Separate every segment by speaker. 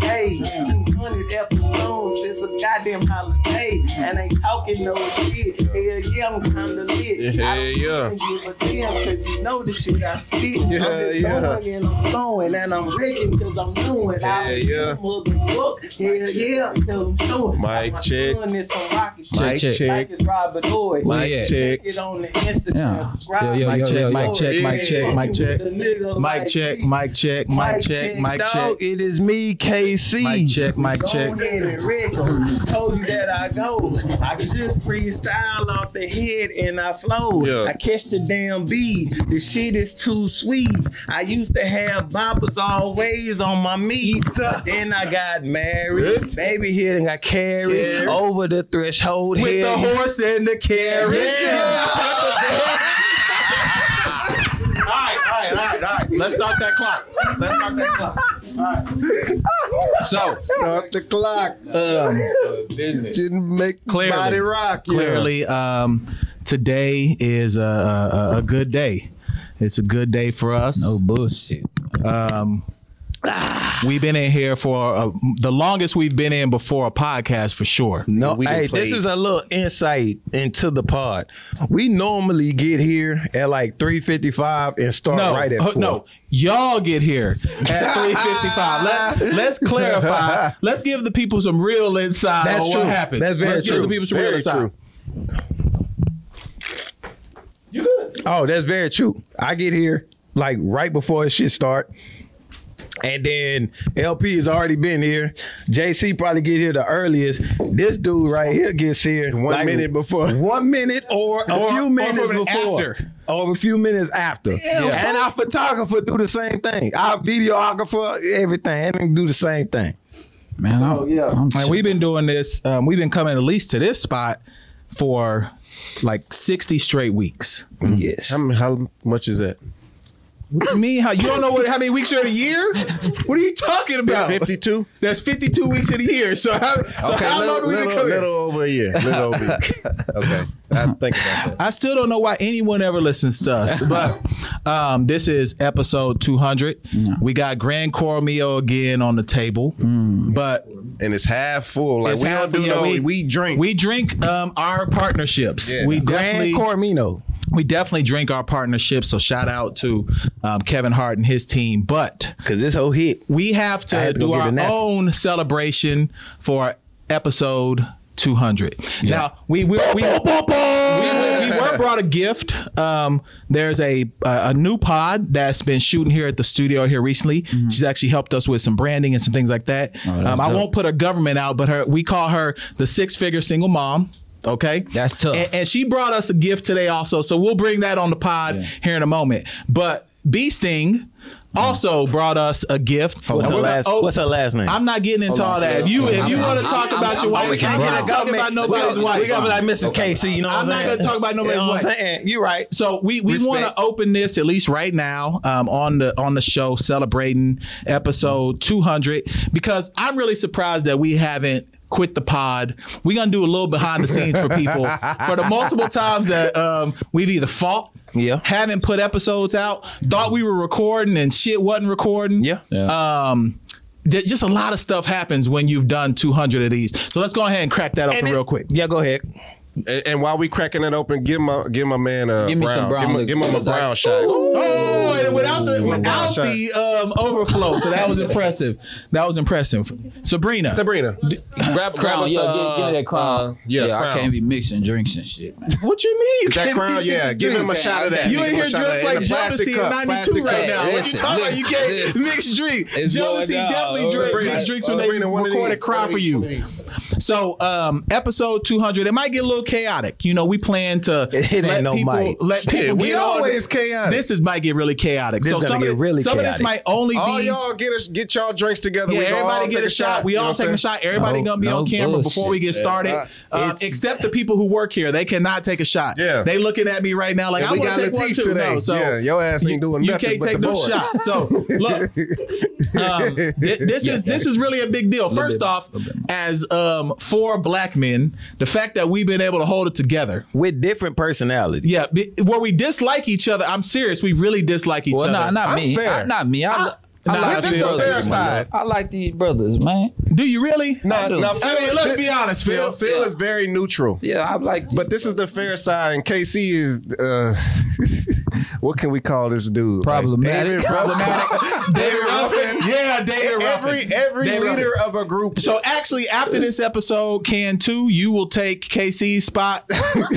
Speaker 1: pay. 200 afternoons, it's a goddamn holiday. And ain't talking no shit. Hell yeah, I'm kinda lit. I don't
Speaker 2: Yeah,
Speaker 1: fucking give a damn, cause you know this shit I spit.
Speaker 2: Yeah, yeah.
Speaker 1: I'm just going and I'm going and I'm wrecking cause I'm doing.
Speaker 2: Yeah, yeah.
Speaker 1: Motherfuck. Yeah, yeah, cause I'm doing.
Speaker 2: Mic
Speaker 1: I'm
Speaker 2: check.
Speaker 1: doing this on rocket shit.
Speaker 2: Mic
Speaker 3: Check,
Speaker 2: check.
Speaker 3: check.
Speaker 1: Like it's Robert Lloyd.
Speaker 3: Where
Speaker 2: Mic
Speaker 3: he at?
Speaker 2: check.
Speaker 1: Get on the Instagram.
Speaker 3: Yeah.
Speaker 1: subscribe.
Speaker 3: Yo, yo,
Speaker 1: Mic
Speaker 3: yo,
Speaker 1: check,
Speaker 3: yo,
Speaker 1: mic
Speaker 3: yo.
Speaker 1: check, mic
Speaker 2: Yeah.
Speaker 1: check, mic check.
Speaker 4: Mic check, mic check, mic check, mic check.
Speaker 1: Dog,
Speaker 4: It is me, KC. Mic check, mic check.
Speaker 1: Go ahead and record. Told you that I go. I just freestyle off the head and I flow.
Speaker 2: Yeah.
Speaker 1: I catch the damn beat. The shit is too sweet. I used to have boppers always on my meat. But Then I got married. Baby here and got carried
Speaker 2: Carried.
Speaker 1: over the threshold.
Speaker 4: With the
Speaker 1: Hell yeah.
Speaker 4: horse and the carriage.
Speaker 2: All right, all right, all right, all right. Let's stop that clock. Let's stop that clock.
Speaker 4: So
Speaker 5: Start the clock.
Speaker 4: um,
Speaker 5: Didn't make
Speaker 4: Clearly.
Speaker 5: body rock. yeah.
Speaker 4: clearly, um, today is a, a, a- a good day. It's a good day for us.
Speaker 3: No bullshit.
Speaker 4: Um, we've been in here for uh the longest we've been in before a podcast for sure.
Speaker 1: No,
Speaker 5: We done
Speaker 1: hey, this
Speaker 5: played-
Speaker 1: is a little insight into the pod. We normally get here at like three fifty five and start
Speaker 4: No,
Speaker 1: right at
Speaker 4: uh,
Speaker 1: four.
Speaker 4: no, y'all get here at three fifty five. Let, let's clarify. Let's give the people some real insight
Speaker 1: That's
Speaker 4: on
Speaker 1: true.
Speaker 4: what happens.
Speaker 1: That's very
Speaker 4: let's
Speaker 1: true.
Speaker 4: Give the people some
Speaker 2: Very
Speaker 4: real insight.
Speaker 2: true.
Speaker 1: Oh, that's very true. I get here like right before it shit start. And then LP has already been here. JC probably get here the earliest. This dude right here gets here
Speaker 5: One
Speaker 1: like,
Speaker 5: minute before.
Speaker 1: One minute or a
Speaker 4: Or-
Speaker 1: few
Speaker 4: or
Speaker 1: minutes
Speaker 4: from
Speaker 1: before.
Speaker 4: after.
Speaker 1: Or a few minutes after. And our photographer do the same thing. Our videographer, everything. Everything do the same thing.
Speaker 3: Man, I'm,
Speaker 1: yeah.
Speaker 3: I'm
Speaker 4: And we've been doing this. Um, we've been coming at least to this spot for like sixty straight weeks.
Speaker 1: Yes.
Speaker 5: How, m- how much is that?
Speaker 4: What do you mean? How you don't know what, how many weeks are in a year? What are you talking about?
Speaker 5: Fifty-two.
Speaker 4: That's fifty-two weeks in a year. So how? So
Speaker 5: okay,
Speaker 4: how
Speaker 5: little,
Speaker 4: long do we been
Speaker 5: little,
Speaker 4: coming?
Speaker 5: little over a year. Little over a year. Okay, I think about that.
Speaker 4: I still don't know why anyone ever listens to us, but um, this is episode 200. We got Grand Cormio again on the table, but
Speaker 5: Mm. and it's half full. Like
Speaker 4: it's
Speaker 5: we
Speaker 4: half-
Speaker 5: don't do
Speaker 4: yeah,
Speaker 5: no. We, drink.
Speaker 4: We drink um, our partnerships.
Speaker 5: Yes.
Speaker 4: We
Speaker 1: Grand
Speaker 4: definitely
Speaker 1: Cormino.
Speaker 4: we definitely drink our partnerships. So shout out to um, Kevin Hart and his team, but
Speaker 1: Cause this whole hit.
Speaker 4: we have
Speaker 1: I
Speaker 4: to
Speaker 1: had to go
Speaker 4: do
Speaker 1: get
Speaker 4: our
Speaker 1: a nap.
Speaker 4: own celebration for episode 200. Now we we we, we, we- we were brought a gift. Um, there's a a new pod that's been shooting here at the studio here recently. She's actually helped us with some branding and some things like that.
Speaker 3: Mm-hmm. Oh, that's
Speaker 4: um, I
Speaker 3: dope.
Speaker 4: won't put her government out, but her we call her the six figure single mom. Okay,
Speaker 3: That's tough.
Speaker 4: And, and she brought us a gift today also, so we'll bring that on the pod here in a moment. But Bee Sting also brought us a gift. And
Speaker 1: What's her
Speaker 4: we're gonna-
Speaker 1: last
Speaker 4: oh,
Speaker 1: what's her last name?
Speaker 4: I'm not getting into all that. If you if you
Speaker 3: I'm-
Speaker 4: want to
Speaker 3: I'm-
Speaker 4: talk
Speaker 3: I'm-
Speaker 4: about
Speaker 3: I'm-
Speaker 4: your
Speaker 3: I'm
Speaker 4: wife,
Speaker 3: with
Speaker 4: I'm
Speaker 3: Brown.
Speaker 4: not talking about nobody's
Speaker 1: We're
Speaker 4: wife.
Speaker 1: gonna be like Mrs. Casey, you know what
Speaker 4: I'm not
Speaker 1: saying?
Speaker 4: going to talk about
Speaker 1: You
Speaker 4: nobody's
Speaker 1: know what I'm
Speaker 4: wife.
Speaker 1: saying? You're right.
Speaker 4: So we, we
Speaker 1: Respect.
Speaker 4: want to open this at least right now um, on the on the show celebrating episode 200 because I'm really surprised that we haven't quit the pod. We're gonna do a little behind the scenes for people for the multiple times that um, we've either fought,
Speaker 1: Yeah.
Speaker 4: haven't put episodes out, thought we were recording and shit wasn't recording,
Speaker 1: Yeah.
Speaker 4: Um, j- just a lot of stuff happens when you've done 200 of these. So let's go ahead and crack that open
Speaker 1: And it-
Speaker 4: real quick.
Speaker 1: Yeah, go ahead.
Speaker 5: And, and while we cracking it open, give my give my man a
Speaker 3: Give me
Speaker 5: brown.
Speaker 3: some brown
Speaker 5: Give, him- give him a
Speaker 3: liquor.
Speaker 5: brown shot.
Speaker 4: Oh, and without the without
Speaker 5: Shot.
Speaker 4: the um, overflow. So that was impressive. That was impressive. Sabrina.
Speaker 5: Sabrina, grab, grab
Speaker 3: Crown,
Speaker 5: us
Speaker 3: yo,
Speaker 5: uh,
Speaker 3: give, give me that crown.
Speaker 5: uh, yeah,
Speaker 3: I
Speaker 5: crown.
Speaker 3: can't be mixing drinks and shit, man.
Speaker 4: what you mean? You
Speaker 5: that
Speaker 4: can't
Speaker 5: crown.
Speaker 4: be-
Speaker 5: Yeah, give him a
Speaker 3: Okay,
Speaker 5: shot of that.
Speaker 3: okay.
Speaker 4: You
Speaker 5: Give
Speaker 4: in
Speaker 5: him a
Speaker 4: here
Speaker 5: shot of
Speaker 4: dressed
Speaker 5: that.
Speaker 4: like
Speaker 5: In a plastic
Speaker 4: Jodeci in
Speaker 5: cup,
Speaker 4: 92
Speaker 5: plastic
Speaker 4: right
Speaker 5: cup.
Speaker 4: now. what you
Speaker 3: Listen,
Speaker 4: talking about? You
Speaker 3: listen,
Speaker 4: can't
Speaker 3: listen.
Speaker 4: mixed drink.
Speaker 3: It's
Speaker 4: Jodeci
Speaker 3: going down.
Speaker 4: definitely
Speaker 3: Oh,
Speaker 4: drink,
Speaker 3: Sabrina,
Speaker 4: uh, mixed drinks when they
Speaker 5: Sabrina, one of
Speaker 4: record a
Speaker 5: these.
Speaker 4: cry for
Speaker 5: One of
Speaker 4: you.
Speaker 5: these.
Speaker 4: So um, episode 200, it might get a little chaotic. You know, we plan to
Speaker 1: It ain't
Speaker 4: let
Speaker 1: no
Speaker 4: people
Speaker 1: mic.
Speaker 4: let
Speaker 5: Shit,
Speaker 4: people
Speaker 5: we
Speaker 4: get on.
Speaker 5: always chaotic.
Speaker 4: This is might get really chaotic.
Speaker 1: This
Speaker 4: so
Speaker 1: is gonna
Speaker 4: some,
Speaker 1: get
Speaker 4: of, the-
Speaker 1: really
Speaker 4: some of this
Speaker 1: chaotic.
Speaker 4: might only
Speaker 5: All
Speaker 4: be
Speaker 5: y'all get us get y'all drinks together.
Speaker 4: Yeah,
Speaker 5: we gonna all
Speaker 4: everybody get
Speaker 5: take
Speaker 4: a shot. We
Speaker 5: You know
Speaker 4: all
Speaker 5: what I'm
Speaker 4: taking a
Speaker 5: saying?
Speaker 4: shot. Everybody
Speaker 3: No-
Speaker 4: gonna be on
Speaker 3: no
Speaker 4: camera before we get
Speaker 3: bullshit.
Speaker 4: started.
Speaker 5: Yeah.
Speaker 4: Uh,
Speaker 5: It's-
Speaker 4: except the people who work here, they cannot take a shot.
Speaker 5: Yeah.
Speaker 4: they looking at me right now like
Speaker 5: And
Speaker 4: I
Speaker 5: we
Speaker 4: want
Speaker 5: got
Speaker 4: to take one
Speaker 5: Latif
Speaker 4: too.
Speaker 5: today.
Speaker 4: No, so
Speaker 5: yeah, your ass ain't doing
Speaker 4: you
Speaker 5: nothing
Speaker 4: can't
Speaker 5: but the
Speaker 4: take no
Speaker 5: board.
Speaker 4: shot. So look, um, thi- this is this is really a big deal. First
Speaker 3: bit,
Speaker 4: off,
Speaker 3: little bit.
Speaker 4: as um, four black men, the fact that we've been able to hold it together.
Speaker 1: With different personalities.
Speaker 4: Yeah, be- where we dislike each other, I'm serious. We really dislike each
Speaker 3: Well,
Speaker 4: other.
Speaker 3: nah, not
Speaker 5: I'm
Speaker 3: me.
Speaker 5: fair.
Speaker 3: I, not me. I, I,
Speaker 4: nah,
Speaker 3: like
Speaker 4: this
Speaker 3: these
Speaker 4: is
Speaker 3: brothers.
Speaker 5: fair side.
Speaker 3: I like these brothers, man.
Speaker 4: Do you really?
Speaker 5: Nah,
Speaker 3: do.
Speaker 5: nah,
Speaker 3: I
Speaker 5: Phil-
Speaker 4: mean, let's be honest, Phil.
Speaker 5: Phil, is very neutral.
Speaker 3: Yeah, I'm like,
Speaker 5: But this is the fair side, and KC is uh, what can we call this dude? Like,
Speaker 3: problematic.
Speaker 5: problematic. David Ruffin. E-,
Speaker 4: Yeah, David
Speaker 5: Every
Speaker 4: Ruffin.
Speaker 5: every
Speaker 4: David Ruffin.
Speaker 5: leader of a group.
Speaker 4: So actually, after this episode, can too, you will take KC's spot.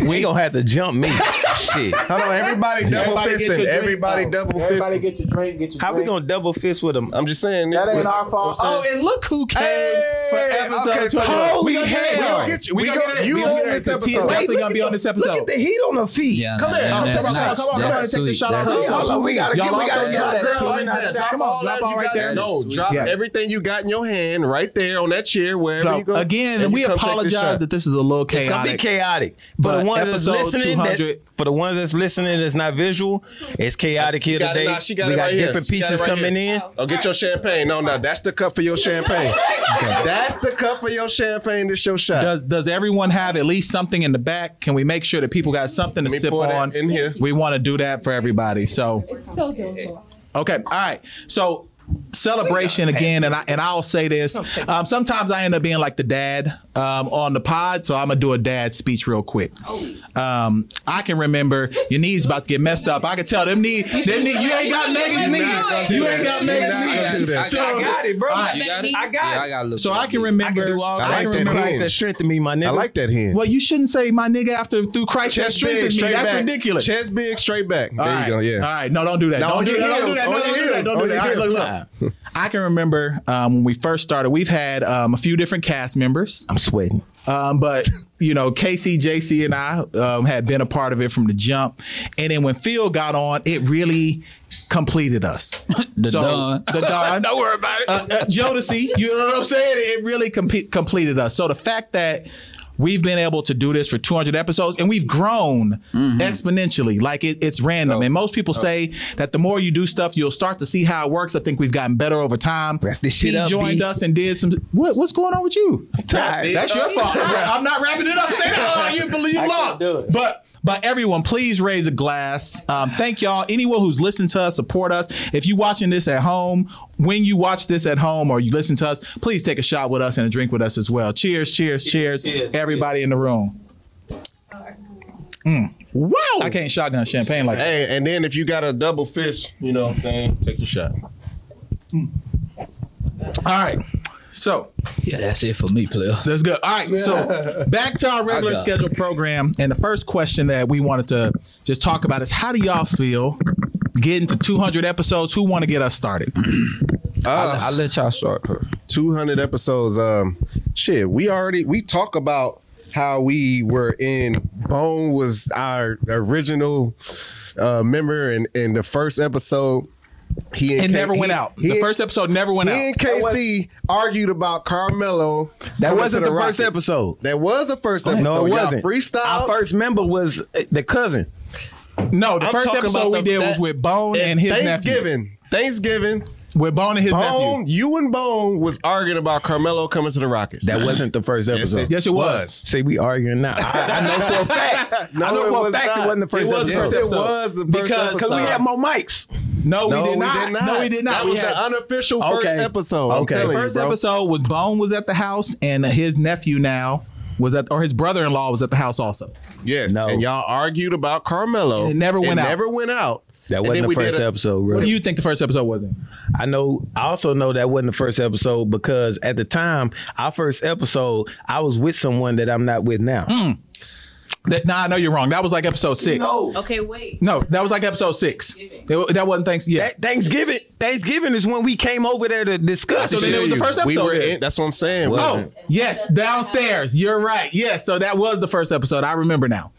Speaker 1: We gonna have to jump me. Shit.
Speaker 5: Hold on, everybody double
Speaker 4: Everybody get
Speaker 5: fisted.
Speaker 4: your drink.
Speaker 5: Everybody double
Speaker 6: Everybody
Speaker 5: fisted.
Speaker 6: get your drink, get your
Speaker 1: How we
Speaker 6: drink.
Speaker 1: gonna double fist with him?
Speaker 5: I'm just saying.
Speaker 6: that ain't
Speaker 5: what-
Speaker 6: our fault.
Speaker 5: what I'm
Speaker 4: oh,
Speaker 5: saying.
Speaker 4: and look who came
Speaker 5: Hey,
Speaker 4: for episode
Speaker 5: Oh, okay, so-
Speaker 4: 21.
Speaker 1: Holy
Speaker 4: gonna get it.
Speaker 1: hell.
Speaker 4: gonna
Speaker 5: We get you.
Speaker 4: We
Speaker 5: We
Speaker 4: gonna
Speaker 5: gonna-
Speaker 4: get it.
Speaker 5: you
Speaker 4: We gonna
Speaker 5: on
Speaker 4: get it.
Speaker 5: this
Speaker 4: The team
Speaker 5: episode.
Speaker 4: Definitely gonna be on this
Speaker 1: Look
Speaker 4: episode.
Speaker 1: at the heat on her feet.
Speaker 3: Yeah,
Speaker 5: Come here.
Speaker 3: nah,
Speaker 5: Oh,
Speaker 3: that's
Speaker 5: come on,
Speaker 3: nice.
Speaker 5: come on, come on,
Speaker 3: That's
Speaker 5: take the
Speaker 3: sweet.
Speaker 5: shot
Speaker 3: That's
Speaker 5: out.
Speaker 3: sweet.
Speaker 5: Hold on, we gotta
Speaker 4: Y'all
Speaker 5: get- we
Speaker 4: also
Speaker 5: gotta get
Speaker 4: got
Speaker 5: that
Speaker 4: that
Speaker 5: team.
Speaker 4: team.
Speaker 5: Drop
Speaker 4: Come on,
Speaker 5: all
Speaker 4: drop
Speaker 5: that
Speaker 4: all
Speaker 5: you
Speaker 4: right
Speaker 5: got
Speaker 4: there.
Speaker 5: in- No,
Speaker 3: Sweet.
Speaker 5: drop
Speaker 4: Yeah.
Speaker 5: everything you got in your hand right there on that chair wherever
Speaker 4: So,
Speaker 5: you go.
Speaker 4: again,
Speaker 5: And
Speaker 4: we
Speaker 5: you come take this
Speaker 4: apologize
Speaker 5: shot.
Speaker 4: that this is a little
Speaker 1: It's gonna be
Speaker 4: chaotic.
Speaker 1: chaotic. But,
Speaker 4: But
Speaker 1: the ones that's
Speaker 4: episode
Speaker 1: listening, that-
Speaker 4: 200
Speaker 1: for the ones that's listening, that's not visual. It's chaotic here
Speaker 5: She got it
Speaker 1: today.
Speaker 5: now. She got
Speaker 1: we
Speaker 5: it
Speaker 1: got
Speaker 5: right here.
Speaker 1: different
Speaker 5: She got it
Speaker 1: pieces
Speaker 5: right
Speaker 1: coming
Speaker 5: here.
Speaker 1: in.
Speaker 5: Oh, get your champagne. No, no, that's the cup for your champagne. That's the cup for your champagne. This your shot.
Speaker 4: Does Does everyone have at least something in the back? Can we make sure that people got something to
Speaker 5: Let me
Speaker 4: sip
Speaker 5: pour that
Speaker 4: on?
Speaker 5: in here.
Speaker 4: We want to do that for everybody. So
Speaker 7: So dope.
Speaker 4: Okay. All right. So celebration again, and I and I'll say this. Um, sometimes I end up being like the dad um, on the pod, so I'm gonna do a dad speech real quick. Um, I can remember your knees about to get messed up. I could tell them knee, them knee. You ain't got negative
Speaker 5: You're not gonna do
Speaker 4: knee. You
Speaker 5: that.
Speaker 4: ain't got
Speaker 5: You're
Speaker 4: negative
Speaker 5: not
Speaker 4: knee.
Speaker 5: gonna do that.
Speaker 4: So-
Speaker 1: I got it, bro.
Speaker 7: You got it?
Speaker 1: I got
Speaker 3: yeah,
Speaker 1: it.
Speaker 3: I got a little
Speaker 4: So I can
Speaker 3: bit.
Speaker 1: I can
Speaker 4: remember.
Speaker 1: do all
Speaker 5: I
Speaker 1: I
Speaker 5: like that
Speaker 1: remember
Speaker 5: team.
Speaker 1: Christ that strengthened me, my nigga.
Speaker 5: I like that hand.
Speaker 4: Well, you shouldn't say my nigga after through Christ that
Speaker 5: Chest big,
Speaker 4: strengthens me.
Speaker 5: straight
Speaker 4: That's
Speaker 5: back.
Speaker 4: ridiculous.
Speaker 5: Chest big, straight back. There
Speaker 4: All
Speaker 5: you go.
Speaker 4: right.
Speaker 5: Yeah.
Speaker 4: All right. No, don't do that.
Speaker 5: Now,
Speaker 4: don't,
Speaker 5: on
Speaker 4: do
Speaker 5: your
Speaker 4: that. don't do
Speaker 5: heels,
Speaker 4: that.
Speaker 5: on your
Speaker 4: No, don't do that.
Speaker 5: heels,
Speaker 4: Don't do
Speaker 5: on
Speaker 4: that.
Speaker 5: your
Speaker 4: All right,
Speaker 5: heels.
Speaker 4: Look, look.
Speaker 1: Nah.
Speaker 4: I can remember um, when we first started, we've had um, a few different cast members,
Speaker 1: I'm sweating.
Speaker 4: um, but you know, Casey, JC, and I um, had been a part of it from the jump. And then when Phil got on, it really completed us.
Speaker 3: The Don.
Speaker 4: The Don.
Speaker 3: Don't worry about it.
Speaker 4: uh, uh, Jodeci, you know what I'm saying? It really compe- completed us. So the fact that we've been able to do this for 200 episodes and we've grown
Speaker 1: Mm-hmm.
Speaker 4: exponentially, like it, it's
Speaker 1: Oh.
Speaker 4: random. And most people say that the more you do stuff, you'll start to see how it works. I think we've gotten better over time.
Speaker 1: Wrap this shit
Speaker 4: he
Speaker 1: up,
Speaker 4: joined
Speaker 1: B.
Speaker 4: us and did some. What, what's going on with you?
Speaker 1: Tired.
Speaker 4: That's your fault. I'm not wrapping it up. They know, oh, you believe you lost.
Speaker 6: do it.
Speaker 4: But but everyone, please raise a glass. Um, thank y'all. Anyone who's listened to us, support us. If you watching this at home, when you watch this at home or you listen to us, please take a shot with us and a drink with us as well. Cheers, cheers, cheers.
Speaker 6: cheers,
Speaker 4: everybody in the room.
Speaker 3: Mm.
Speaker 5: Wow.
Speaker 4: I can't shotgun champagne like that.
Speaker 5: Hey, and then if you got a double fist, you know what I'm saying? Take your shot.
Speaker 4: All right. So
Speaker 3: Yeah, that's it for me, player.
Speaker 4: That's good. All right. So back to our regular
Speaker 3: I got it.
Speaker 4: scheduled program. And the first question that we wanted to just talk about is how do y'all feel getting to 200 episodes? Who want to get us started?
Speaker 3: I'll, I'll let y'all start. Her.
Speaker 5: 200 Uh, episodes. Um, shit, we already we talk about how we were in Bone was our original uh member, and in the first episode, he
Speaker 4: It
Speaker 5: and K-
Speaker 4: never
Speaker 5: he-
Speaker 4: went out.
Speaker 5: he
Speaker 4: the
Speaker 5: and-
Speaker 4: first episode never went
Speaker 5: He
Speaker 4: out.
Speaker 5: and KC argued about Carmelo.
Speaker 1: That
Speaker 5: coming
Speaker 1: wasn't
Speaker 5: to
Speaker 1: the
Speaker 5: Rockets.
Speaker 1: first episode.
Speaker 5: That was the first episode.
Speaker 1: No, it
Speaker 5: Y'all
Speaker 1: wasn't. Our
Speaker 5: Freestyle.
Speaker 1: first member was uh, the cousin.
Speaker 4: No, the
Speaker 5: I'm
Speaker 4: first
Speaker 5: talking
Speaker 4: episode
Speaker 5: about
Speaker 4: we
Speaker 5: the-
Speaker 4: did was
Speaker 5: that-
Speaker 4: with Bone and his nephew.
Speaker 5: Thanksgiving. Thanksgiving.
Speaker 4: With Bone and his
Speaker 5: Bone,
Speaker 4: nephew.
Speaker 5: you and Bone was arguing about Carmelo coming to the Rockets.
Speaker 1: That wasn't the first episode.
Speaker 4: Yes, it was.
Speaker 1: See, we arguing now. I, I know for a fact.
Speaker 5: No,
Speaker 1: I know
Speaker 5: it
Speaker 1: for a
Speaker 5: was
Speaker 1: fact
Speaker 5: not.
Speaker 1: it wasn't the first
Speaker 4: It was the
Speaker 5: Yes,
Speaker 1: episode.
Speaker 4: first
Speaker 5: it
Speaker 4: episode.
Speaker 5: was the first
Speaker 4: Because-
Speaker 5: episode.
Speaker 1: Because we had more mics.
Speaker 4: No,
Speaker 5: No,
Speaker 4: we, did,
Speaker 5: we
Speaker 4: not.
Speaker 5: did not.
Speaker 4: No, we did not.
Speaker 5: That
Speaker 4: We
Speaker 5: was
Speaker 4: had-
Speaker 5: the unofficial first
Speaker 1: Okay.
Speaker 5: episode.
Speaker 1: Okay.
Speaker 5: I'm telling
Speaker 4: first
Speaker 5: you, bro.
Speaker 4: episode was Bone was at the house and his nephew now was at or his brother-in-law was at the house also.
Speaker 5: Yes.
Speaker 1: No.
Speaker 5: And y'all argued about Carmelo.
Speaker 4: And it never went out.
Speaker 5: never went out.
Speaker 1: That
Speaker 5: And
Speaker 1: wasn't
Speaker 5: then
Speaker 1: the
Speaker 5: we
Speaker 1: first
Speaker 5: did a-
Speaker 1: episode, really.
Speaker 4: What do you think the first episode was in?
Speaker 1: I know. I also know that wasn't the first episode because at the time, our first episode, I was with someone that I'm not with now.
Speaker 4: Hmm. That, nah, I know you're wrong. That was like episode six.
Speaker 7: Okay, wait.
Speaker 4: No, that was like episode six. It wa- that wasn't thanks. Yeah.
Speaker 1: That- Thanksgiving, Thanksgiving is when we came over there to discuss.
Speaker 4: So then it
Speaker 1: it.
Speaker 4: was the first
Speaker 5: We
Speaker 4: episode.
Speaker 5: were
Speaker 4: then.
Speaker 5: in. That's what I'm saying.
Speaker 1: What?
Speaker 5: bro.
Speaker 4: oh, yes, downstairs. You're right. Yes. So that was the first episode. I remember now.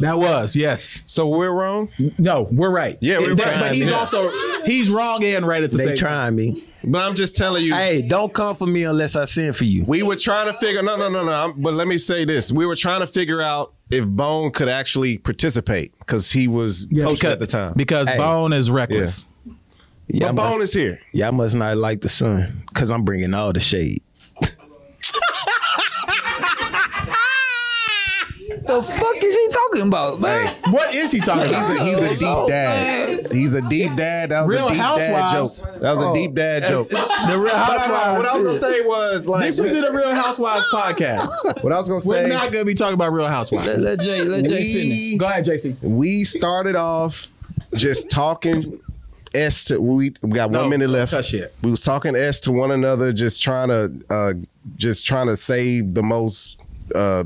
Speaker 4: That was yes.
Speaker 5: So we're wrong.
Speaker 4: No, we're right.
Speaker 5: Yeah, we're
Speaker 4: It- that-
Speaker 5: right.
Speaker 4: But he's
Speaker 5: Yeah.
Speaker 4: also he's wrong and right at the
Speaker 1: they
Speaker 4: same. time.
Speaker 1: trying me.
Speaker 5: But I'm just telling you.
Speaker 1: Hey, don't come for me unless I send for you.
Speaker 5: We were trying to figure. No, no, no, no. I'm, but let me say this: we were trying to figure out if Bone could actually participate because he was coaching
Speaker 4: because,
Speaker 5: at the time.
Speaker 4: because
Speaker 1: Hey.
Speaker 4: Bone is reckless.
Speaker 1: Y'all
Speaker 5: but
Speaker 1: must,
Speaker 5: Bone is here.
Speaker 1: y'all must not like the sun because I'm bringing all the shade.
Speaker 3: the fuck is he talking about, man? Oh,
Speaker 4: What is he talking
Speaker 5: He's a,
Speaker 4: about?
Speaker 5: he's a deep dad. He's a deep dad. That was
Speaker 4: Real
Speaker 5: a deep
Speaker 4: Housewives.
Speaker 5: dad joke. That was a deep dad joke.
Speaker 4: Oh. The Real
Speaker 5: What I was gonna
Speaker 4: Housewives.
Speaker 5: say was like
Speaker 4: This is the Real Housewives podcast.
Speaker 5: what I was gonna
Speaker 4: We're
Speaker 5: say.
Speaker 4: not gonna be talking about Real Housewives.
Speaker 3: Let, let Jay, let Jay finish.
Speaker 5: we,
Speaker 4: Go ahead, JC.
Speaker 5: we started off just talking s to we, we got
Speaker 4: No,
Speaker 5: one minute left.
Speaker 4: touch it.
Speaker 5: We was talking s to one another, just trying to uh, just trying to save the most uh,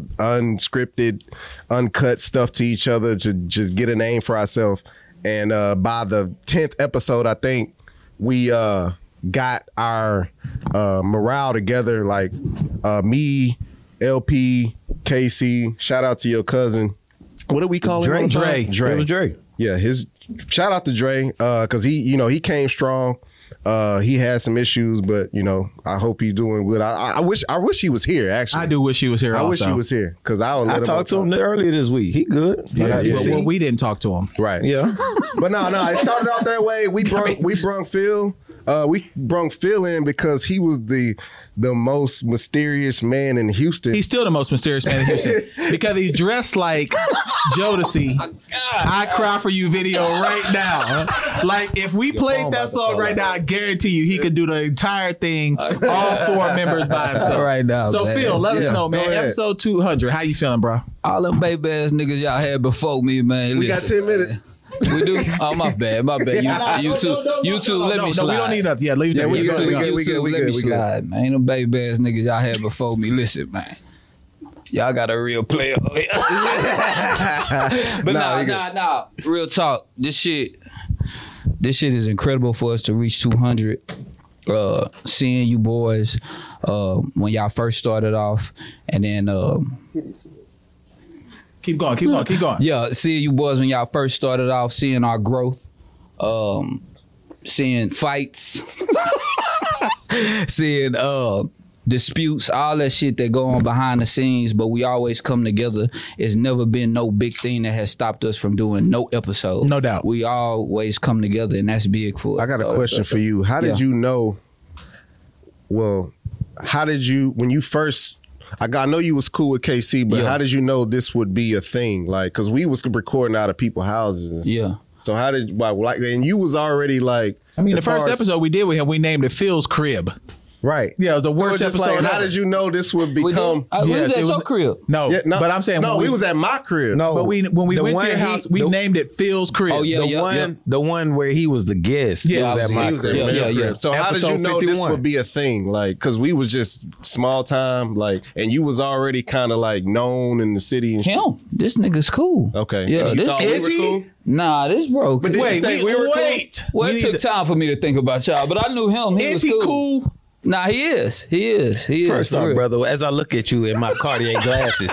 Speaker 5: unscripted, uncut stuff to each other to just get a name for ourselves. And uh, by the tenth episode, I think we uh, got our uh, morale together. Like uh, me, LP, Casey. Shout out to your cousin. What do we call him?
Speaker 1: Dre,
Speaker 5: all the time?
Speaker 1: Dre, It was Dre.
Speaker 5: yeah, his shout out to Dre because he, you know, he came strong. Uh, he had some issues, but you know, I hope he's doing good. I, I, I wish, I wish he was here. Actually,
Speaker 4: I do wish he was here.
Speaker 5: I wish
Speaker 4: also.
Speaker 5: he was here because I would. Oh, Let
Speaker 1: I
Speaker 5: him
Speaker 1: talked to him
Speaker 5: talk.
Speaker 1: earlier this week. He good. Yeah,
Speaker 5: you
Speaker 4: Well,
Speaker 5: see?
Speaker 4: well, we didn't talk to him.
Speaker 5: Right.
Speaker 1: yeah.
Speaker 5: But no, no, it started out that way. We brung we brung Phil. Uh, we brung Phil in because he was the the most mysterious man in Houston.
Speaker 4: He's still the most mysterious man in Houston because he's dressed like
Speaker 5: Oh
Speaker 4: Jodeci. I cry for you video right now. Like if we played that song right now, I guarantee you he could do the entire thing, all four members by himself.
Speaker 3: Right now,
Speaker 4: So
Speaker 3: man.
Speaker 4: Phil, let
Speaker 3: Yeah.
Speaker 4: us
Speaker 5: Go
Speaker 4: know, man.
Speaker 5: ahead.
Speaker 4: Episode two hundred. How you feeling, bro?
Speaker 3: All them baby ass niggas y'all had before me, man.
Speaker 5: we got
Speaker 3: listen,
Speaker 5: ten minutes.
Speaker 3: man. We do. Oh my bad, my bad. You, you too, you too. Let me slide.
Speaker 4: No, we don't need nothing. Yeah, leave
Speaker 5: Yeah,
Speaker 4: that.
Speaker 5: we
Speaker 3: You
Speaker 5: good,
Speaker 3: too,
Speaker 5: we good,
Speaker 3: you
Speaker 5: we
Speaker 3: too.
Speaker 5: good, we
Speaker 3: Let
Speaker 5: good,
Speaker 3: me
Speaker 5: we good.
Speaker 3: slide, man. Ain't no baby ass niggas y'all had before me. Listen, man. Y'all got a real player. but
Speaker 5: Nah,
Speaker 3: nah,
Speaker 5: you good.
Speaker 3: nah, nah. Real talk. This shit, this shit is incredible for us to reach 200. Uh, seeing you boys uh, when y'all first started off, and then um,
Speaker 4: Keep going. Keep going. Keep going.
Speaker 3: yeah, seeing you boys when y'all first started off, seeing our growth, um, seeing fights, seeing uh disputes, all that shit that go on behind the scenes, but we always come together. It's never been no big thing that has stopped us from doing no episode.
Speaker 4: No doubt.
Speaker 3: We always come together and that's big for us.
Speaker 5: I got a
Speaker 3: So-
Speaker 5: question for you. How did
Speaker 3: Yeah.
Speaker 5: you know? Well, how did you when you first? I got, I know you was cool with KC, but
Speaker 3: Yeah.
Speaker 5: how did you know this would be a thing? Like, cause we was recording out of people's houses. And stuff.
Speaker 3: Yeah.
Speaker 5: So how did like, like and you was already like?
Speaker 4: I mean, the
Speaker 5: as far
Speaker 4: first
Speaker 5: as-
Speaker 4: episode we did with him, we named it Phil's Crib.
Speaker 5: right?
Speaker 4: Yeah, it was the
Speaker 5: So
Speaker 4: worst
Speaker 5: it's just
Speaker 4: episode.
Speaker 5: Like, how
Speaker 4: ever.
Speaker 5: did Uh, you know this would
Speaker 3: We, did-
Speaker 5: become?
Speaker 3: I- we
Speaker 4: yes,
Speaker 3: was
Speaker 4: it
Speaker 3: at
Speaker 4: was-
Speaker 3: your crib.
Speaker 4: No,
Speaker 5: Yeah,
Speaker 4: but I'm saying
Speaker 5: no.
Speaker 4: when
Speaker 5: We, was at my crib.
Speaker 1: No,
Speaker 4: But we when we
Speaker 1: The
Speaker 4: went to
Speaker 1: one
Speaker 4: your
Speaker 1: he-
Speaker 4: house, we
Speaker 1: the-
Speaker 4: named it Phil's crib.
Speaker 3: Oh, yeah,
Speaker 1: the
Speaker 3: yeah,
Speaker 1: one,
Speaker 3: yeah.
Speaker 1: the one where he was the guest.
Speaker 4: Yeah,
Speaker 1: it was at
Speaker 3: obviously,
Speaker 1: my
Speaker 5: He was at
Speaker 1: crib.
Speaker 3: Yeah,
Speaker 5: my
Speaker 3: yeah, yeah.
Speaker 5: crib. So how did you
Speaker 1: Episode
Speaker 5: know this
Speaker 1: 51.
Speaker 5: would be a thing? Like, cause we was just small time, like, and you was already kind of like known in the city. And shit.
Speaker 3: Him. This nigga's cool.
Speaker 5: Okay.
Speaker 3: Yeah,
Speaker 5: And you
Speaker 3: this
Speaker 5: thought we
Speaker 4: Is
Speaker 5: were
Speaker 4: he?
Speaker 5: cool?
Speaker 3: Nah, this bro.
Speaker 5: did
Speaker 4: Wait,
Speaker 5: you think
Speaker 4: we,
Speaker 5: we were cool?
Speaker 4: wait.
Speaker 3: Well,
Speaker 4: We
Speaker 3: it
Speaker 4: need
Speaker 3: took
Speaker 4: to-
Speaker 3: time for me to think about y'all, but I knew him. He
Speaker 4: Is
Speaker 3: was
Speaker 4: he
Speaker 3: cool.
Speaker 4: cool?
Speaker 3: Nah, he is. He is. He is.
Speaker 1: First
Speaker 3: for
Speaker 1: off,
Speaker 3: real.
Speaker 1: brother, as I look at you in my Cartier glasses,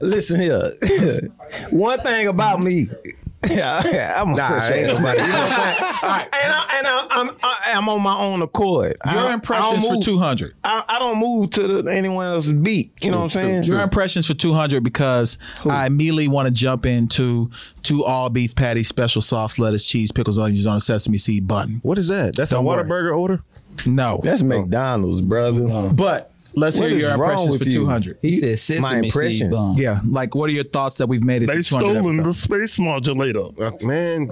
Speaker 1: listen here. One thing about me, I'm a
Speaker 5: Nah, ain't
Speaker 1: Christian.
Speaker 5: nobody.
Speaker 1: and, I, and I, I'm I, I'm on my own accord. I don't- I
Speaker 4: Your
Speaker 1: don't
Speaker 4: impressions for
Speaker 1: move-
Speaker 4: 200.
Speaker 1: I, I don't move to the, anyone else's beat. You know what I'm saying?
Speaker 4: Your impressions for 200 because I immediately want to jump into two all beef patties, special soft lettuce, cheese, pickles, onions on a sesame seed bun.
Speaker 5: What is that? That's
Speaker 4: Don't
Speaker 5: a
Speaker 4: worry.
Speaker 5: Whataburger order.
Speaker 4: No.
Speaker 1: That's McDonald's, brother.
Speaker 4: But let's
Speaker 1: What
Speaker 4: hear
Speaker 1: is
Speaker 4: your
Speaker 1: wrong
Speaker 4: impressions
Speaker 1: with
Speaker 4: for
Speaker 1: you?
Speaker 4: 200.
Speaker 3: He said sesame seed
Speaker 1: impressions.
Speaker 3: bun.
Speaker 4: Yeah. Like, what are your thoughts that we've made it to 200 episodes?
Speaker 1: space modulator.
Speaker 5: Uh, man,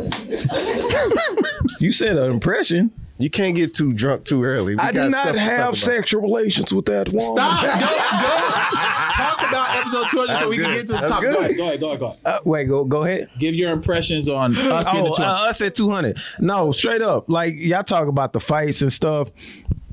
Speaker 1: You said an impression.
Speaker 5: you can't get too drunk too early. We
Speaker 1: I
Speaker 5: got
Speaker 1: did
Speaker 5: stuff
Speaker 1: not
Speaker 5: to talk
Speaker 1: have
Speaker 5: about.
Speaker 1: sexual relations with that woman.
Speaker 4: Stop. Go, go. Talk about episode 200 so we can
Speaker 5: good.
Speaker 4: get to the
Speaker 5: That's
Speaker 4: top.
Speaker 5: good.
Speaker 4: Go ahead, go ahead, go ahead, go ahead.
Speaker 1: Uh, wait, go go ahead.
Speaker 4: Give your impressions on us getting
Speaker 1: Oh,
Speaker 4: to 200.
Speaker 1: uh, us at 200. No, straight up. Like, y'all talk about the fights and stuff.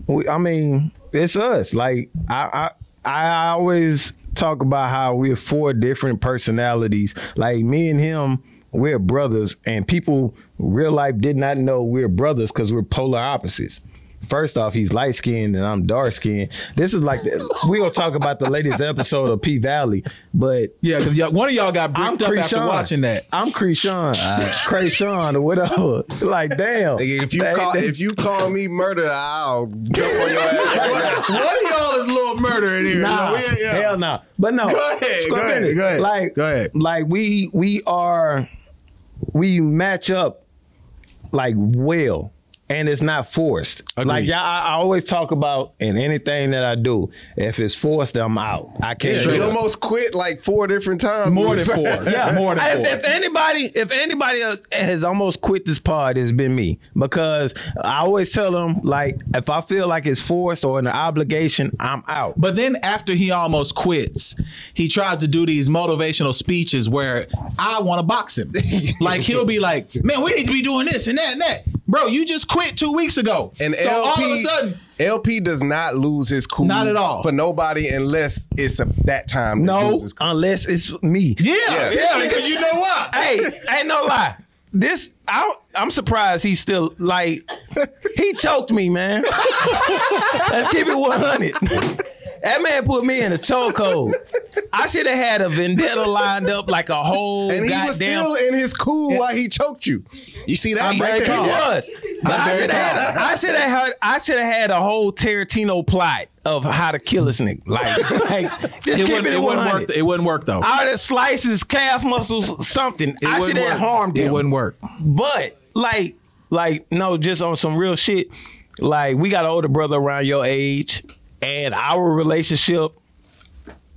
Speaker 1: We, I mean, it's us. Like, I, I, I always talk about how we're four different personalities. Like, me and him, we're brothers, and people real life did not know we're brothers because we're polar opposites. First off, he's light skinned and I'm dark skinned. This is like the, we gonna talk about the latest episode of P Valley, but
Speaker 4: Yeah, because one of y'all got bricked up after
Speaker 1: Krishan.
Speaker 4: watching that.
Speaker 1: I'm Krishan. Krishan or whatever. Like, damn.
Speaker 5: Nigga, if you
Speaker 1: They-
Speaker 5: call
Speaker 1: they-
Speaker 5: if you call me murder, I'll jump on your ass. Right now.
Speaker 4: What of y'all is little murder in here? Yeah,
Speaker 1: Nah,
Speaker 4: we- yeah.
Speaker 1: hell no. But no,
Speaker 4: Go ahead,
Speaker 1: screw
Speaker 4: go ahead,
Speaker 1: it.
Speaker 4: go ahead,
Speaker 1: Like,
Speaker 4: go ahead.
Speaker 1: Like we we are we match up like well. and it's not forced. Like y'all, I, I always talk about in anything that I do, if it's forced, I'm out. I can't. do
Speaker 5: He
Speaker 1: it.
Speaker 5: almost quit like four different times.
Speaker 4: More than four. Yeah, more than
Speaker 1: If,
Speaker 4: four.
Speaker 1: if anybody, if anybody uh, else has almost quit this pod, it's been me because I always tell them like if I feel like it's forced or an obligation, I'm out.
Speaker 4: But then after he almost quits, he tries to do these motivational speeches where I want to box him. like he'll be like, "Man, we need to be doing this and that and that." Bro, you just quit two weeks ago,
Speaker 5: And
Speaker 4: so
Speaker 5: LP,
Speaker 4: all of a sudden,
Speaker 5: LP does not lose his cool.
Speaker 4: Not at all.
Speaker 5: for nobody unless it's a, that time. that he
Speaker 1: No,
Speaker 5: loses cool.
Speaker 1: unless it's me.
Speaker 4: yeah, yeah, because you know what?
Speaker 1: hey, ain't no lie. This I I'm surprised he's still like he choked me, man. Let's keep it 100. That man put me in a chokehold. I should have had a vendetta lined up like a whole
Speaker 5: and he
Speaker 1: goddamn.
Speaker 5: was still in his cool while he choked you. You see that?
Speaker 1: I'm
Speaker 5: right
Speaker 1: very
Speaker 5: there?
Speaker 1: calm.
Speaker 5: Yeah.
Speaker 1: Was. But I should have had. I should have had. I should have had a whole Tarantino plot of how to kill this nigga. Like, like just
Speaker 4: It
Speaker 1: keep
Speaker 4: wouldn't,
Speaker 1: it
Speaker 4: it
Speaker 1: at
Speaker 4: wouldn't
Speaker 1: 100.
Speaker 4: work. It wouldn't work though.
Speaker 1: I would have sliced his calf muscles, something.
Speaker 4: It
Speaker 1: I
Speaker 4: wouldn't
Speaker 1: should
Speaker 4: work.
Speaker 1: have harmed him.
Speaker 4: It wouldn't work.
Speaker 1: But like, like no, just on some real shit. Like we got an older brother around your age, and our relationship,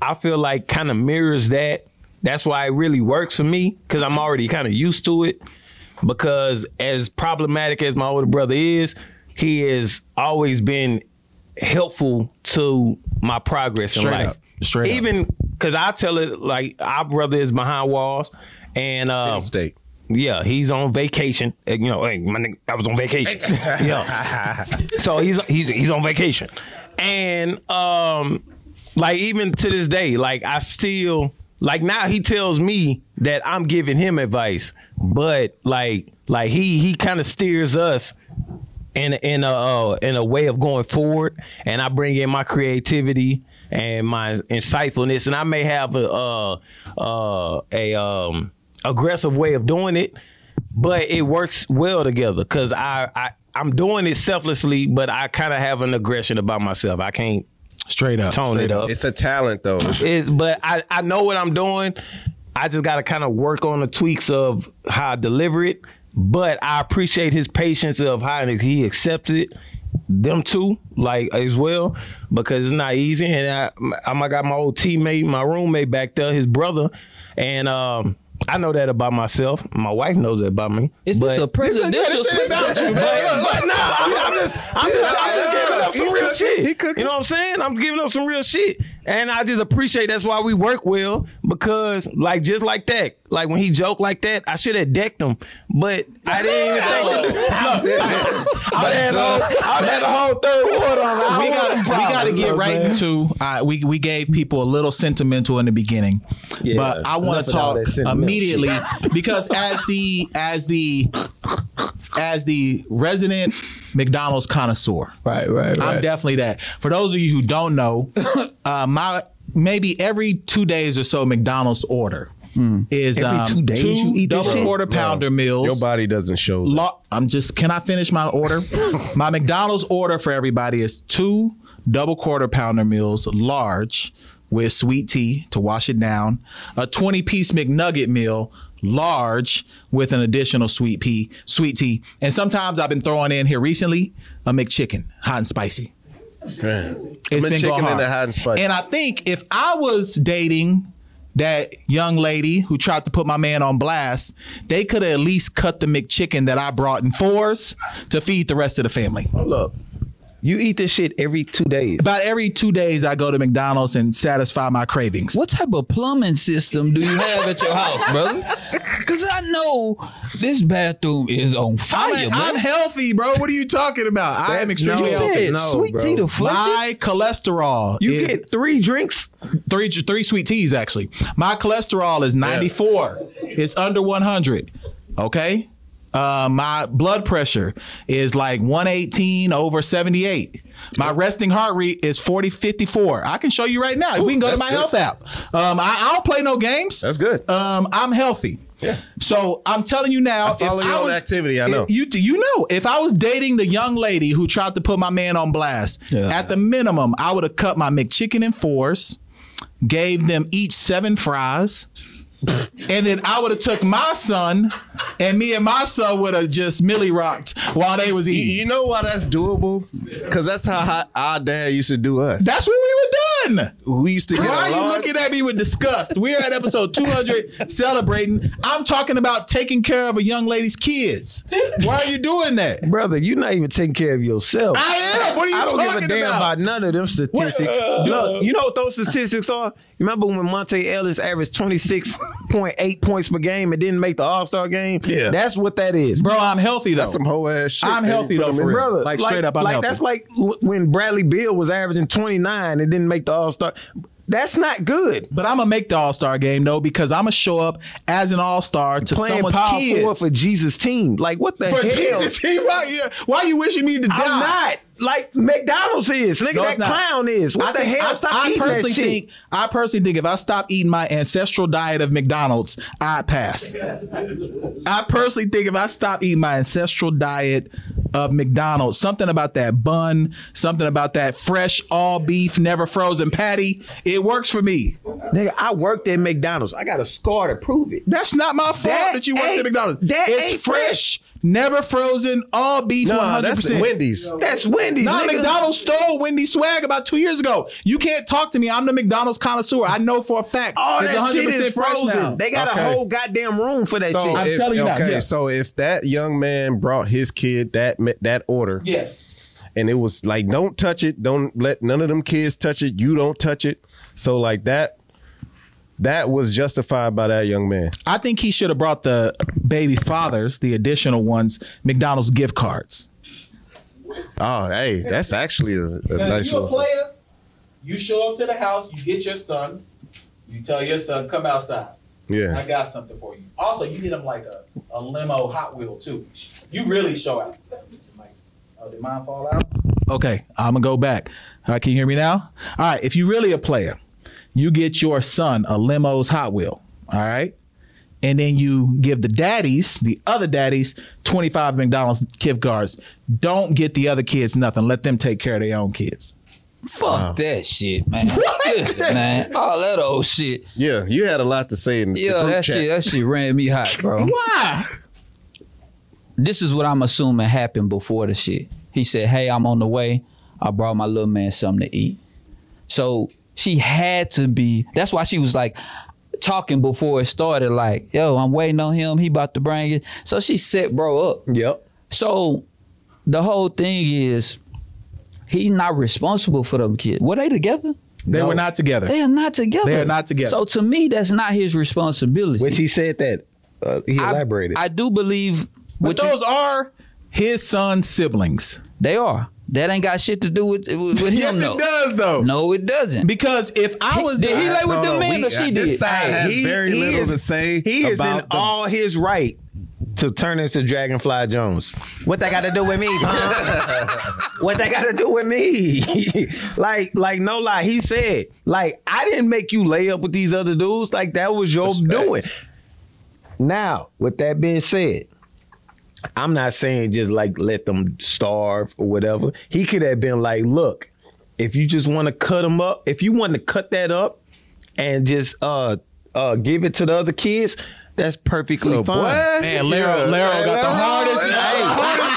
Speaker 1: I feel like kind of mirrors that. That's why it really works for me because I'm already kind of used to it. Because as problematic as my older brother is, he has always been helpful to my progress in
Speaker 4: Straight
Speaker 1: life.
Speaker 4: up. Straight up.
Speaker 1: Even because I tell it like our brother is behind walls, and um,
Speaker 5: State.
Speaker 1: yeah, he's on vacation. Uh, You know, hey, my nigga, I was on vacation. yeah. So he's he's he's on vacation. And um like even to this day, like I still like now he tells me that I'm giving him advice, but like like he he kind of steers us in in a uh, in a way of going forward, and I bring in my creativity and my insightfulness, and I may have a uh, uh, a um, aggressive way of doing it, but it works well together because I I I'm doing it selflessly, but I kind of have an aggression about myself. I can't
Speaker 4: Straight up.
Speaker 1: tone it
Speaker 4: Straight
Speaker 1: up.
Speaker 5: It's a talent though. It's-
Speaker 1: It's- but I I know what I'm doing. I just got to kind of work on the tweaks of how I deliver it. But I appreciate his patience of how he accepted them two like as well because it's not easy. And I I got my old teammate, my roommate back there, his brother, and um. I know that about myself. My wife knows that about me.
Speaker 3: Is this a
Speaker 1: but-
Speaker 3: presidential
Speaker 1: but
Speaker 3: speech?
Speaker 1: no, I'm, I'm just, I'm just, I'm just giving up some
Speaker 5: He's
Speaker 1: real
Speaker 5: cooking.
Speaker 1: shit.
Speaker 5: He cooking.
Speaker 1: You know what I'm saying? I'm giving up some real shit, and I just appreciate that's why we work well because, like, just like that, like when he joked like that, I should have decked him, but I didn't even think to do I had a whole, I had a whole third water on. I
Speaker 4: we
Speaker 1: don't want
Speaker 4: got
Speaker 1: them
Speaker 4: we got to
Speaker 1: problems,
Speaker 4: get
Speaker 1: though,
Speaker 4: right
Speaker 1: man.
Speaker 4: into. Uh, we we gave people a little sentimental in the beginning,
Speaker 1: Yeah,
Speaker 4: but I
Speaker 1: enough
Speaker 4: want
Speaker 1: of
Speaker 4: to
Speaker 1: all
Speaker 4: talk
Speaker 1: that sentimental
Speaker 4: immediately because as the as the as the resident McDonald's connoisseur,
Speaker 3: Right, right, right.
Speaker 4: I'm definitely that. For those of you who don't know, uh, my maybe every two days or so McDonald's order is um,
Speaker 3: two days you eat this
Speaker 4: double
Speaker 3: shit?
Speaker 4: quarter pounder meals.
Speaker 5: Your body doesn't show. that.
Speaker 4: Law, I'm just. Can I finish my order? my McDonald's order for everybody is two double quarter pounder meals, large, with sweet tea to wash it down. A 20 piece McNugget meal, large, with an additional sweet pea, sweet tea. And sometimes I've been throwing in here recently a McChicken, hot and spicy. It's been
Speaker 5: McChicken
Speaker 4: going hard.
Speaker 5: and a hot and spicy.
Speaker 4: And I think if I was dating that young lady who tried to put my man on blast, they could have at least cut the McChicken that I brought in fours to feed the rest of the family.
Speaker 1: Look, you eat this shit every two days.
Speaker 4: About every two days, I go to McDonald's and satisfy my cravings.
Speaker 3: What type of plumbing system do you have at your house, brother? Because I know this bathroom is on
Speaker 4: I'm,
Speaker 3: fire, man.
Speaker 4: I'm healthy, bro. What are you talking about? I am extremely
Speaker 1: no.
Speaker 3: you
Speaker 4: healthy.
Speaker 3: said
Speaker 1: No,
Speaker 3: sweet
Speaker 1: bro.
Speaker 3: tea to flush it?
Speaker 4: My cholesterol
Speaker 1: You
Speaker 4: is
Speaker 1: get three drinks.
Speaker 4: three three sweet teas actually. My cholesterol is 94. It's under 100. Okay? Uh, my blood pressure is like 118 over 78. My resting heart rate is 40 54. I can show you right now. we can go to
Speaker 5: that's
Speaker 4: my
Speaker 5: good.
Speaker 4: health app. Um, I, I don't play no games.
Speaker 5: That's good.
Speaker 4: Um, I'm healthy. Yeah. So I'm telling you now.
Speaker 5: I follow
Speaker 4: if
Speaker 5: you
Speaker 4: I
Speaker 5: on
Speaker 4: was-
Speaker 5: activity, I know.
Speaker 4: you you know if I was dating the young lady who tried to put my man on blast, at the minimum I would have cut my McChicken in fours, gave them each seven fries, and then I would have took my son, and me and my son would have just milly rocked while they was
Speaker 5: You,
Speaker 4: eating.
Speaker 5: you know why that's doable? Because that's how hi- our dad used to do us.
Speaker 4: That's when we were done.
Speaker 5: We used to get
Speaker 4: Why are you
Speaker 5: along.
Speaker 4: looking at me with disgust? We're at episode 200 celebrating. I'm talking about taking care of a young lady's kids. Why are you doing that?
Speaker 1: brother. You're not even taking care of yourself.
Speaker 4: I am. What are you
Speaker 1: I don't
Speaker 4: talking
Speaker 1: give a damn about?
Speaker 4: about? uh,
Speaker 1: none of them statistics.
Speaker 5: Uh,
Speaker 4: What?
Speaker 1: Look, you know what those statistics are? You remember when Monte Ellis averaged 26.8 points per game and didn't make the All Star game?
Speaker 4: Yeah.
Speaker 1: That's what that is.
Speaker 4: Bro, I'm healthy though.
Speaker 5: That's some whole ass shit.
Speaker 4: I'm
Speaker 5: that you
Speaker 4: healthy
Speaker 5: put
Speaker 4: though,
Speaker 5: them
Speaker 4: for
Speaker 5: in.
Speaker 4: real.
Speaker 1: Brother,
Speaker 4: Like, straight up, I'm
Speaker 1: like
Speaker 4: helping.
Speaker 1: that's like w- when Bradley Bill was averaging 29 and didn't make the All Star. That's not good.
Speaker 4: but I'm gonna make the All Star game though because I'm gonna show up as an All Star to
Speaker 1: Playing
Speaker 4: someone's
Speaker 1: power
Speaker 4: kids.
Speaker 1: forward for Jesus team, like what the
Speaker 4: For
Speaker 1: hell?
Speaker 4: Jesus, he right here. Why are you wishing me to die?
Speaker 1: I'm not like McDonald's is nigga.
Speaker 4: No,
Speaker 1: that
Speaker 4: it's not.
Speaker 1: clown is. What
Speaker 4: I
Speaker 1: the
Speaker 4: think-
Speaker 1: hell?
Speaker 4: I,
Speaker 1: Stop
Speaker 4: I
Speaker 1: eating
Speaker 4: personally
Speaker 1: that shit.
Speaker 4: think. I personally think if I stop eating my ancestral diet of McDonald's, I'd pass. I personally think if I stop eating my ancestral diet of McDonald's, something about that bun, something about that fresh all beef, never frozen patty, it works for me.
Speaker 1: Nigga, I worked at McDonald's. I got a scar to prove it.
Speaker 4: That's not my fault that,
Speaker 1: That
Speaker 4: you worked at
Speaker 1: ain't-
Speaker 4: McDonald's.
Speaker 1: that
Speaker 4: it's
Speaker 1: ain't
Speaker 4: fresh, never frozen, all beef,
Speaker 5: Nah,
Speaker 4: one hundred
Speaker 5: that's
Speaker 4: percent.
Speaker 5: Wendy's.
Speaker 1: That's Wendy's.
Speaker 4: Nah,
Speaker 1: nigga.
Speaker 4: McDonald's stole Wendy's swag about two years ago. You can't talk to me. I'm the McDonald's connoisseur. I know for a fact
Speaker 1: All
Speaker 4: it's
Speaker 1: that
Speaker 4: 100
Speaker 1: shit is
Speaker 4: percent fresh now.
Speaker 1: frozen. They got
Speaker 5: Okay.
Speaker 1: a whole goddamn room for that
Speaker 5: So
Speaker 1: shit.
Speaker 4: I'm
Speaker 5: if-
Speaker 4: telling you now,
Speaker 5: okay,
Speaker 4: yeah.
Speaker 5: so if that young man brought his kid that ma- that order,
Speaker 4: yes.
Speaker 5: and it was like, don't touch it, don't let none of them kids touch it, you don't touch it. So like that, that was justified by that young man.
Speaker 4: I think he should have brought the baby fathers, the additional ones, McDonald's gift cards.
Speaker 5: Oh, hey, that's actually a, a nice. little-
Speaker 6: you show up to the house, you get your son, you tell your son, come outside. I
Speaker 5: yeah,
Speaker 6: got something for you. Also, you get him like a, a limo Hot Wheel too. You really show out. Like, oh, did mine fall out?
Speaker 4: Okay, I'm gonna go back. All right, can you hear me now? All right, if you're really a player, you get your son a limo's Hot Wheel. All right, and then you give the daddies, the other daddies, 25 McDonald's gift cards. Don't get the other kids nothing. Let them take care of their own kids.
Speaker 3: Fuck that shit, man. Listen, man. All that old shit.
Speaker 5: yeah, you had a lot to say in the
Speaker 3: Yeah,
Speaker 5: group
Speaker 3: that
Speaker 5: chat.
Speaker 3: shit, that shit ran me hot, bro.
Speaker 4: Why?
Speaker 3: This is what I'm assuming happened before the shit. He said, Hey, I'm on the way. I brought my little man something to eat. So she had to be, that's why she was like talking before it started, like, yo, I'm waiting on him. He about to bring it. So she set bro up.
Speaker 1: yep.
Speaker 3: So the whole thing is he's not responsible for them kids. Were they together?
Speaker 4: They were not together.
Speaker 3: They are not together.
Speaker 4: They are not together.
Speaker 3: So to me, that's not his responsibility.
Speaker 1: Which he said that. Uh, he
Speaker 3: I-
Speaker 1: elaborated.
Speaker 3: I, do believe
Speaker 4: but
Speaker 3: what you-
Speaker 4: those are his son's siblings.
Speaker 3: they are. That ain't got shit to do with with, with
Speaker 4: Yes,
Speaker 3: him though.
Speaker 4: it does though.
Speaker 3: No, it doesn't.
Speaker 4: Because if I was
Speaker 3: did he
Speaker 4: the-
Speaker 3: lay with the
Speaker 5: No, no,
Speaker 3: man
Speaker 5: we-
Speaker 3: or she
Speaker 5: this
Speaker 3: did?
Speaker 5: side
Speaker 1: uh, Hey,
Speaker 5: has
Speaker 1: he-
Speaker 5: very
Speaker 1: he
Speaker 5: little
Speaker 1: is-
Speaker 5: to say.
Speaker 1: He is in
Speaker 5: about the-
Speaker 1: all his right to turn into Dragonfly Jones. What that got to do with me? huh? what that got to do with me? like, like no lie, he said, like I didn't make you lay up with these other dudes. Like that was your doing. Now, with that being said. I'm not saying just like let them starve or whatever. He could have been like, look, if you just want to cut them up, if you want to cut that up and just uh uh give it to the other kids, that's perfectly
Speaker 5: So,
Speaker 1: fine.
Speaker 5: boy,
Speaker 4: Man, Laro,
Speaker 5: yeah,
Speaker 4: Laro
Speaker 5: hey,
Speaker 4: got the
Speaker 5: Laro,
Speaker 4: hardest,
Speaker 5: hey,
Speaker 4: hey,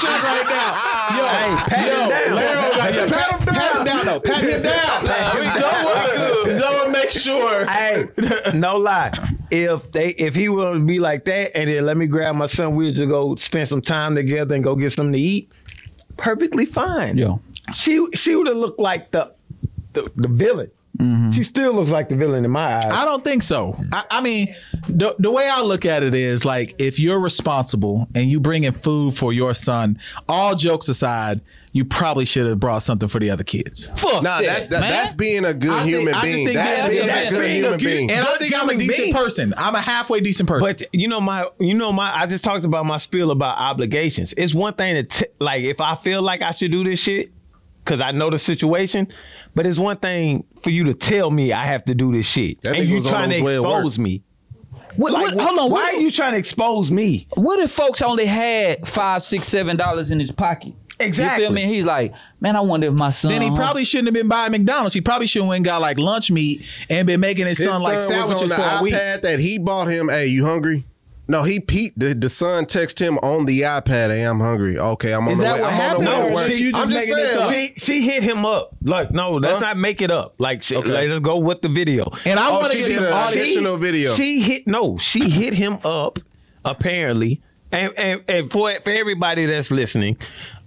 Speaker 4: hardest shit right now. Yo,
Speaker 1: Hey, pat
Speaker 4: yo,
Speaker 1: him down.
Speaker 4: Laro got yeah,
Speaker 5: Pat him
Speaker 4: Pat
Speaker 5: down.
Speaker 4: him down, though. Pat him down. Someone, someone make sure.
Speaker 1: Hey, no lie. If they if he were to be like that and then let me grab my son, we'll just go spend some time together and go get something to eat, perfectly fine.
Speaker 3: Yo.
Speaker 1: She she would have looked like the the, the villain. She still looks like the villain in my eyes.
Speaker 4: I don't think so. I, I mean, the, the way I look at it is like if you're responsible and you bring in food for your son, all jokes aside, you probably should have brought something for the other kids.
Speaker 3: Fuck
Speaker 5: Nah,
Speaker 3: that,
Speaker 5: that's that,
Speaker 3: man.
Speaker 5: that's being a good
Speaker 4: I think-
Speaker 5: human
Speaker 4: I just
Speaker 5: being.
Speaker 4: think
Speaker 5: That's
Speaker 4: that's
Speaker 5: being
Speaker 4: being
Speaker 5: a good
Speaker 4: a
Speaker 1: good
Speaker 5: human
Speaker 1: human
Speaker 5: being.
Speaker 4: And I think I'm a
Speaker 1: human
Speaker 4: decent
Speaker 1: being.
Speaker 4: person. I'm a halfway decent person.
Speaker 1: But you know my, you know my. I just talked about my spiel about obligations. It's one thing to t- like if I feel like I should do this shit because I know the situation, but it's one thing for you to tell me I have to do this shit,
Speaker 5: That
Speaker 1: and
Speaker 5: nigga
Speaker 1: you
Speaker 5: was on
Speaker 1: trying to
Speaker 5: his way to work.
Speaker 1: expose me.
Speaker 3: What-
Speaker 1: Like,
Speaker 3: what- hold on.
Speaker 1: why
Speaker 3: what,
Speaker 1: are you trying to expose me?
Speaker 3: What if folks only had five, six, seven dollars in his pocket?
Speaker 4: Exactly.
Speaker 3: You feel me? He's like, man, I wonder if my son.
Speaker 4: Then he
Speaker 3: hung-
Speaker 4: probably shouldn't have been buying McDonald's. He probably shouldn't have got like lunch meat and been making his,
Speaker 5: His
Speaker 4: son like
Speaker 5: son was
Speaker 4: sandwiches for a
Speaker 5: on the
Speaker 4: week.
Speaker 5: iPad that he bought him. Hey, you hungry? No, he Pete. The, the son texted him on the iPad. Hey, I'm hungry. Okay, I'm on
Speaker 4: Is
Speaker 5: the
Speaker 4: that
Speaker 5: way.
Speaker 4: what
Speaker 5: I'm on
Speaker 4: happened?
Speaker 5: the way to
Speaker 4: No,
Speaker 5: work.
Speaker 4: see, you just
Speaker 5: I'm just
Speaker 4: making this
Speaker 5: saying.
Speaker 4: up.
Speaker 5: she-
Speaker 1: She she hit him up. Like, no, let's not make it up. Like, she, like, let's go with the video.
Speaker 4: And I
Speaker 5: Oh,
Speaker 4: want to
Speaker 5: she
Speaker 4: get
Speaker 5: did
Speaker 4: some
Speaker 5: an
Speaker 4: audio.
Speaker 5: audition. Additional video.
Speaker 1: She hit no, she hit him up apparently. And and, and for for everybody that's listening,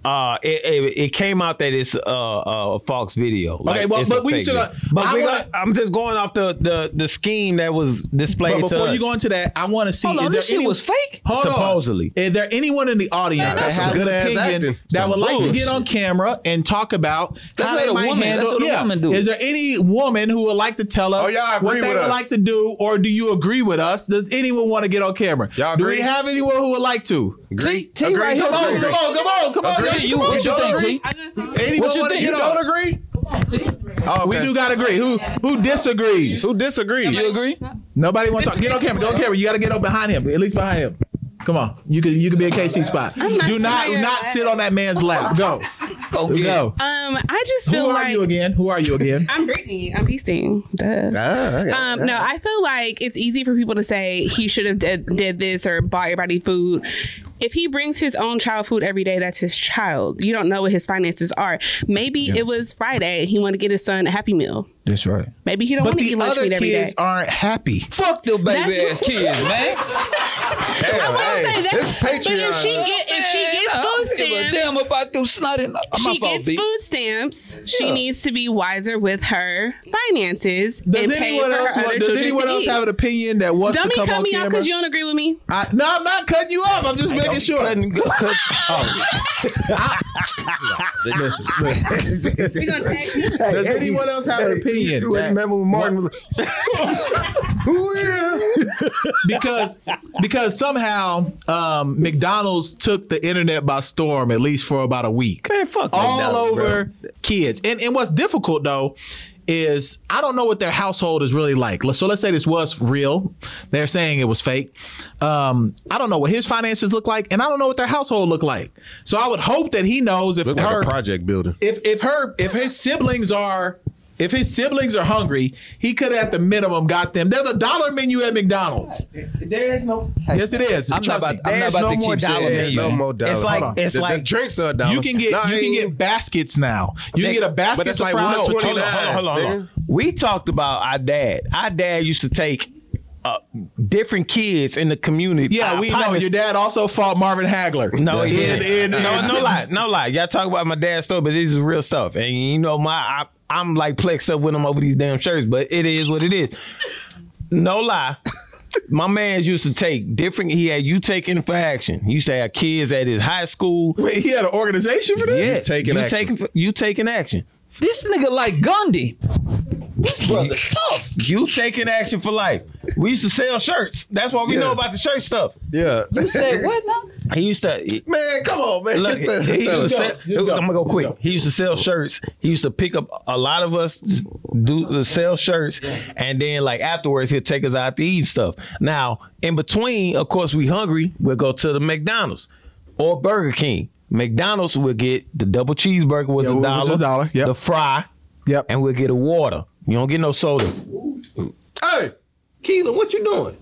Speaker 1: uh it, it, it came out that it's uh, uh Fox video.
Speaker 4: Okay, well,
Speaker 1: it's
Speaker 4: but
Speaker 1: a
Speaker 4: we
Speaker 1: fake
Speaker 4: still
Speaker 1: video.
Speaker 4: got-
Speaker 1: but
Speaker 4: I
Speaker 1: we
Speaker 4: wanna-
Speaker 1: got- I'm just going off the the, the scheme that was displayed
Speaker 4: But
Speaker 1: to
Speaker 4: before
Speaker 1: us.
Speaker 4: you go into that, I want to see
Speaker 3: Hold on,
Speaker 4: is there
Speaker 3: this shit
Speaker 4: any-
Speaker 3: was fake.
Speaker 4: Hold on.
Speaker 1: Supposedly.
Speaker 4: Is there anyone in the audience
Speaker 3: Man,
Speaker 4: that
Speaker 3: that's
Speaker 4: has
Speaker 5: some
Speaker 4: an
Speaker 5: good-ass
Speaker 4: opinion
Speaker 5: acting.
Speaker 4: that would like to
Speaker 3: bullshit.
Speaker 4: get on camera and talk about
Speaker 3: That's
Speaker 4: how
Speaker 3: what
Speaker 4: they
Speaker 3: a
Speaker 4: might
Speaker 3: woman-
Speaker 4: handle?
Speaker 3: that's what a
Speaker 4: yeah.
Speaker 3: woman do.
Speaker 4: Is there any woman who would like to tell us
Speaker 5: Oh, y'all agree
Speaker 4: what they
Speaker 5: with
Speaker 4: would
Speaker 5: us.
Speaker 4: like to do, or do you agree with us? Does anyone want to get on camera?
Speaker 5: Y'all
Speaker 4: do we
Speaker 5: agree?
Speaker 4: have anyone who would like to?
Speaker 3: T, T
Speaker 5: Agreed.
Speaker 3: right here.
Speaker 5: Come
Speaker 4: Come on,
Speaker 5: Agree.
Speaker 4: come on, come on, come on!
Speaker 3: T, you, what you
Speaker 5: Don't
Speaker 3: think,
Speaker 5: agree.
Speaker 3: T?
Speaker 7: I just
Speaker 4: Anyone
Speaker 3: What you
Speaker 4: want to
Speaker 3: think?
Speaker 4: get
Speaker 3: You
Speaker 4: on?
Speaker 5: Don't agree? Oh,
Speaker 4: We
Speaker 5: okay.
Speaker 4: do gotta agree. Who who disagrees?
Speaker 5: Who disagree?
Speaker 3: You agree?
Speaker 4: Nobody want to talk. Get on camera. Go on camera. You gotta get up behind him. At least behind him. Come on. You could you could be a KC spot.
Speaker 7: not
Speaker 4: Do not
Speaker 7: scared.
Speaker 4: not sit on that man's lap. Go
Speaker 3: Go get.
Speaker 4: go.
Speaker 8: Um, I just
Speaker 4: Who
Speaker 8: feel
Speaker 4: are
Speaker 8: like
Speaker 4: you again? Who are you again?
Speaker 8: I'm Brittany. I'm Beasting. Duh.
Speaker 5: Ah, okay.
Speaker 8: Um, no, I feel like it's easy for people to say he should have did, did this or bought everybody food. If he brings his own child food every day, that's his child. You don't know what his finances are. Maybe it was Friday. He wanted to get his son a Happy Meal.
Speaker 3: That's right.
Speaker 8: Maybe he don't
Speaker 4: But
Speaker 8: want to
Speaker 4: the
Speaker 8: eat lunch
Speaker 4: other
Speaker 8: meat
Speaker 4: kids
Speaker 8: every day.
Speaker 4: aren't happy.
Speaker 3: Fuck the baby ass kids,
Speaker 5: Damn,
Speaker 3: man.
Speaker 8: I will
Speaker 5: hey,
Speaker 8: say that.
Speaker 5: This
Speaker 8: but
Speaker 5: Patreon.
Speaker 8: if she get if she
Speaker 3: Man,
Speaker 8: gets
Speaker 3: I don't
Speaker 8: food
Speaker 3: give a
Speaker 8: stamps,
Speaker 3: damn about them snotty. My
Speaker 8: she
Speaker 3: fault,
Speaker 8: gets
Speaker 3: B.
Speaker 8: food stamps.
Speaker 3: Yeah.
Speaker 8: She needs to be wiser with her finances
Speaker 4: Does
Speaker 8: and pay for
Speaker 4: anyone
Speaker 8: her
Speaker 4: else
Speaker 8: other
Speaker 4: want, does
Speaker 8: children
Speaker 4: anyone
Speaker 8: to
Speaker 4: else
Speaker 8: eat.
Speaker 4: have an opinion that wants
Speaker 8: Dummy,
Speaker 4: to come
Speaker 8: cut
Speaker 4: on
Speaker 8: me out
Speaker 4: camera?
Speaker 8: because you don't agree with me.
Speaker 4: I, no, I'm not cutting you off. I'm just making sure.
Speaker 1: Couldn't- could- oh,
Speaker 4: Listen, listen. Does anyone else have an opinion?
Speaker 5: You
Speaker 4: that-
Speaker 5: remember when Martin was Who is?
Speaker 4: because because somehow um, McDonald's took the internet by storm at least for about a week.
Speaker 1: man, fuck
Speaker 4: all
Speaker 1: McDonald's, bro.
Speaker 4: over kids. And and what's difficult though is I don't know what their household is really like. So let's say this was real. They're saying it was fake. Um, I don't know what his finances look like, and I don't know what their household look like. So I would hope that he knows if
Speaker 5: Look
Speaker 4: her
Speaker 5: like a project builder.
Speaker 4: if if her if his siblings are if his siblings are hungry, he could have at the minimum got them. There's a dollar menu at McDonald's.
Speaker 6: There is no.
Speaker 4: Yes, it is.
Speaker 3: I'm not
Speaker 4: Trust
Speaker 3: about.
Speaker 4: me.
Speaker 3: I'm not
Speaker 1: There's
Speaker 3: about
Speaker 1: no
Speaker 3: to
Speaker 1: more
Speaker 3: keep
Speaker 1: dollar
Speaker 3: saying
Speaker 1: menu.
Speaker 3: this,
Speaker 5: There's no
Speaker 3: man.
Speaker 5: more dollar.
Speaker 1: It's like-
Speaker 5: Hold on.
Speaker 1: it's
Speaker 5: The- the
Speaker 1: like-
Speaker 5: drinks are a dollar.
Speaker 4: You can get
Speaker 5: Nah,
Speaker 4: you can
Speaker 5: ain't-
Speaker 4: get baskets now. You can get a basket
Speaker 5: it's
Speaker 4: of
Speaker 5: like
Speaker 4: fries for
Speaker 1: Hold on,
Speaker 5: 129.
Speaker 1: hold on, hold on, hold on. We talked about our dad. Our dad used to take uh, different kids in the community.
Speaker 4: Yeah,
Speaker 1: Our
Speaker 4: we know
Speaker 1: partners-
Speaker 4: your dad also fought Marvin Hagler.
Speaker 1: No, he
Speaker 4: In-
Speaker 1: didn't.
Speaker 4: in-
Speaker 1: no,
Speaker 4: in-
Speaker 1: no lie, no lie. Y'all talk about my dad's story, but this is real stuff. And you know, my I, I'm like plexed up with him over these damn shirts, but it is what it is. No lie. My man's used to take different. He had you taking for action. He used to have kids at his high school.
Speaker 4: Wait, he had an organization for this?
Speaker 1: Yes,
Speaker 5: taking
Speaker 1: you
Speaker 5: action.
Speaker 1: taking you taking action.
Speaker 3: This nigga like Gandhi. This brother tough.
Speaker 1: You taking action for life. We used to sell shirts. That's why we know about the shirt stuff.
Speaker 5: Yeah.
Speaker 3: Said what now?
Speaker 1: He used to
Speaker 5: Man, come on, man.
Speaker 1: Look, he used to sell,
Speaker 4: Just go.
Speaker 1: I'm gonna go quick. He used to sell shirts. He used to pick up a lot of us do uh, sell shirts, and then like afterwards he'd take us out to eat and stuff. Now in between, of course, we hungry. We'll go to the McDonald's or Burger King. McDonald's will get the double cheeseburger was
Speaker 4: Yeah,
Speaker 1: a
Speaker 4: was
Speaker 1: dollar,
Speaker 4: a dollar, yep.
Speaker 1: the fry,
Speaker 4: Yep.
Speaker 1: and we'll get a water. You don't get no soda.
Speaker 5: hey.
Speaker 1: Keelan, what you doing?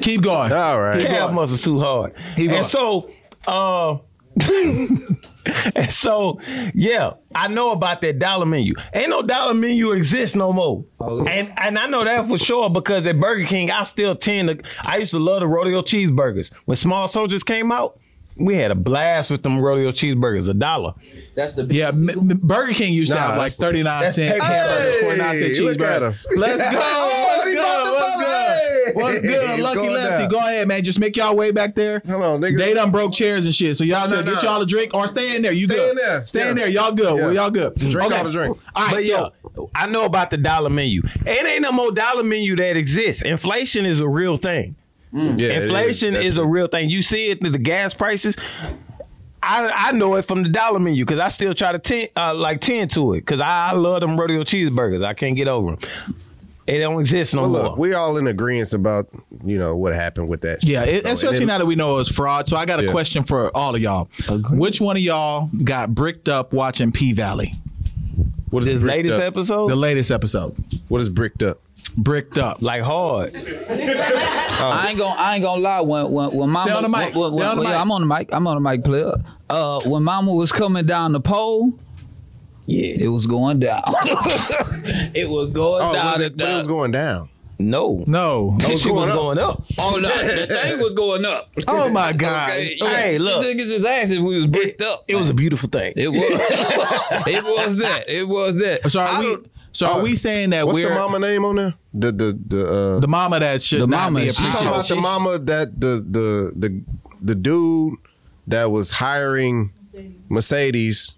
Speaker 4: Keep going.
Speaker 5: All right.
Speaker 1: calf muscles too hard.
Speaker 4: going.
Speaker 1: and so, uh, and so, yeah, I know about that dollar menu. Ain't no dollar menu exists no more. And and I know that for sure because at Burger King, I still tend to. I used to love the rodeo cheeseburgers. When Small Soldiers came out, we had a blast with them rodeo cheeseburgers. A dollar.
Speaker 3: That's the.
Speaker 4: Yeah, M- M- Burger King used to
Speaker 5: Nah,
Speaker 4: have like
Speaker 5: that's-
Speaker 4: 39 cent
Speaker 1: that's-
Speaker 5: Hey,
Speaker 4: hamburgers, 49 cent
Speaker 5: look at
Speaker 4: cheeseburger.
Speaker 5: him.
Speaker 4: Let's go.
Speaker 5: Oh, he bought
Speaker 4: What's good?
Speaker 5: the
Speaker 4: What's
Speaker 5: bottle.
Speaker 4: good?
Speaker 5: Hey.
Speaker 4: What's good?
Speaker 5: He's
Speaker 4: Lucky
Speaker 5: going
Speaker 4: Lefty,
Speaker 5: down.
Speaker 4: go ahead, man. Just make y'all way back there.
Speaker 5: Hold on, nigga.
Speaker 4: They done broke chairs and shit, so y'all
Speaker 5: No,
Speaker 4: good.
Speaker 5: no.
Speaker 4: Get y'all a drink or stay in there. You
Speaker 5: Stay
Speaker 4: good?
Speaker 5: in there.
Speaker 4: Stay in
Speaker 5: Yeah.
Speaker 4: there. Y'all good. Well,
Speaker 5: Yeah.
Speaker 4: y'all good.
Speaker 5: Drink all the drink.
Speaker 4: All right,
Speaker 1: But
Speaker 4: so
Speaker 1: yeah, I know about the dollar menu. It ain't no more dollar menu that exists. Inflation is a real thing.
Speaker 5: Mm. Yeah, it
Speaker 1: Inflation
Speaker 5: That's
Speaker 1: is a real thing. You see it through the gas prices. I, I know it from the dollar menu because I still try to ten, uh, like tend to it because I, I love them rodeo cheeseburgers. I can't get over them. It don't exist no
Speaker 5: But
Speaker 1: more.
Speaker 5: look, we all in agreement about you know what happened with that.
Speaker 4: Yeah, it,
Speaker 5: So,
Speaker 4: especially
Speaker 5: and
Speaker 4: now
Speaker 5: it-
Speaker 4: that we know it was fraud. So I got a
Speaker 5: Yeah.
Speaker 4: question for all of y'all. Which one of y'all got bricked up watching P Valley,
Speaker 5: what is
Speaker 1: this
Speaker 5: bricked
Speaker 1: latest
Speaker 5: up?
Speaker 1: episode,
Speaker 4: the latest episode?
Speaker 5: What is bricked up?
Speaker 4: Bricked up.
Speaker 1: like hard.
Speaker 3: I ain't gonna I ain't gonna lie. When when when mama,
Speaker 4: on the mic.
Speaker 3: when-
Speaker 4: Stay
Speaker 3: when-
Speaker 4: on the
Speaker 3: yeah,
Speaker 4: mic.
Speaker 3: I'm on the mic. I'm on the mic. Player. Uh, when mama was coming down the pole,
Speaker 1: Yeah.
Speaker 3: it was going down. it was going
Speaker 5: Oh,
Speaker 3: down.
Speaker 5: was it,
Speaker 3: the-
Speaker 5: but it was going down. Oh,
Speaker 1: No.
Speaker 4: no.
Speaker 1: That shit was
Speaker 5: going up.
Speaker 1: going up.
Speaker 3: oh no, the thing was going up.
Speaker 4: Oh my God.
Speaker 3: Okay,
Speaker 1: Hey, look.
Speaker 3: niggas is asking if we was bricked up.
Speaker 1: It was a beautiful thing.
Speaker 3: It was. it was that. It was that.
Speaker 4: So
Speaker 3: I
Speaker 4: are we?
Speaker 3: don't-
Speaker 4: So are we saying that
Speaker 5: What's
Speaker 4: we're
Speaker 5: the mama name on there? The the the. Uh,
Speaker 4: the mama that should
Speaker 3: The
Speaker 4: not
Speaker 3: mama,
Speaker 4: be a
Speaker 3: she-
Speaker 5: you talking
Speaker 3: Oh,
Speaker 5: about the
Speaker 3: she's-
Speaker 5: mama that the the the the dude that was hiring Mercedes?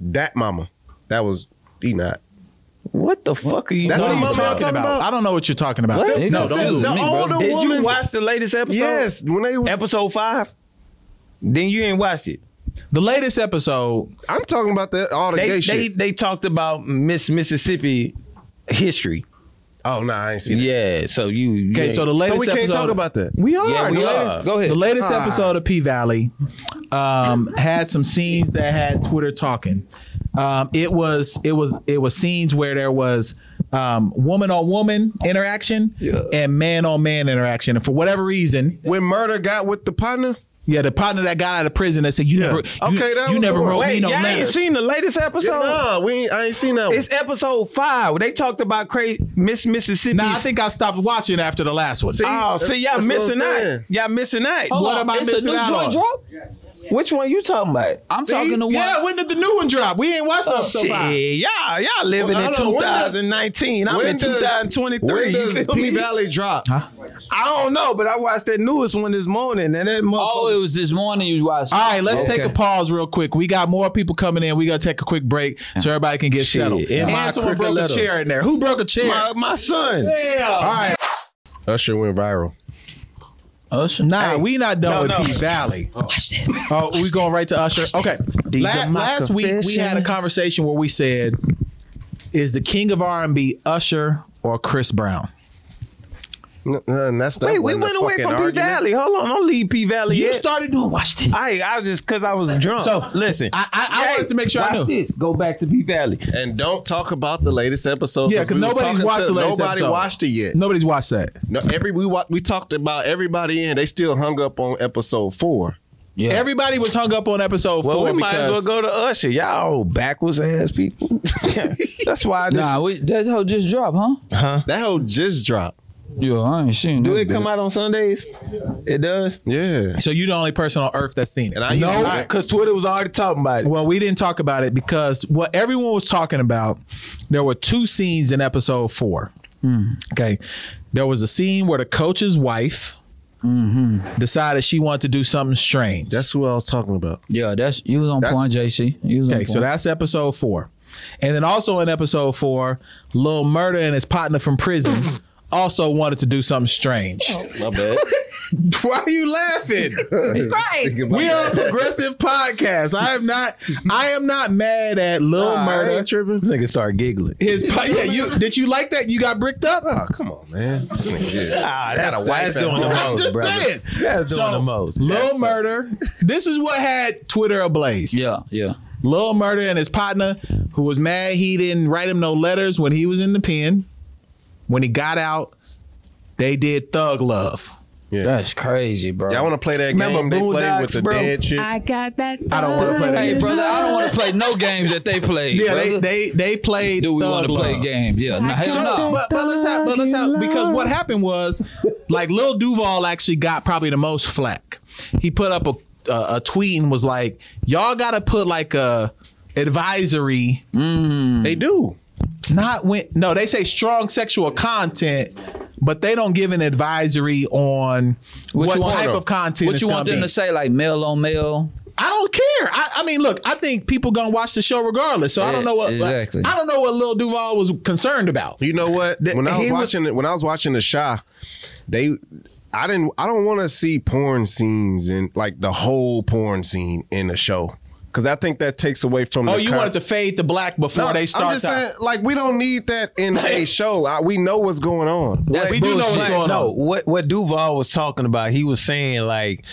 Speaker 5: That mama that was Enoch.
Speaker 1: What the fuck are you
Speaker 5: That's
Speaker 4: What
Speaker 5: Mama,
Speaker 4: are you
Speaker 1: talking about?
Speaker 5: I'm
Speaker 4: talking
Speaker 5: talking
Speaker 4: about?
Speaker 5: about-
Speaker 4: I don't know what you're talking about.
Speaker 1: What?
Speaker 3: They
Speaker 4: No,
Speaker 3: confused
Speaker 4: don't.
Speaker 3: me,
Speaker 5: no,
Speaker 3: bro.
Speaker 5: no.
Speaker 1: Did you
Speaker 5: woman-
Speaker 1: watch the latest episode?
Speaker 5: Yes, when they.
Speaker 1: Episode five. Then you ain't watched it.
Speaker 4: The latest episode.
Speaker 5: I'm talking about the all the
Speaker 1: They
Speaker 5: gay
Speaker 1: they,
Speaker 5: shit.
Speaker 1: they talked about Miss Mississippi history.
Speaker 5: Oh no, I ain't seen that.
Speaker 1: Yeah. So you you
Speaker 4: Okay,
Speaker 1: ain't-
Speaker 4: so the latest
Speaker 5: So we can't
Speaker 4: episode.
Speaker 5: talk about that.
Speaker 4: We are.
Speaker 1: Yeah, we
Speaker 4: the
Speaker 1: are.
Speaker 4: latest-
Speaker 3: Go ahead.
Speaker 4: The latest
Speaker 5: Ah.
Speaker 4: episode of P Valley um, had some scenes that had Twitter talking. Um, it was it was it was scenes where there was um, woman on woman interaction and man on man interaction, and for whatever reason,
Speaker 5: When murder got with the partner.
Speaker 4: yeah, the partner that got out of prison that said you never you,
Speaker 5: Okay, that
Speaker 4: you
Speaker 5: was
Speaker 4: never
Speaker 5: cool.
Speaker 4: wrote me
Speaker 1: Wait,
Speaker 4: no
Speaker 1: y'all ain't
Speaker 4: letters.
Speaker 1: seen the latest episode?
Speaker 5: Nah, we ain't, I ain't seen that one.
Speaker 1: It's episode five. They talked about cra- Miss Mississippi.
Speaker 4: Nah, I think I stopped watching after the last one.
Speaker 1: Oh, see, y'all
Speaker 5: That's what I'm
Speaker 1: missing out.
Speaker 5: saying.
Speaker 1: Y'all missing out.
Speaker 4: What
Speaker 3: Hold
Speaker 4: am
Speaker 3: on,
Speaker 4: I
Speaker 3: it's
Speaker 4: missing
Speaker 3: a new
Speaker 4: out
Speaker 3: joint
Speaker 4: on?
Speaker 3: drop?
Speaker 1: Which one you talking about?
Speaker 3: I'm talking to one.
Speaker 4: Yeah, when did the new one Oh, drop? We ain't watched that so
Speaker 1: Shit,
Speaker 4: far.
Speaker 1: y'all, y'all living
Speaker 5: Well,
Speaker 1: in
Speaker 5: hold on, when does-
Speaker 1: 2019. I'm
Speaker 5: when
Speaker 1: in
Speaker 5: does-
Speaker 1: 2023.
Speaker 5: When
Speaker 1: You
Speaker 5: does
Speaker 1: feel
Speaker 5: P
Speaker 1: me?
Speaker 5: Valley drop?
Speaker 1: I don't know, but I watched that newest one this morning, and that
Speaker 3: Oh,
Speaker 1: motherfucker.
Speaker 3: it was this morning you watched.
Speaker 4: All right, let's
Speaker 3: Okay.
Speaker 4: take a pause real quick. We got more people coming in. We gotta take a quick break so everybody can get
Speaker 1: Shit,
Speaker 4: settled.
Speaker 1: in my
Speaker 4: and someone broke a
Speaker 1: cricket
Speaker 4: chair in there. Who broke a chair?
Speaker 1: my, my son.
Speaker 4: Damn.
Speaker 5: Usher went viral.
Speaker 3: Usher.
Speaker 4: Nah, we not done
Speaker 1: No,
Speaker 4: with
Speaker 1: no.
Speaker 4: Peace Valley. Watch this. Oh, we going right to Usher. Okay. La-
Speaker 1: are my
Speaker 4: last week we had a
Speaker 1: confessions.
Speaker 4: conversation where we said, "Is the king of R and B Usher or Chris Brown?"
Speaker 5: N- n- that's not
Speaker 1: Wait, we
Speaker 5: wasn't a
Speaker 1: went away
Speaker 5: fucking
Speaker 1: from P
Speaker 5: argument.
Speaker 1: Valley. Hold on, don't leave P Valley
Speaker 4: You
Speaker 1: yet.
Speaker 4: started doing. Watch this.
Speaker 1: I, I was just because I was drunk.
Speaker 4: So,
Speaker 1: listen,
Speaker 4: I- I- I wanted to make sure I
Speaker 1: watch
Speaker 4: knew.
Speaker 1: This. Go back to P Valley.
Speaker 5: And don't talk about the latest episode.
Speaker 4: Yeah, because
Speaker 5: we was
Speaker 4: nobody's
Speaker 5: talking
Speaker 4: watched
Speaker 5: to-
Speaker 4: the latest
Speaker 5: Nobody
Speaker 4: episode.
Speaker 5: watched it yet.
Speaker 4: Nobody's watched that.
Speaker 5: No, every we wa- we talked about everybody in. They still hung up on episode four.
Speaker 3: Yeah.
Speaker 4: Everybody was hung up on episode
Speaker 1: Well,
Speaker 4: four
Speaker 1: we might
Speaker 4: because
Speaker 1: as well go to Usher. Y'all old backwards ass people. That's why I just
Speaker 3: Nah, we, that hoe just dropped, huh?
Speaker 5: That whole just dropped.
Speaker 3: Yeah, I ain't seen
Speaker 1: do
Speaker 3: that
Speaker 1: it. Come
Speaker 3: bitch.
Speaker 1: out on Sundays. It does.
Speaker 5: Yeah,
Speaker 4: so you're the only person on earth that's seen it.
Speaker 5: and I no.
Speaker 1: No,
Speaker 5: I,
Speaker 1: because Twitter was already talking about it.
Speaker 4: Well, we didn't talk about it because what everyone was talking about, there were two scenes in episode four.
Speaker 1: Hmm.
Speaker 4: Okay. There was a scene where the coach's wife
Speaker 3: Mm-hmm.
Speaker 4: decided she wanted to do something strange.
Speaker 5: that's who I was talking about.
Speaker 3: Yeah, that's you was on point, JC. You was on
Speaker 4: Okay.
Speaker 3: point.
Speaker 4: So that's episode four. And then also in episode four, Lil Murder and his partner from prison also wanted to do something strange.
Speaker 3: Oh,
Speaker 5: My bad.
Speaker 4: Why are you laughing?
Speaker 8: Right.
Speaker 4: We are a progressive podcast. I am not I am not mad at Lil
Speaker 5: I
Speaker 4: Murder.
Speaker 5: ain't tripping.
Speaker 1: This nigga started giggling.
Speaker 4: His po- yeah, you did you like that? You got bricked up.
Speaker 5: Oh come on, man. This nigga, yeah.
Speaker 1: Ah,
Speaker 5: got
Speaker 1: that's,
Speaker 5: a
Speaker 1: that's,
Speaker 5: wife at
Speaker 1: doing the
Speaker 5: home.
Speaker 4: I'm
Speaker 1: most,
Speaker 4: just
Speaker 1: brother.
Speaker 4: saying.
Speaker 1: That's doing
Speaker 4: So,
Speaker 1: the most.
Speaker 4: Lil Murder. This is what had Twitter ablaze.
Speaker 3: yeah, yeah.
Speaker 4: Lil Murder and his partner, who was mad he didn't write him no letters when he was in the pen. When he got out, they did Thug Love.
Speaker 3: That's crazy, bro.
Speaker 5: Y'all want to play that
Speaker 1: Remember
Speaker 5: game they play
Speaker 1: Boondocks,
Speaker 5: with the
Speaker 1: bro?
Speaker 5: dead shit?
Speaker 7: I got that.
Speaker 4: I don't want to play that.
Speaker 3: hey, brother, I don't want to play no games that they play.
Speaker 4: yeah, they,
Speaker 3: brother.
Speaker 4: they they played.
Speaker 3: do we
Speaker 4: Thug
Speaker 3: want to play
Speaker 4: Love.
Speaker 3: games? Yeah, nah, hell
Speaker 4: So,
Speaker 3: no.
Speaker 4: but, but let's have, but let's have, because what happened was, like Lil Duval actually got probably the most flack. He put up a a, a tweet and was like, "Y'all got to put like a advisory."
Speaker 3: Mm.
Speaker 5: They do.
Speaker 4: Not when no, they say strong sexual content, but they don't give an advisory on what,
Speaker 3: you want
Speaker 4: type
Speaker 3: them-
Speaker 4: of content.
Speaker 3: What
Speaker 4: it's
Speaker 3: you want
Speaker 4: gonna
Speaker 3: them
Speaker 4: be.
Speaker 3: to say, like male on male?
Speaker 4: I don't care. I, I mean, look, I think people gonna watch the show regardless. So I don't know what
Speaker 3: Exactly.
Speaker 4: I don't know what Lil Duval was concerned about.
Speaker 5: You know what? when I was
Speaker 4: he was-
Speaker 5: watching it, when I was watching the Shah, they I didn't I don't want to see porn scenes and like the whole porn scene in the show. because I think that takes away from.
Speaker 4: Oh,
Speaker 5: the
Speaker 4: you
Speaker 5: con-
Speaker 4: wanted to fade to black before
Speaker 5: No,
Speaker 4: they start.
Speaker 5: I'm just
Speaker 4: time.
Speaker 5: saying, like we don't need that in a show. I, we know what's going on.
Speaker 3: That's
Speaker 4: We do know what's
Speaker 3: bullshit.
Speaker 4: going
Speaker 1: no,
Speaker 4: on.
Speaker 1: what what Duval was talking about, he was saying like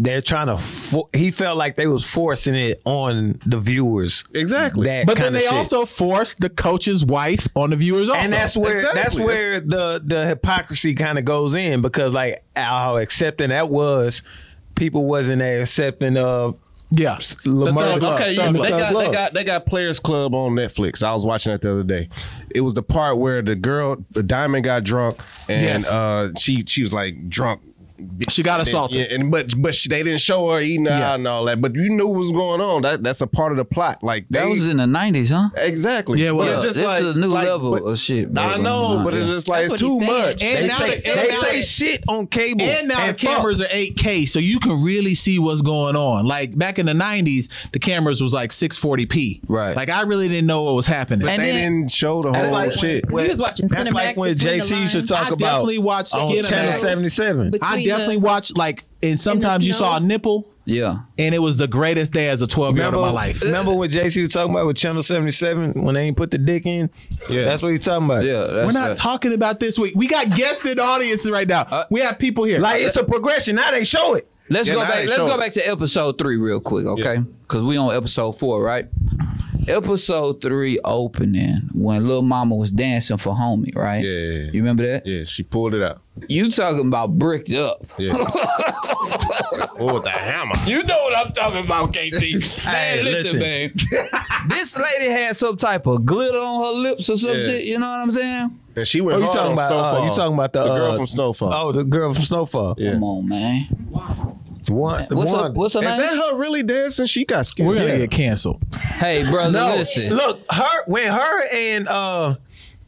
Speaker 1: they're trying to. For, he felt like they was forcing it on the viewers.
Speaker 5: Exactly.
Speaker 1: That
Speaker 4: But then
Speaker 1: kinda
Speaker 4: they
Speaker 1: shit.
Speaker 4: also forced the coach's wife on the viewers. Also,
Speaker 1: and that's where
Speaker 5: Exactly.
Speaker 1: that's where the the hypocrisy kind of goes in because like how accepting that was, people wasn't as accepting of.
Speaker 4: yeah.
Speaker 1: Lamar,
Speaker 4: Thug Love,
Speaker 5: okay, yeah,
Speaker 4: Thug
Speaker 5: but they
Speaker 1: Love.
Speaker 5: got, they
Speaker 1: Love.
Speaker 5: got they got Players Club on Netflix. I was watching that the other day. It was the part where the girl the Diamond got drunk and
Speaker 4: Yes.
Speaker 5: uh, she she was like drunk.
Speaker 4: She got
Speaker 5: And-
Speaker 4: assaulted.
Speaker 5: yeah, and but but she, they didn't show her eating
Speaker 4: Yeah.
Speaker 5: out and all that. But you knew what was going on. That that's a part of the plot. Like they,
Speaker 3: That was in the nineties, huh?
Speaker 5: exactly.
Speaker 4: Yeah, well,
Speaker 5: But it's
Speaker 3: Yeah, this is a new
Speaker 5: like,
Speaker 3: level
Speaker 5: but-
Speaker 3: of shit. bro.
Speaker 5: I know, but it's
Speaker 3: Yeah.
Speaker 5: just like it's
Speaker 7: That's
Speaker 5: too
Speaker 7: what he said.
Speaker 5: much.
Speaker 4: And
Speaker 1: They
Speaker 4: now
Speaker 1: say,
Speaker 4: the- and
Speaker 1: they
Speaker 4: now
Speaker 1: say
Speaker 4: the-
Speaker 1: shit on cable
Speaker 4: And now the
Speaker 1: fuck.
Speaker 4: cameras are 8K, so you can really see what's going on. Like back in the 90s, the cameras was like 640p.
Speaker 3: Right.
Speaker 4: Like I really didn't know what was happening.
Speaker 5: They
Speaker 7: And then-
Speaker 5: didn't show the
Speaker 1: That's
Speaker 5: whole
Speaker 1: like
Speaker 5: shit.
Speaker 1: when-
Speaker 7: He was watching
Speaker 1: That's
Speaker 7: Cinemax
Speaker 1: like when
Speaker 7: Between the
Speaker 1: JC used to
Speaker 7: Lines.
Speaker 1: talk
Speaker 4: I
Speaker 1: about
Speaker 4: definitely watched
Speaker 1: on
Speaker 4: Skinemax.
Speaker 1: Channel Seventy Seven.
Speaker 7: But-
Speaker 4: I
Speaker 7: Between
Speaker 4: definitely
Speaker 7: the-
Speaker 4: watched like and sometimes you
Speaker 7: snow.
Speaker 4: saw a nipple
Speaker 3: yeah.
Speaker 4: and it was the greatest day as a 12 year old
Speaker 1: Remember,
Speaker 4: of my life.
Speaker 1: remember what JC was talking about with Channel Seventy Seven when they ain't put the dick in? Yeah, that's what he's talking about.
Speaker 3: Yeah, that's
Speaker 4: We're not
Speaker 3: right. Uh,
Speaker 4: talking about this week. We got guests in the audience right now. we have people here.
Speaker 1: like it's a progression. Now they show it.
Speaker 3: Let's
Speaker 5: Yeah,
Speaker 3: go
Speaker 5: now
Speaker 3: back.
Speaker 5: they
Speaker 3: Let's
Speaker 5: show
Speaker 3: go
Speaker 5: it.
Speaker 3: back to episode three real quick, okay? Because we on episode four, right? Episode three opening when Lil Mama was dancing for homie, right?
Speaker 5: Yeah, yeah, yeah.
Speaker 3: You remember that?
Speaker 5: Yeah, she pulled it out.
Speaker 3: You talking about bricked up?
Speaker 5: Yeah. oh, with the hammer.
Speaker 3: You know what I'm talking about, KC. man,
Speaker 1: Hey,
Speaker 3: listen, man. this lady had some type of glitter on her lips or some
Speaker 5: Yeah.
Speaker 3: shit. You know what I'm saying?
Speaker 5: And she went
Speaker 1: Oh, you
Speaker 5: hard
Speaker 1: talking
Speaker 5: on
Speaker 1: about?
Speaker 5: Snowfall.
Speaker 1: Uh, you talking about the,
Speaker 5: the girl
Speaker 1: uh,
Speaker 5: from Snowfall?
Speaker 1: Oh, the girl from Snowfall.
Speaker 5: Yeah.
Speaker 3: Come on, man.
Speaker 1: One,
Speaker 3: What's her,
Speaker 1: one.
Speaker 3: what's her
Speaker 5: Is that
Speaker 3: name?
Speaker 5: her really dancing? She got scared.
Speaker 4: We're gonna
Speaker 5: Yeah.
Speaker 4: get canceled.
Speaker 3: Hey, brother, listen.
Speaker 1: Look, her when her and uh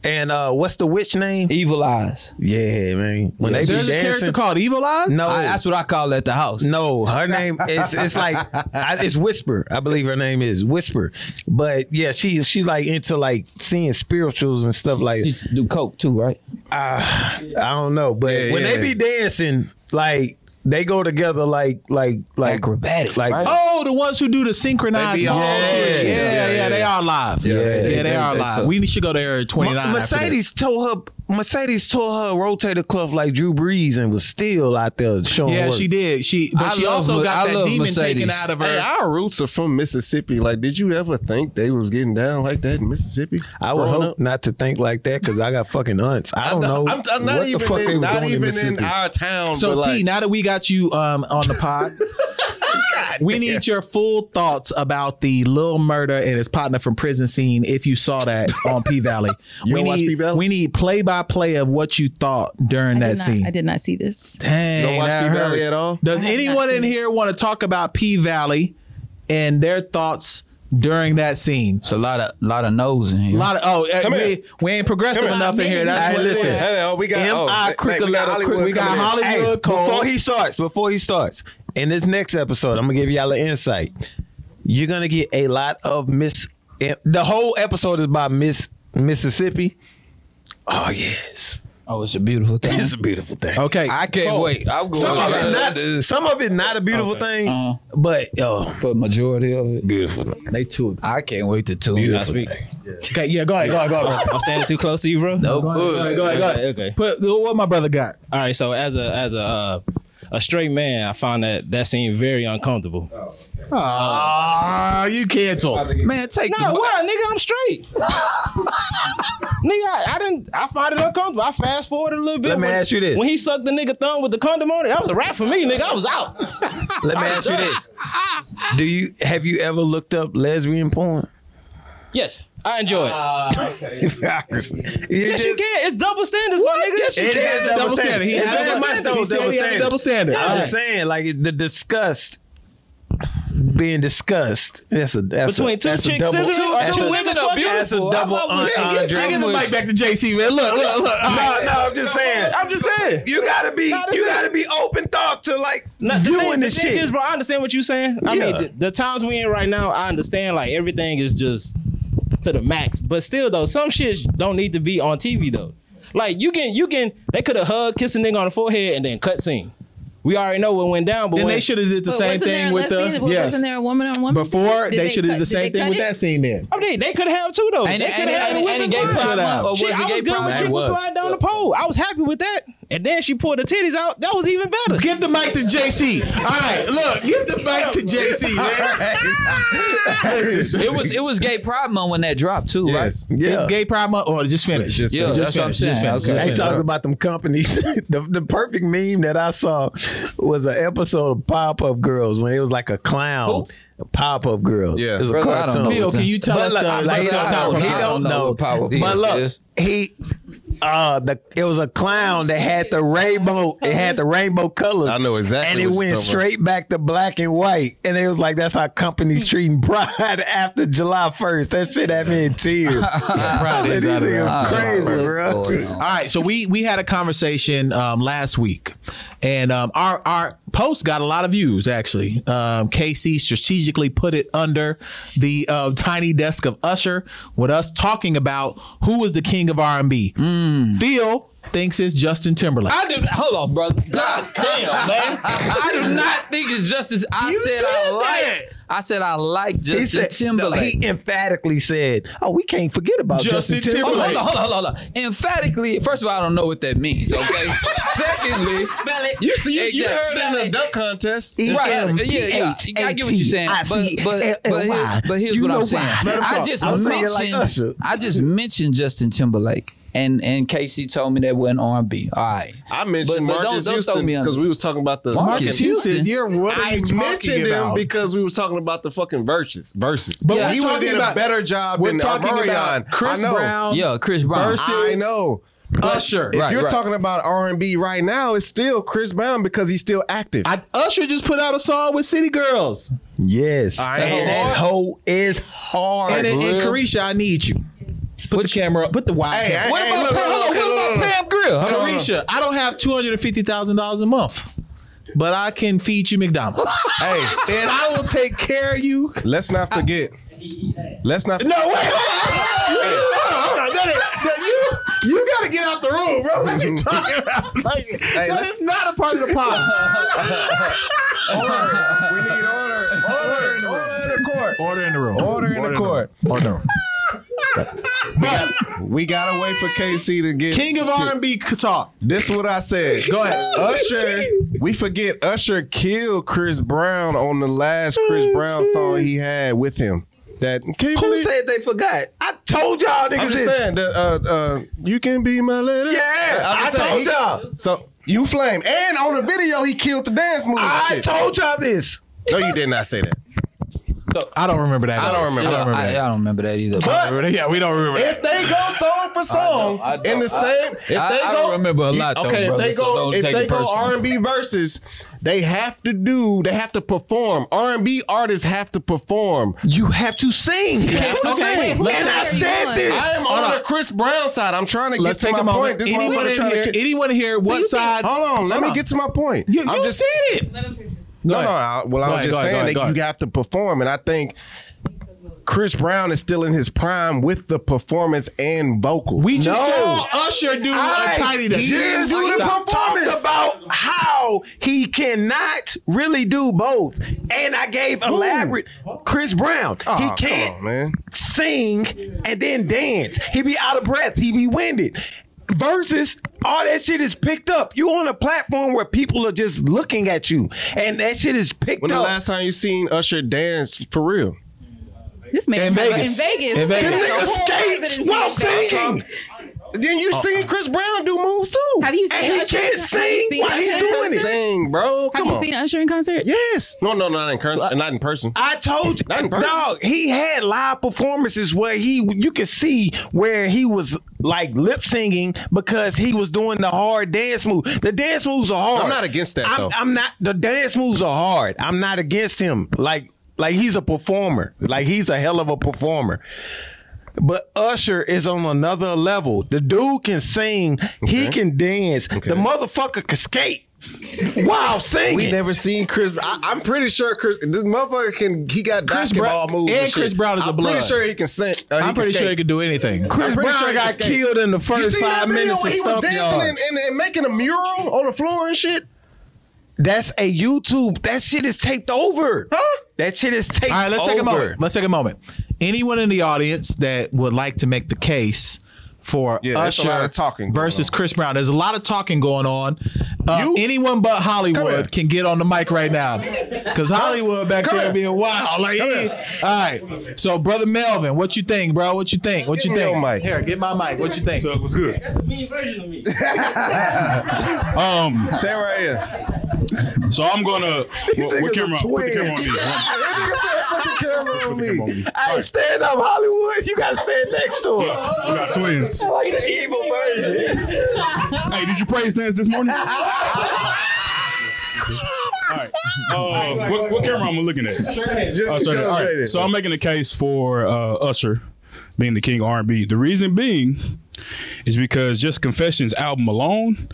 Speaker 1: and uh what's the witch name?
Speaker 3: Evil eyes.
Speaker 1: Yeah, man. When they
Speaker 4: There's this
Speaker 1: be
Speaker 4: character
Speaker 1: dancing,
Speaker 4: called Evil Eyes.
Speaker 1: no,
Speaker 3: I, that's what I call at the house.
Speaker 1: no, her name is it's like I, it's Whisper. I believe her name is Whisper. But yeah, she she's like into like seeing spirituals and stuff like. Uh,
Speaker 3: You do coke too, right?
Speaker 1: I don't know, but
Speaker 5: Yeah,
Speaker 1: when
Speaker 5: yeah.
Speaker 1: they be dancing, like they go together like like like
Speaker 3: Acrobatic,
Speaker 1: like
Speaker 3: right?
Speaker 4: Oh, the ones who do the synchronized.
Speaker 5: They be all
Speaker 4: motion. yeah,
Speaker 5: shit.
Speaker 4: yeah,
Speaker 5: Yeah, yeah.
Speaker 4: they are live. Yeah,
Speaker 3: Yeah,
Speaker 4: yeah,
Speaker 3: they-
Speaker 4: they,
Speaker 3: they-
Speaker 4: are
Speaker 3: they
Speaker 4: live.
Speaker 3: tough.
Speaker 4: We should go to area twenty nine.
Speaker 1: Mercedes told her Mercedes told her rotate the club like Drew Brees and was still out there showing.
Speaker 4: Yeah,
Speaker 1: work.
Speaker 4: she did. She, but
Speaker 3: I
Speaker 4: she
Speaker 3: love
Speaker 4: also
Speaker 3: Mer-
Speaker 4: got
Speaker 3: I
Speaker 4: that
Speaker 3: love
Speaker 4: demon taken
Speaker 3: Mercedes.
Speaker 4: out of her.
Speaker 5: Hey, our roots are from Mississippi. Like, did you ever think they was getting down like that in Mississippi?
Speaker 1: I would
Speaker 5: growing
Speaker 1: hope
Speaker 5: up?
Speaker 1: not to think like that because I got fucking aunts. I don't know
Speaker 5: I'm, I'm not
Speaker 1: what
Speaker 5: even
Speaker 1: the fuck
Speaker 5: in,
Speaker 1: they were
Speaker 5: not
Speaker 1: doing in
Speaker 5: even in,
Speaker 1: Mississippi.
Speaker 5: our town.
Speaker 4: so
Speaker 5: but like,
Speaker 4: T, now that we got you um, on the pod, we need your full thoughts about the Lil Murder and his partner from prison scene. If you saw that on P Valley, we
Speaker 5: don't watch
Speaker 4: need
Speaker 5: P-Valley?
Speaker 4: we need play by play of what you thought during
Speaker 7: I
Speaker 4: that
Speaker 7: did,
Speaker 4: scene.
Speaker 7: not, I did not see this.
Speaker 4: Dang,
Speaker 5: don't watch
Speaker 4: that
Speaker 5: P Valley
Speaker 4: hurts.
Speaker 5: at all?
Speaker 4: Does
Speaker 7: I have
Speaker 4: anyone
Speaker 7: not
Speaker 4: in
Speaker 7: seen
Speaker 4: here want to talk about P Valley and their thoughts during that scene?
Speaker 3: It's a lot of lot of nose in here.
Speaker 4: A lot of oh, eh,
Speaker 5: Come here.
Speaker 4: we, we ain't progressive
Speaker 5: Come here.
Speaker 4: enough in here. That's
Speaker 1: Hey,
Speaker 4: what
Speaker 1: listen.
Speaker 4: listen.
Speaker 5: Hey, oh, we got oh,
Speaker 1: M.I.
Speaker 5: hey,
Speaker 1: Cricket
Speaker 5: we got
Speaker 1: Letter
Speaker 5: Hollywood.
Speaker 1: Crick. We got
Speaker 5: coming in.
Speaker 4: Hollywood.
Speaker 1: Hey,
Speaker 4: Cole.
Speaker 1: Before he starts, before he starts, in this next episode, I'm gonna give y'all an insight. You're gonna get a lot of Miss. The whole episode is about Miss Mississippi. Oh yes,
Speaker 3: Oh, it's a beautiful thing.
Speaker 1: it's a beautiful thing.
Speaker 4: Okay,
Speaker 3: I can't wait. I'm going.
Speaker 1: Some of
Speaker 3: to
Speaker 1: it not, some of it not a beautiful thing,
Speaker 3: Uh-huh.
Speaker 1: but oh,
Speaker 3: but majority of it.
Speaker 1: beautiful.
Speaker 4: they too.
Speaker 3: I can't wait to tune.
Speaker 9: You
Speaker 3: in.
Speaker 9: not speak.
Speaker 4: Okay, yeah, go ahead, go ahead, go ahead.
Speaker 9: I'm standing too close to you, bro.
Speaker 3: No good.
Speaker 4: Go ahead, go ahead.
Speaker 9: Okay, okay.
Speaker 4: Put what my brother got.
Speaker 9: All right. So as a as a uh, a straight man, I found that that seemed very uncomfortable.
Speaker 1: Oh.
Speaker 9: Uh,
Speaker 4: Ah, you cancel.
Speaker 3: Man, take
Speaker 9: No,
Speaker 3: the
Speaker 9: why, nigga? I'm straight. nigga, I, I didn't. I find it uncomfortable. I fast forward a little bit.
Speaker 1: Let me
Speaker 9: when-
Speaker 1: ask you this.
Speaker 9: When he sucked the nigga thumb with the condom on it, that was a wrap for me, nigga. I was out.
Speaker 1: Let me ask you this: Do you have you ever looked up lesbian porn?
Speaker 9: Yes, I enjoy it.
Speaker 1: Uh, yes,
Speaker 9: yes, you can. It's double standards, my nigga.
Speaker 3: Yes, you
Speaker 1: It
Speaker 3: can.
Speaker 1: is double standard. He
Speaker 4: He
Speaker 1: had
Speaker 4: had
Speaker 1: double
Speaker 4: a
Speaker 1: standard.
Speaker 4: double standard. He had a double standard.
Speaker 1: I'm saying like the disgust being discussed. That's a that's a,
Speaker 9: Between two
Speaker 1: that's a
Speaker 9: chicks
Speaker 1: double-
Speaker 9: scissoring,
Speaker 3: Two-
Speaker 9: that's
Speaker 3: two
Speaker 9: a-
Speaker 3: women are
Speaker 1: That's a
Speaker 3: beautiful.
Speaker 1: double
Speaker 3: I'm up with that.
Speaker 1: entendre.
Speaker 4: Get the mic back to JC, man. Look, look, look.
Speaker 1: No, no, I'm just saying.
Speaker 9: I'm just saying.
Speaker 1: You gotta be
Speaker 9: No, this
Speaker 1: you
Speaker 9: is-
Speaker 1: gotta be open thought to like
Speaker 9: No, the
Speaker 1: viewing
Speaker 9: thing, the
Speaker 1: the
Speaker 9: thing
Speaker 1: shit.
Speaker 9: is, bro, I understand what you're saying. I
Speaker 1: Yeah.
Speaker 9: mean, the, the times we in right now, I understand like everything is just to the max. But still, though, some shit don't need to be on TV though. Like you can, you can, they could have hugged, kissed a nigga on the forehead, and then cut scene. we already know what went down. But
Speaker 4: Then
Speaker 9: when,
Speaker 4: they should have did the
Speaker 7: But
Speaker 4: same
Speaker 7: wasn't
Speaker 4: thing
Speaker 7: there a
Speaker 4: with the
Speaker 7: lesbian-
Speaker 4: yes.
Speaker 7: Wasn't there a woman on woman?
Speaker 4: Before
Speaker 7: Did
Speaker 4: they should have
Speaker 7: cut-
Speaker 4: did the
Speaker 7: did
Speaker 4: same
Speaker 7: they
Speaker 4: thing
Speaker 7: cut
Speaker 4: with
Speaker 7: it?
Speaker 4: that scene. Then
Speaker 9: I mean, Oh, they could have too though.
Speaker 3: And
Speaker 9: they
Speaker 3: it-
Speaker 9: could
Speaker 3: and it-
Speaker 9: have
Speaker 3: and it- and it gave pride month, or
Speaker 9: Shit,
Speaker 3: was it
Speaker 9: I was
Speaker 3: gay
Speaker 9: good
Speaker 3: pride
Speaker 9: with
Speaker 1: month?
Speaker 9: you
Speaker 1: It was.
Speaker 9: slide down the pole. I was happy with that. And then she pulled the titties out. That was even better.
Speaker 4: give the mic to JC. All right, look, give the mic to JC, man.
Speaker 3: It was it was Gay Pride Month when that dropped too,
Speaker 5: Yes.
Speaker 3: right?
Speaker 4: It's gay pride month, or just finish.
Speaker 5: Just
Speaker 3: Yeah, that's what I'm saying. Okay.
Speaker 1: They talking about them companies. the, the perfect meme that I saw was an episode of Pop Up Girls when it was like a clown. Pop Up Girls.
Speaker 5: Yeah.
Speaker 1: It was a
Speaker 3: Brother, I don't
Speaker 1: cartoon.
Speaker 3: know
Speaker 4: Bill, can you tell
Speaker 1: But
Speaker 4: us
Speaker 1: look,
Speaker 4: the,
Speaker 1: I- like,
Speaker 4: the-
Speaker 1: he don't
Speaker 3: I
Speaker 1: know.
Speaker 3: don't
Speaker 1: He
Speaker 3: know. I
Speaker 1: don't
Speaker 3: don't know
Speaker 1: know.
Speaker 3: what Power Bill
Speaker 1: But look,
Speaker 3: is.
Speaker 1: he uh, the it was a clown that had the rainbow. It had the rainbow colors.
Speaker 5: I know exactly
Speaker 1: And it
Speaker 5: what you're
Speaker 1: went
Speaker 5: talking about.
Speaker 1: straight back to black and white. And it was like, that's how companies treating pride after July first. That shit had me in tears.
Speaker 4: Pride is
Speaker 1: These
Speaker 4: out of
Speaker 1: niggas
Speaker 3: I don't
Speaker 1: crazy,
Speaker 3: know
Speaker 1: bro.
Speaker 3: what's going on.
Speaker 4: All right, so we we had a conversation um, last week, and um, our our post got a lot of views actually. Um, KC strategically put it under the uh, tiny desk of Usher with us talking about who was the king of R and B. Phil thinks it's Justin Timberlake.
Speaker 3: I do. Hold on, brother. God damn, man. I do not think it's Justice. I said, I like. I said I like Justin Timberlake.
Speaker 1: He emphatically said, "Oh, we can't forget about Justin,
Speaker 4: Justin
Speaker 1: Timberlake."
Speaker 3: Hold on,
Speaker 4: Timberlake.
Speaker 3: hold on, hold on, hold on. Emphatically, first of all, I don't know what that means. Okay. Secondly,
Speaker 7: Spell it.
Speaker 5: You see, you, you
Speaker 3: Exactly.
Speaker 5: heard that in the dunk contest.
Speaker 3: Right. Yeah, yeah. I get what you're saying. But but but here's, but here's
Speaker 1: You
Speaker 3: what
Speaker 1: know
Speaker 3: I'm
Speaker 1: why.
Speaker 3: saying.
Speaker 1: Let him
Speaker 3: I
Speaker 1: talk.
Speaker 3: just
Speaker 1: I'm saying it like
Speaker 3: mentioned
Speaker 1: Usher.
Speaker 3: I just mentioned Justin Timberlake. And and Casey told me that wasn't R&B. All right.
Speaker 5: I mentioned
Speaker 3: But- but don't-
Speaker 5: Marcus
Speaker 3: don't throw
Speaker 5: Houston
Speaker 3: me under.
Speaker 5: because we was talking about the.
Speaker 3: Marcus
Speaker 4: Marcus
Speaker 3: Houston.
Speaker 4: Houston, you're what are
Speaker 5: I
Speaker 4: you
Speaker 5: mentioned
Speaker 4: talking
Speaker 5: him
Speaker 4: about?
Speaker 5: because we was talking about the fucking verses. Verses.
Speaker 4: But
Speaker 5: But
Speaker 4: we're
Speaker 5: he would have
Speaker 4: talking
Speaker 5: did
Speaker 4: about-
Speaker 5: a better job
Speaker 4: we're
Speaker 5: in
Speaker 4: talking
Speaker 5: Omarion.
Speaker 4: about Chris
Speaker 5: I know.
Speaker 4: Brown.
Speaker 3: Yeah, Chris Brown.
Speaker 4: Versus-
Speaker 5: I know.
Speaker 4: Usher.
Speaker 5: If
Speaker 3: Right,
Speaker 5: you're
Speaker 3: right.
Speaker 5: talking about R and B right now, it's still Chris Brown because he's still active.
Speaker 4: I, Usher just put out a song with City Girls
Speaker 1: Yes,
Speaker 5: I
Speaker 1: and
Speaker 5: am.
Speaker 1: that hoe is hard.
Speaker 4: and, and, and Carisha. I need you. Put the camera up. Put the wide.
Speaker 5: Hey,
Speaker 4: camera.
Speaker 5: hey,
Speaker 3: what
Speaker 5: hey,
Speaker 3: about,
Speaker 5: look,
Speaker 3: hold on,
Speaker 5: look,
Speaker 3: what
Speaker 5: look,
Speaker 3: about
Speaker 5: look, look.
Speaker 3: Pam Grill? Hold on.
Speaker 4: Carisha, I don't have two hundred and fifty thousand dollars a month, but I can feed you McDonald's,
Speaker 5: Hey,
Speaker 4: and I will take care of you.
Speaker 5: let's not forget. Let's not.
Speaker 4: No way! you you gotta get out the room, bro. What you talking about? Like,
Speaker 5: Hey,
Speaker 4: that
Speaker 5: let's-
Speaker 4: is not a part of the pod.
Speaker 5: We need order. Order in the room. Order
Speaker 2: Order in the room.
Speaker 5: in the court. Order in the court.
Speaker 2: Order.
Speaker 5: We gotta wait for KC to get
Speaker 4: King of R and B talk.
Speaker 5: This what I said.
Speaker 4: Go ahead.
Speaker 5: Usher, we forget Usher killed Chris Brown on the last Chris Brown song he had with him. That can you
Speaker 1: Oh, Who
Speaker 5: believe-
Speaker 1: said they forgot? I told y'all
Speaker 5: I'm
Speaker 1: niggas
Speaker 5: just
Speaker 1: this.
Speaker 5: saying that uh, uh, you can be my lady.
Speaker 1: Yeah,
Speaker 5: I'm
Speaker 1: I
Speaker 5: just saying,
Speaker 1: told
Speaker 5: he-
Speaker 1: y'all.
Speaker 5: So you flame, and on the video he killed the dance move. and
Speaker 1: I
Speaker 5: shit.
Speaker 1: told y'all this.
Speaker 5: no, you did not say that.
Speaker 4: I don't remember that.
Speaker 5: I don't remember.
Speaker 3: Yeah,
Speaker 5: I don't remember.
Speaker 3: I, I don't remember that either.
Speaker 4: yeah, we don't remember.
Speaker 5: If they go song for song
Speaker 3: I know, I
Speaker 5: in the
Speaker 3: know, I-
Speaker 5: same, if
Speaker 3: I-
Speaker 5: they
Speaker 3: I
Speaker 5: go,
Speaker 3: remember a lot, though,
Speaker 5: Okay,
Speaker 3: brother,
Speaker 5: if they
Speaker 3: so
Speaker 5: go,
Speaker 3: don't
Speaker 5: if
Speaker 3: take
Speaker 5: they
Speaker 3: it
Speaker 5: go
Speaker 3: personal.
Speaker 5: R and B verses, they have to do, they have to perform. R and B artists have to perform.
Speaker 1: You have to sing.
Speaker 5: Okay,
Speaker 7: Who
Speaker 1: and I
Speaker 7: side are you
Speaker 1: said
Speaker 7: on?
Speaker 1: this.
Speaker 5: I am
Speaker 4: Hold
Speaker 5: on
Speaker 4: on.
Speaker 5: the Chris Brown side. I'm trying to get
Speaker 4: Let's
Speaker 5: to
Speaker 4: take a
Speaker 5: my
Speaker 4: moment.
Speaker 5: point. This
Speaker 4: anyone,
Speaker 5: motherfucker
Speaker 4: in
Speaker 5: trying
Speaker 4: here,
Speaker 5: to. Kick.
Speaker 4: anyone here? What
Speaker 7: you think-
Speaker 4: side?
Speaker 5: Hold on, let
Speaker 4: Hold
Speaker 5: me
Speaker 4: on.
Speaker 5: get to my point.
Speaker 4: You,
Speaker 5: I'm
Speaker 4: you
Speaker 5: just
Speaker 4: said it.
Speaker 7: Let him finish it.
Speaker 5: no, no. I, well, I was
Speaker 4: Go ahead,
Speaker 5: just
Speaker 4: go ahead,
Speaker 5: saying
Speaker 4: go ahead,
Speaker 5: that
Speaker 4: go ahead.
Speaker 5: you have to perform, and I think Chris Brown is still in his prime with the performance and vocal.
Speaker 4: We just
Speaker 1: No.
Speaker 4: saw Usher do a
Speaker 1: I
Speaker 4: tiny dance.
Speaker 1: just talked about how he cannot really do both, and I gave elaborate Chris Brown. he
Speaker 5: Aw,
Speaker 1: can't
Speaker 5: Ah, Oh, come on, man.
Speaker 1: sing and then dance. He be out of breath. He be winded. Versus all that shit is picked up. You on a platform where people are just looking at you, and that shit is picked
Speaker 5: When the
Speaker 1: up.
Speaker 5: last time you seen Usher dance for real?
Speaker 7: This man
Speaker 4: In
Speaker 7: have a-
Speaker 4: Vegas.
Speaker 7: In Vegas.
Speaker 4: In Vegas.
Speaker 1: the
Speaker 7: There's a
Speaker 1: nigga
Speaker 7: whole
Speaker 1: skates
Speaker 7: president
Speaker 1: while
Speaker 7: in Vegas.
Speaker 1: singing,
Speaker 5: Then you
Speaker 3: Uh-uh.
Speaker 5: seen Chris Brown do moves too.
Speaker 7: Have you seen
Speaker 1: and he
Speaker 7: Usher-
Speaker 1: can't
Speaker 7: have
Speaker 1: sing
Speaker 7: you seen
Speaker 1: while he's
Speaker 7: Usher in
Speaker 1: doing it.
Speaker 7: concert?
Speaker 5: Sing, bro.
Speaker 7: Have
Speaker 5: Oh, Come
Speaker 7: you
Speaker 5: on.
Speaker 7: seen Usher in concert?
Speaker 5: yes. No, no, not in person. Not in person.
Speaker 1: I told you,
Speaker 5: Nothing personal.
Speaker 1: dog. He had live performances where he, you could see where he was like lip singing because he was doing the hard dance move. The dance moves are hard.
Speaker 5: I'm not against that,
Speaker 1: I'm,
Speaker 5: though.
Speaker 1: I'm not. The dance moves are hard. I'm not against him. Like, like he's a performer. Like he's a hell of a performer. But Usher is on another level. The dude can sing. He can dance. The motherfucker can skate. Wow, singing.
Speaker 5: We never seen Chris. I, I'm pretty sure Chris. This motherfucker can. He got
Speaker 4: Chris
Speaker 5: basketball
Speaker 4: Brown-
Speaker 5: moves.
Speaker 4: and
Speaker 5: shit.
Speaker 4: Chris Brown is a
Speaker 5: I'm
Speaker 4: blood.
Speaker 5: pretty sure he can sing. uh, he
Speaker 4: I'm pretty sure he
Speaker 5: skate.
Speaker 4: could do anything.
Speaker 1: Chris
Speaker 5: I'm pretty
Speaker 1: Brown
Speaker 5: sure he
Speaker 1: got
Speaker 5: can skate.
Speaker 1: killed in the
Speaker 5: You
Speaker 1: first
Speaker 5: seen that
Speaker 1: five
Speaker 5: video
Speaker 1: minutes
Speaker 5: when
Speaker 1: of
Speaker 5: he was
Speaker 1: Stump
Speaker 5: dancing
Speaker 1: Yard.
Speaker 5: and, and, and making a mural on the floor and shit?
Speaker 1: That's a YouTube. That shit is taped over. Huh? That shit is taped over.
Speaker 4: All right, let's take a moment. Let's take a moment. Anyone in the audience that would like to make the case for
Speaker 5: Yeah, there's a
Speaker 4: Usher
Speaker 5: lot of talking going
Speaker 4: versus
Speaker 5: on.
Speaker 4: Chris Brown, there's a lot of talking going on. Uh,
Speaker 5: You-
Speaker 4: anyone but
Speaker 5: Come here.
Speaker 4: Hollywood can get on the mic right now because Hollywood back
Speaker 5: Come
Speaker 4: there
Speaker 5: here.
Speaker 4: being wild. Like, he- all right. So, brother Melvin, what you think, bro? What you think? What you
Speaker 5: Give me
Speaker 4: think?
Speaker 5: your mic.
Speaker 4: Here, get my mic. What you think?
Speaker 2: What's good?
Speaker 6: That's the mean version of me.
Speaker 2: Um,
Speaker 5: Stay right here.
Speaker 2: so I'm gonna what, what
Speaker 5: niggas
Speaker 2: camera?
Speaker 5: are
Speaker 2: Put the camera on me.
Speaker 5: twins. Put the camera
Speaker 2: Put
Speaker 5: on
Speaker 2: the camera on me.
Speaker 5: me.
Speaker 1: Hey, stand up, Hollywood. You gotta stand next to us.
Speaker 2: We got twins.
Speaker 1: Like the evil version.
Speaker 2: Hey, did you praise dance this morning? All right. Uh, what, what camera am I looking at?
Speaker 5: Just
Speaker 2: Oh, sorry. All
Speaker 5: concentrate
Speaker 2: right.
Speaker 5: it.
Speaker 2: So I'm making a case for uh, Usher being the king of R&B. The reason being is because just Confessions album alone,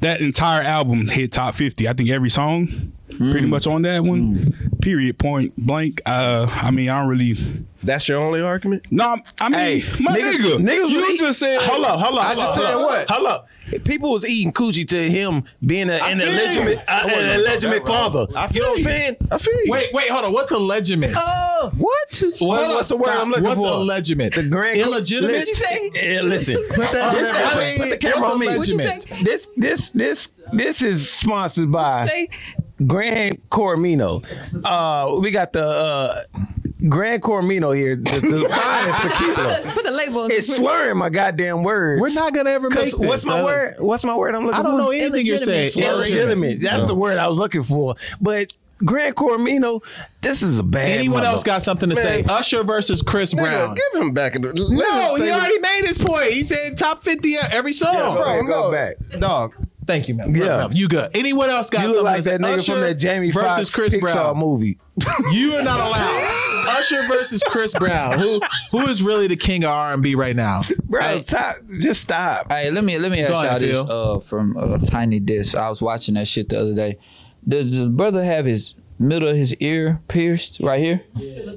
Speaker 2: that entire album hit top 50. I think every song pretty
Speaker 5: Mm.
Speaker 2: much on that one. Period. Point blank. Uh, I mean, I don't really.
Speaker 5: That's your only argument?
Speaker 2: No, I mean,
Speaker 1: Hey,
Speaker 2: my nigga,
Speaker 1: niggas
Speaker 2: you
Speaker 1: was eat-
Speaker 2: just said.
Speaker 1: Hold up, hold up.
Speaker 5: I
Speaker 1: hold
Speaker 5: just
Speaker 1: up,
Speaker 5: said
Speaker 1: hold
Speaker 5: what?
Speaker 1: up, Hold up. People was eating coochie to him being a, an
Speaker 5: feel you.
Speaker 1: illegitimate, uh,
Speaker 5: I
Speaker 1: an
Speaker 5: wouldn't have
Speaker 1: illegitimate
Speaker 5: thought
Speaker 1: father. You know what I'm saying?
Speaker 5: I feel you. Uh,
Speaker 4: Wait, wait, hold on. What's a legiment?
Speaker 1: Oh, what?
Speaker 4: Hold on,
Speaker 1: what's the word
Speaker 4: stop.
Speaker 1: I'm looking
Speaker 4: what's
Speaker 1: for?
Speaker 4: a legiment?
Speaker 1: The grand
Speaker 4: Illegitimate?
Speaker 1: Listen, eh, listen.
Speaker 4: Put that
Speaker 1: This-
Speaker 4: on there.
Speaker 1: put the camera
Speaker 4: What's
Speaker 1: on me.
Speaker 4: a
Speaker 7: What'd you
Speaker 4: legiment?
Speaker 7: say?
Speaker 1: This this this this is sponsored by
Speaker 7: Say,
Speaker 1: Grand Cormino. Uh, we got the uh, Grand Cormino here. The, the finest tequila.
Speaker 7: put the label. on
Speaker 1: It's
Speaker 7: it.
Speaker 1: slurring my goddamn words.
Speaker 4: We're not gonna ever
Speaker 1: Cause
Speaker 4: make
Speaker 1: what's
Speaker 4: this,
Speaker 1: my
Speaker 4: uh,
Speaker 1: word? What's my word? I'm looking
Speaker 4: I don't
Speaker 1: for.
Speaker 4: know anything you're saying.
Speaker 7: Illegitimate.
Speaker 1: Illegitimate. That's the word I was looking for. But Grand Cormino, this is a bad.
Speaker 4: Anyone
Speaker 1: mother-
Speaker 4: else got something to say?
Speaker 5: Man.
Speaker 4: Usher versus Chris
Speaker 5: Nigga,
Speaker 4: Brown.
Speaker 5: give him back. No,
Speaker 4: No, he already made his point. He said top fifty every song.
Speaker 5: Bro,
Speaker 1: Hey, go
Speaker 5: no.
Speaker 1: back.
Speaker 5: Dog,
Speaker 4: Thank you, man.
Speaker 1: Yeah.
Speaker 4: Bro, You good? Anyone else got
Speaker 1: You
Speaker 4: something
Speaker 1: look like
Speaker 4: to say?
Speaker 1: that nigga
Speaker 4: Usher
Speaker 1: from that Jamie
Speaker 4: versus
Speaker 1: Foxx
Speaker 4: Chris
Speaker 1: Pixar
Speaker 4: Brown.
Speaker 1: movie.
Speaker 4: You are not allowed. Usher versus Chris Brown. Who who is really the king of R and B right now?
Speaker 1: Bro,
Speaker 3: Hey.
Speaker 1: stop. just stop.
Speaker 3: Hey, let me let me ask
Speaker 4: ahead,
Speaker 3: y'all this
Speaker 4: Phil.
Speaker 3: uh, from uh, Tiny Disc. I was watching that shit the other day. Does the brother have his middle of his ear pierced right here? Yeah,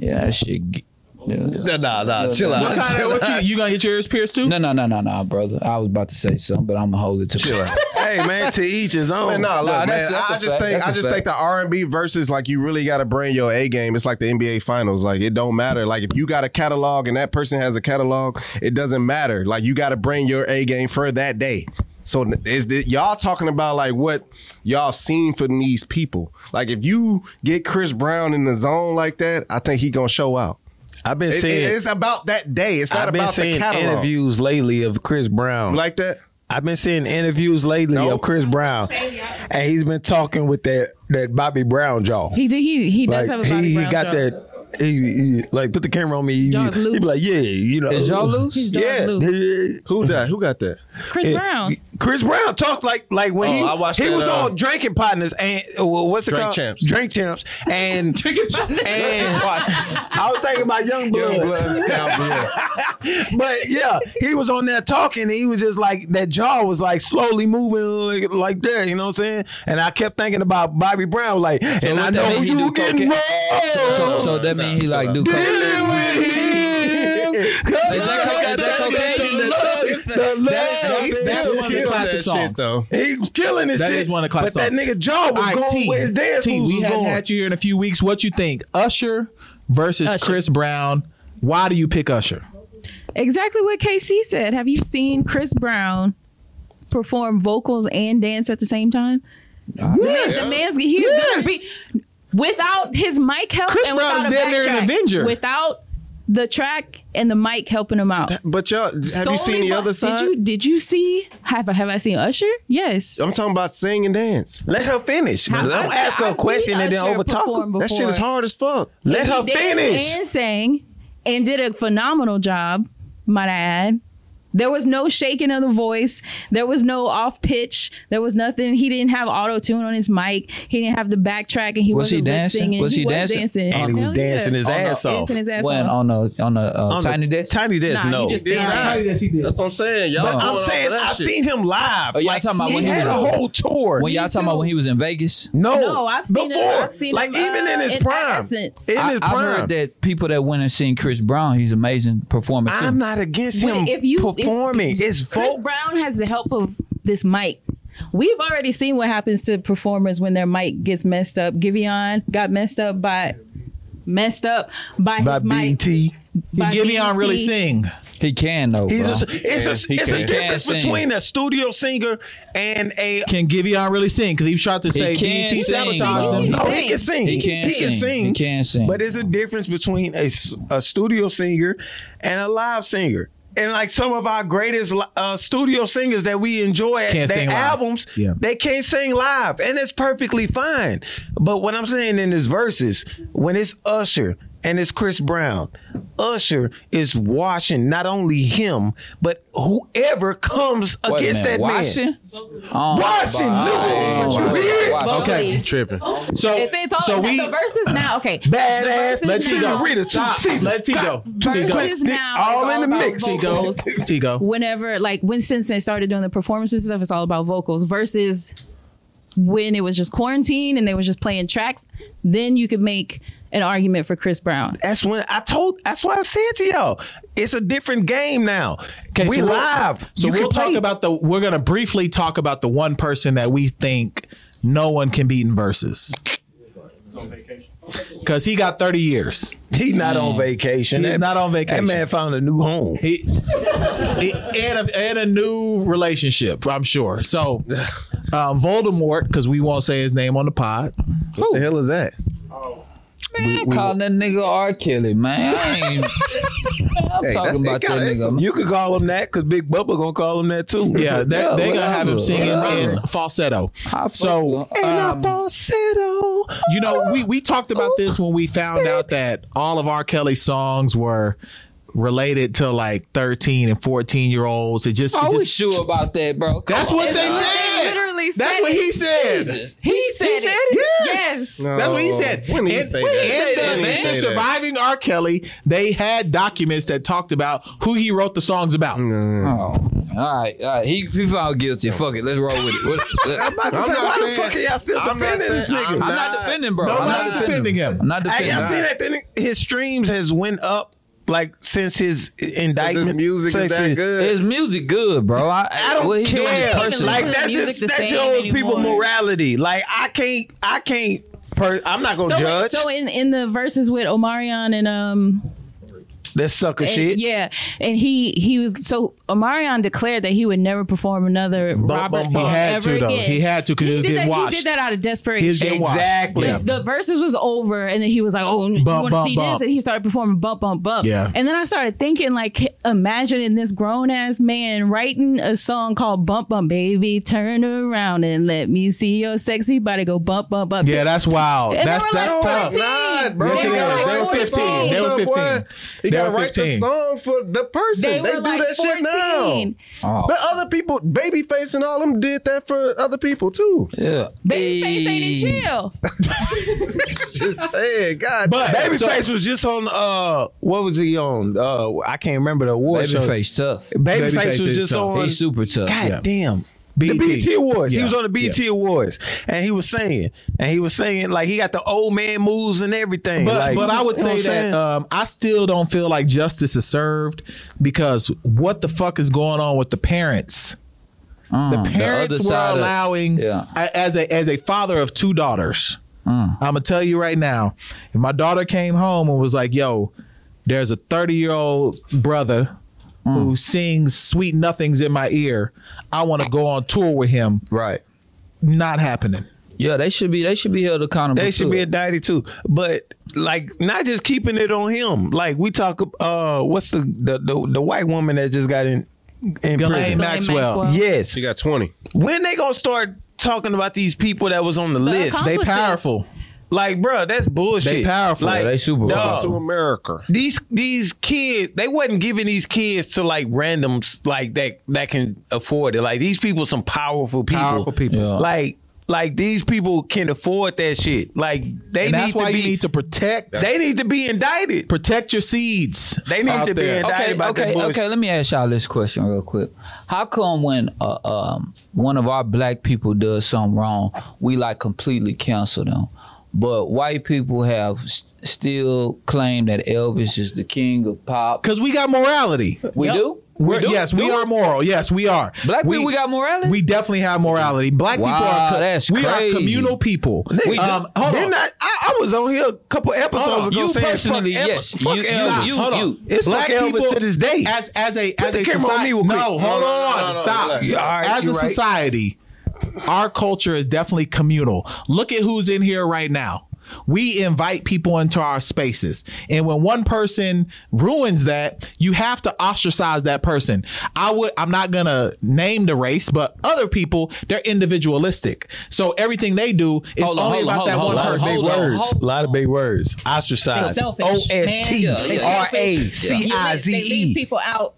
Speaker 3: that shit. g- Yeah.
Speaker 5: nah, nah, nah, chill out.
Speaker 4: What kind of what you, you gonna get your ears pierced too?
Speaker 3: No, no, no, no, no, brother. I was about to say something, but I'm gonna hold it to chill out.
Speaker 1: hey man, to each his own.
Speaker 5: Man, nah, look,
Speaker 3: Nah, that's-
Speaker 5: man.
Speaker 3: that's
Speaker 5: I
Speaker 3: a
Speaker 5: just
Speaker 3: fact.
Speaker 5: think
Speaker 3: That's
Speaker 5: I
Speaker 3: a
Speaker 5: just
Speaker 3: fact.
Speaker 5: think the R and B versus like you really got to bring your A game. It's like the NBA Finals. Like it don't matter. Like if you got a catalog and that person has a catalog, it doesn't matter. Like you got to bring your A game for that day. So is the, y'all talking about like what y'all seen from these people? Like if you get Chris Brown in the zone like that, I think he gonna show out.
Speaker 1: I've been
Speaker 5: It-
Speaker 1: seeing
Speaker 5: it- it's about that day. It's not
Speaker 1: I've been
Speaker 5: about the
Speaker 1: seeing
Speaker 5: catalog.
Speaker 1: interviews lately of Chris Brown.
Speaker 5: like that.
Speaker 1: I've been seeing interviews lately of Chris Brown, and he's been talking with that that Bobby Brown jaw.
Speaker 7: He did. He he does
Speaker 1: like
Speaker 7: have a
Speaker 1: he,
Speaker 7: Bobby
Speaker 1: he
Speaker 7: Brown
Speaker 1: got
Speaker 7: jaw.
Speaker 1: that. He, he- like put the camera on me. He,
Speaker 7: Jaw's
Speaker 1: he be
Speaker 7: loose.
Speaker 1: like, yeah, you know,
Speaker 3: Is y'all loose?
Speaker 7: His jaw's
Speaker 1: Yeah,
Speaker 7: loose.
Speaker 1: yeah.
Speaker 5: Who that? Who got that?
Speaker 7: Chris
Speaker 1: Yeah.
Speaker 7: Brown.
Speaker 1: Chris Brown talked like like when
Speaker 5: Oh,
Speaker 1: he
Speaker 5: I watched
Speaker 1: he
Speaker 5: that,
Speaker 1: was
Speaker 5: uh,
Speaker 1: on Drinking Partners and uh, what's it
Speaker 5: Drink
Speaker 1: called?
Speaker 5: Champs.
Speaker 1: Drink Champs and and I was thinking about Young Blood, but yeah, he was on there talking. and He was just like that jaw was like slowly moving like, like that. You know what I'm saying? And I kept thinking about Bobby Brown, like, and I
Speaker 3: what that
Speaker 1: know
Speaker 3: mean he
Speaker 1: you
Speaker 3: do
Speaker 1: were getting
Speaker 3: cocaine? So, so,
Speaker 1: wrong.
Speaker 3: so that means he like do coke.
Speaker 1: Dealing with him.
Speaker 3: Is that coke- is that cocaine?
Speaker 1: The love- the love
Speaker 5: He's-
Speaker 1: is
Speaker 4: that's
Speaker 5: he
Speaker 4: one of the
Speaker 5: killed
Speaker 4: classic
Speaker 5: that
Speaker 4: songs.
Speaker 5: Shit, though.
Speaker 1: He was killing his
Speaker 4: That
Speaker 1: shit.
Speaker 4: is one of the class
Speaker 1: But that
Speaker 4: songs.
Speaker 1: nigga jaw was
Speaker 4: All right,
Speaker 1: going
Speaker 4: T,
Speaker 1: where his dance
Speaker 4: T,
Speaker 1: moves
Speaker 4: we
Speaker 1: was
Speaker 4: haven't
Speaker 1: going.
Speaker 4: had you here in a few weeks. What you think? Usher versus
Speaker 7: Usher.
Speaker 4: Chris Brown. Why do you pick Usher?
Speaker 7: Exactly what KC said. Have you seen Chris Brown perform vocals and dance at the same time? The man's he is
Speaker 1: Yes.
Speaker 7: gonna be without his mic help.
Speaker 4: Chris
Speaker 7: and
Speaker 4: Brown's
Speaker 7: without a
Speaker 4: damn near an
Speaker 7: backtrack,
Speaker 4: Avenger.
Speaker 7: Without the track and the mic helping him out.
Speaker 5: But y'all, have you seen
Speaker 7: Solely
Speaker 5: the
Speaker 7: what-
Speaker 5: other side?
Speaker 7: Did you did you see have I have I seen Usher? Yes.
Speaker 5: I'm talking about sing and dance.
Speaker 1: Let her finish. Don't
Speaker 7: I've-
Speaker 1: ask her a
Speaker 7: I've
Speaker 1: question
Speaker 7: seen
Speaker 1: and then
Speaker 7: Usher
Speaker 1: overtalk
Speaker 7: perform
Speaker 1: her.
Speaker 5: That shit
Speaker 7: before.
Speaker 5: is hard as fuck.
Speaker 1: Let her
Speaker 7: He danced
Speaker 1: finish.
Speaker 7: And sang and did a phenomenal job, might I add. There was no shaking of the voice. There was no off pitch. There was nothing. He didn't have auto tune on his mic. He didn't have the backtrack, and he
Speaker 3: Was he
Speaker 7: wasn't lip
Speaker 3: dancing?
Speaker 7: singing.
Speaker 3: Was he dancing?
Speaker 1: And he was
Speaker 7: Hell yeah. Oh,
Speaker 1: dancing his ass off.
Speaker 7: Dancing his ass
Speaker 3: When
Speaker 7: off.
Speaker 3: on a on a uh,
Speaker 1: On the-
Speaker 3: tiny disc.
Speaker 1: Tiny disc,
Speaker 7: Nah,
Speaker 1: no.
Speaker 7: you just stand there.
Speaker 5: That's what I'm saying. Y'all
Speaker 3: But
Speaker 1: I'm
Speaker 5: going
Speaker 1: saying
Speaker 5: off of that
Speaker 1: I
Speaker 5: shit.
Speaker 1: seen him live.
Speaker 3: Oh, y'all
Speaker 1: Like,
Speaker 3: talking about
Speaker 1: he
Speaker 3: when he
Speaker 1: had
Speaker 3: was
Speaker 1: a
Speaker 3: on-
Speaker 1: whole tour.
Speaker 3: When y'all talking about
Speaker 7: too.
Speaker 3: when he was in Vegas?
Speaker 1: no,
Speaker 7: No, I've seen him-
Speaker 1: before.
Speaker 7: I've seen
Speaker 1: like
Speaker 7: him,
Speaker 1: even in
Speaker 7: uh,
Speaker 1: his
Speaker 7: in
Speaker 1: prime,
Speaker 7: Essence.
Speaker 1: in
Speaker 3: I,
Speaker 1: his
Speaker 3: I
Speaker 1: prime.
Speaker 3: heard that people that went and seen Chris Brown, he's an amazing performer too.
Speaker 1: I'm not against
Speaker 7: When-
Speaker 1: him
Speaker 7: if you- if-
Speaker 1: performing. it's
Speaker 7: Chris
Speaker 1: folk.
Speaker 7: Brown has the help of this mic. We've already seen what happens to performers when their mic gets messed up. Giveon got messed up by messed up by,
Speaker 4: By
Speaker 7: his
Speaker 1: E
Speaker 7: mic.
Speaker 4: BT.
Speaker 7: By E
Speaker 4: Giveon really
Speaker 7: BT.
Speaker 4: sing.
Speaker 3: He can though.
Speaker 1: He's
Speaker 3: bro.
Speaker 1: a, it's a,
Speaker 3: He
Speaker 1: it's
Speaker 3: can.
Speaker 1: a difference
Speaker 3: He can sing.
Speaker 1: between a studio singer and a.
Speaker 4: Can Giveon really sing? Because he tried to say
Speaker 3: can
Speaker 4: BT
Speaker 3: sing,
Speaker 4: sabotaged
Speaker 3: bro.
Speaker 4: him.
Speaker 1: No, he can sing.
Speaker 3: He can
Speaker 1: He can
Speaker 3: sing.
Speaker 1: sing.
Speaker 3: He can sing.
Speaker 1: But it's a difference between a, s- a studio singer and a live singer. And like some of our greatest li- uh, studio singers that we enjoy,
Speaker 4: Can't
Speaker 1: their
Speaker 4: sing live.
Speaker 1: albums,
Speaker 4: Yeah.
Speaker 1: they can't sing live, and it's perfectly fine. But what I'm saying in this verses, when it's Usher and it's Chris Brown, Usher is washing not only him but whoever comes
Speaker 3: Wait a
Speaker 1: against
Speaker 3: minute,
Speaker 1: that man.
Speaker 3: Washington? Oh,
Speaker 1: Washington,
Speaker 3: my
Speaker 1: nigga.
Speaker 3: God.
Speaker 1: You hear it?
Speaker 3: Washington.
Speaker 4: Okay.
Speaker 5: Tripping.
Speaker 4: So,
Speaker 7: If it's all
Speaker 4: so
Speaker 7: we,
Speaker 4: we.
Speaker 7: the verses now, okay.
Speaker 1: Badass.
Speaker 4: Let's
Speaker 7: The verses
Speaker 4: see
Speaker 7: now,
Speaker 4: go.
Speaker 1: Rita,
Speaker 4: Stop.
Speaker 1: Tigo,
Speaker 4: Let's
Speaker 1: stop.
Speaker 4: Tigo. Tigo.
Speaker 7: Verses now
Speaker 1: All
Speaker 7: is
Speaker 1: in the mix.
Speaker 7: about vocals.
Speaker 4: Tigo. Tigo.
Speaker 7: Whenever, like, when since they started doing the performances and stuff, it's all about vocals. Versus when it was just quarantine and they were just playing tracks, then you could make an argument for Chris Brown.
Speaker 1: That's when I told. That's why I said to y'all, it's a different game now. we
Speaker 4: so we'll-
Speaker 1: live.
Speaker 4: So
Speaker 1: You can
Speaker 4: we'll talk
Speaker 1: play.
Speaker 4: about the. We're gonna briefly talk about the one person that we think no one can beat in versus. Because he got thirty years.
Speaker 1: He not on vacation.
Speaker 4: He's
Speaker 1: That-
Speaker 4: not on vacation.
Speaker 1: That man found a new home.
Speaker 4: He, he- and, a, and a new relationship, I'm sure. So, um, Voldemort, because we won't say his name on the pod.
Speaker 5: What the hell is that?
Speaker 3: Man, calling that nigga R. Kelly, man. I ain't, I'm
Speaker 5: Hey, that's-
Speaker 3: talking
Speaker 5: it
Speaker 3: about that
Speaker 5: got- it's
Speaker 3: nigga.
Speaker 1: You could call him that because Big Bubba gonna call him that too.
Speaker 4: Yeah, they,
Speaker 3: Yeah,
Speaker 4: are gonna have him
Speaker 3: whatever,
Speaker 4: singing in
Speaker 3: whatever.
Speaker 4: falsetto.
Speaker 3: How
Speaker 4: So,
Speaker 3: fuck-
Speaker 4: um,
Speaker 1: Falsetto.
Speaker 4: you know, we we talked about this when we found out that all of R. Kelly's songs were related to like 13 and 14 year olds. It just, it
Speaker 3: I was
Speaker 4: just-
Speaker 3: Oh, sure about that, bro. Come
Speaker 4: that's
Speaker 3: on.
Speaker 4: what they
Speaker 7: He
Speaker 4: said.
Speaker 7: literally said
Speaker 4: That's what
Speaker 7: it.
Speaker 4: he said.
Speaker 7: He said it. Yes.
Speaker 4: That's what he said.
Speaker 5: When did he
Speaker 4: And-
Speaker 5: say
Speaker 4: and
Speaker 5: that?
Speaker 4: the-
Speaker 5: When did he
Speaker 4: and
Speaker 5: say
Speaker 4: the
Speaker 5: that?
Speaker 4: surviving R. Kelly, they had documents that talked about who he wrote the songs about.
Speaker 3: Oh, all right, all right. He, he found guilty. Fuck it. Let's roll with it. What- let- I'm,
Speaker 1: I'm
Speaker 5: I'm
Speaker 1: saying,
Speaker 5: not
Speaker 1: why the
Speaker 5: saying-
Speaker 1: fuck are y'all still
Speaker 5: I'm not
Speaker 1: defending this
Speaker 5: saying-
Speaker 1: nigga?
Speaker 5: I'm
Speaker 3: not defending, bro. I'm
Speaker 4: Nobody's
Speaker 3: not
Speaker 4: defending
Speaker 3: defending
Speaker 4: him.
Speaker 3: I'm not
Speaker 1: Hey,
Speaker 3: defending.
Speaker 1: y'all see
Speaker 3: him.
Speaker 1: that thing? His streams has went up like since his indictment.
Speaker 5: This music is
Speaker 1: since
Speaker 5: that
Speaker 1: his-
Speaker 5: good.
Speaker 3: His music good, bro. I,
Speaker 1: I don't
Speaker 3: what he doing is
Speaker 1: care.
Speaker 3: personal.
Speaker 1: like
Speaker 7: Even
Speaker 1: that's
Speaker 7: music
Speaker 1: just
Speaker 7: the
Speaker 1: that's
Speaker 7: same
Speaker 1: your old people
Speaker 7: anymore.
Speaker 1: morality. Like I can't I can't per, I'm not gonna
Speaker 7: So,
Speaker 1: judge
Speaker 7: so in, in the verses with Omarion and um
Speaker 1: that sucker
Speaker 7: And-
Speaker 1: shit.
Speaker 7: Yeah, and he he was so Omarion declared that he would never perform another Robert
Speaker 1: bum,
Speaker 7: song
Speaker 1: bum.
Speaker 4: He had
Speaker 7: ever
Speaker 4: to, though.
Speaker 7: again.
Speaker 4: He had to 'cause he was
Speaker 7: did
Speaker 4: getting
Speaker 7: that-
Speaker 4: watched.
Speaker 7: He did that out of desperation.
Speaker 4: He was getting watched.
Speaker 1: Exactly.
Speaker 4: Yeah.
Speaker 7: The verses was over, and then he was like, "Oh, you
Speaker 4: Bump,
Speaker 7: want to
Speaker 4: bump,
Speaker 7: see
Speaker 4: bump.
Speaker 7: this?" And he started performing "Bump Bump Bump."
Speaker 4: Yeah.
Speaker 7: And then I started thinking, like, imagining this grown ass man writing a song called "Bump Bump Baby," turn around and let me see your sexy body go bump bump bump.
Speaker 4: Yeah, that's wild.
Speaker 7: And they
Speaker 4: that's
Speaker 7: were like
Speaker 4: that's tough.
Speaker 7: 14.
Speaker 5: bro.
Speaker 4: Yes,
Speaker 5: He
Speaker 4: it
Speaker 5: gotta
Speaker 4: is. They
Speaker 5: write
Speaker 4: were
Speaker 5: the
Speaker 4: 15. They
Speaker 5: songs
Speaker 4: were
Speaker 5: up, boy.
Speaker 4: 15.
Speaker 5: He
Speaker 4: They
Speaker 5: gotta
Speaker 4: were
Speaker 5: write
Speaker 4: 15.
Speaker 5: the song for the person.
Speaker 7: They
Speaker 5: They,
Speaker 7: were
Speaker 5: do
Speaker 7: like
Speaker 5: that shit
Speaker 7: 14.
Speaker 5: now. But other people, Babyface and all them did that for other people too.
Speaker 3: Yeah.
Speaker 7: Babyface ain't in jail.
Speaker 5: Just saying, God.
Speaker 4: But-
Speaker 5: damn.
Speaker 1: Babyface was just on uh what was he on? Uh I can't remember the award show.
Speaker 3: Babyface tough.
Speaker 1: Babyface,
Speaker 4: Babyface
Speaker 1: was
Speaker 4: is
Speaker 1: just
Speaker 4: tough.
Speaker 1: on
Speaker 3: He's super tough.
Speaker 1: God damn. The
Speaker 4: BET.
Speaker 1: BT Awards. He
Speaker 4: Yeah.
Speaker 1: was on the BT Awards, and he was singing, and he was singing like he got the old man moves and everything.
Speaker 4: But,
Speaker 1: like,
Speaker 4: but I would
Speaker 1: you know
Speaker 4: say
Speaker 1: what I'm
Speaker 4: that
Speaker 1: saying?
Speaker 4: um, I still don't feel like justice is served because what the fuck is going on with the parents?
Speaker 3: Mm,
Speaker 4: the parents
Speaker 3: other
Speaker 4: were
Speaker 3: side of-
Speaker 4: allowing
Speaker 3: yeah. Mm.
Speaker 4: a- as a as a father of two daughters. I'm gonna tell you right now. If my daughter came home and was like, "Yo, there's a 30 year old brother
Speaker 3: Mm.
Speaker 4: who sings sweet nothings in my ear. I want to go on tour with him."
Speaker 3: Right.
Speaker 4: Not happening.
Speaker 3: Yeah, they should be. They should be held accountable.
Speaker 1: They
Speaker 3: to
Speaker 1: should be
Speaker 3: it.
Speaker 1: indicted too. But like not just keeping it on him. Like we talk uh what's the the the, the white woman that just got in in
Speaker 4: Ghislaine
Speaker 1: prison.
Speaker 4: Maxwell.
Speaker 7: Maxwell.
Speaker 1: Yes.
Speaker 5: she got twenty.
Speaker 1: When they gonna start talking about these people that was on the list?
Speaker 7: accomplices.
Speaker 4: They powerful.
Speaker 1: like, bruh, that's bullshit.
Speaker 4: They powerful.
Speaker 1: Like,
Speaker 3: Yeah, they super
Speaker 1: dog,
Speaker 5: To America.
Speaker 1: these these kids they wasn't giving these kids to like randoms like that that can afford it like these people some powerful people
Speaker 4: Powerful people. Yeah.
Speaker 1: like like these people can afford that shit like they
Speaker 4: And
Speaker 1: need
Speaker 4: that's why
Speaker 1: to be
Speaker 4: you need to protect
Speaker 1: they need to be indicted
Speaker 4: protect your seeds.
Speaker 1: they need
Speaker 4: out
Speaker 1: to be
Speaker 4: there.
Speaker 1: indicted
Speaker 3: Okay,
Speaker 1: about that
Speaker 3: okay,
Speaker 1: bullshit.
Speaker 3: okay. Let me ask y'all this question real quick. How come when uh, um, one of our black people does something wrong, we like completely cancel them? but white people have st- still claimed that Elvis is the king of pop.
Speaker 4: Because we got morality.
Speaker 3: We do.
Speaker 4: We're, yes, we are moral. Yes, we are.
Speaker 3: Black people, we got morality?
Speaker 4: We definitely have morality. Black
Speaker 3: Wow,
Speaker 4: people are. co-
Speaker 3: that's
Speaker 4: we
Speaker 3: crazy.
Speaker 4: are communal people.
Speaker 3: We-
Speaker 4: um, hold on.
Speaker 1: Didn't I, I, I was on here a couple
Speaker 4: Hold
Speaker 1: episodes
Speaker 4: on.
Speaker 1: ago
Speaker 3: You
Speaker 1: saying
Speaker 3: personally,
Speaker 1: fuck Elvis.
Speaker 3: yes.
Speaker 1: Fuck
Speaker 3: You- you-
Speaker 1: Elvis.
Speaker 3: you-
Speaker 4: hold on.
Speaker 3: you.
Speaker 1: It's fuck Elvis to this day.
Speaker 4: As as a as
Speaker 1: the
Speaker 4: a
Speaker 1: camera on
Speaker 4: society.
Speaker 1: me real quick.
Speaker 4: No,
Speaker 1: No,
Speaker 4: hold
Speaker 1: no,
Speaker 4: on.
Speaker 1: no, no,
Speaker 4: Stop.
Speaker 1: relax. Yeah, all right,
Speaker 4: as a
Speaker 1: you right.
Speaker 4: society, our culture is definitely communal. Look at who's in here right now. We invite people into our spaces. And when one person ruins that, you have to ostracize that person. I would I'm not going to name the race, but other people, they're individualistic. So everything they do is
Speaker 3: Hold on,
Speaker 4: only
Speaker 3: hold on,
Speaker 4: about
Speaker 3: hold
Speaker 4: that
Speaker 3: on,
Speaker 4: one
Speaker 1: A
Speaker 3: hold
Speaker 1: lot of
Speaker 4: person.
Speaker 1: big
Speaker 3: Hold on,
Speaker 1: words.
Speaker 3: hold
Speaker 1: A lot of big words. Ostracized.
Speaker 10: selfish,
Speaker 1: O S T
Speaker 10: man. Yeah, yeah.
Speaker 1: R A
Speaker 10: You
Speaker 1: C I
Speaker 10: let-
Speaker 1: Z
Speaker 10: They leave
Speaker 1: E.
Speaker 10: people out.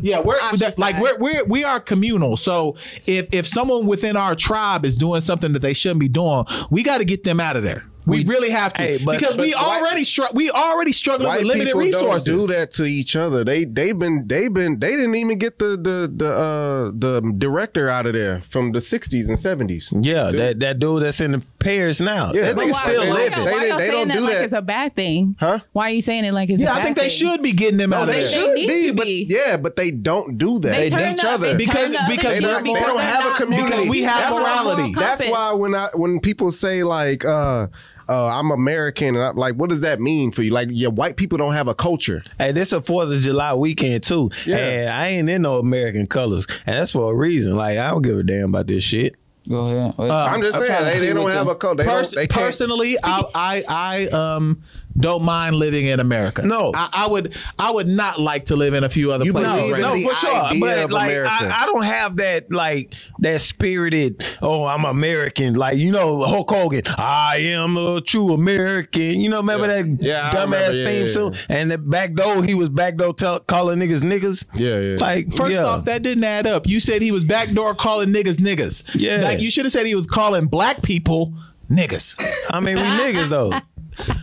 Speaker 4: Yeah, we're
Speaker 10: Ostracized.
Speaker 4: that, like we're, we're we are communal. So if if someone within our tribe is doing something that they shouldn't be doing, we got to get them out of there. We, really have to
Speaker 1: Hey, but-
Speaker 4: because we
Speaker 1: but white-
Speaker 4: already str- we already struggling
Speaker 5: White
Speaker 4: with limited
Speaker 5: people
Speaker 4: resources.
Speaker 5: don't do that to each other. They they been they been they didn't even get the the the uh, the director out of there from the '60s and '70s.
Speaker 1: Yeah, that, that dude that's in the Paris now.
Speaker 5: Yeah,
Speaker 1: that
Speaker 5: but
Speaker 1: nigga
Speaker 5: why-
Speaker 1: still
Speaker 5: why-
Speaker 1: living.
Speaker 5: They-
Speaker 7: why y'all
Speaker 5: they don't
Speaker 7: saying that
Speaker 5: do
Speaker 7: like
Speaker 5: that.
Speaker 7: it's a bad thing?
Speaker 5: Huh?
Speaker 7: Why are you saying it like it's
Speaker 4: Yeah,
Speaker 7: a bad
Speaker 4: I think they
Speaker 7: thing?
Speaker 4: should be getting them out of
Speaker 5: they
Speaker 4: there.
Speaker 10: should. need to
Speaker 5: but
Speaker 10: be.
Speaker 5: yeah, but they don't do that
Speaker 10: They
Speaker 5: to
Speaker 10: turn
Speaker 5: each
Speaker 10: up,
Speaker 5: other.
Speaker 10: they turn
Speaker 4: Because-
Speaker 10: up,
Speaker 4: because
Speaker 10: they
Speaker 5: they
Speaker 10: not-
Speaker 5: don't, they don't
Speaker 10: because
Speaker 5: have
Speaker 10: they're
Speaker 5: a
Speaker 10: not-
Speaker 5: community.
Speaker 4: because we have
Speaker 5: that's why-
Speaker 4: morality.
Speaker 5: that's why when I when people say like uh uh I'm American and I'm like what does that mean for you? Like yeah, white people don't have a culture.
Speaker 1: Hey, this a Fourth of July weekend too,
Speaker 5: Yeah.
Speaker 1: and I ain't in no American colors, and that's for a reason. Like I don't give a damn about this shit. Uh,
Speaker 3: Go ahead.
Speaker 5: I'm just saying they, they don't have a culture. They don't-
Speaker 4: Pers-
Speaker 5: they can't-
Speaker 4: personally, I, I I um don't mind living in America.
Speaker 1: No.
Speaker 4: I, I would I would not like to live in a few other
Speaker 5: You
Speaker 4: places.
Speaker 5: believe
Speaker 4: right
Speaker 5: in
Speaker 4: now.
Speaker 5: the idea
Speaker 1: but
Speaker 5: of
Speaker 1: like
Speaker 5: America.
Speaker 1: I, I don't have that like that spirited. Oh, I'm American. Like you know Hulk Hogan. I am a true American. You know, remember that
Speaker 5: Yeah, I
Speaker 1: dumbass
Speaker 5: remember. Yeah,
Speaker 1: theme
Speaker 5: yeah,
Speaker 1: song? And the back though he was back though tell, calling niggas niggas.
Speaker 5: Yeah, yeah.
Speaker 1: Like
Speaker 4: First
Speaker 1: yeah.
Speaker 4: off, that didn't add up. You said he was backdoor calling niggas niggas.
Speaker 1: Yeah.
Speaker 4: Like you should have said he was calling black people niggas.
Speaker 1: I mean we niggas though.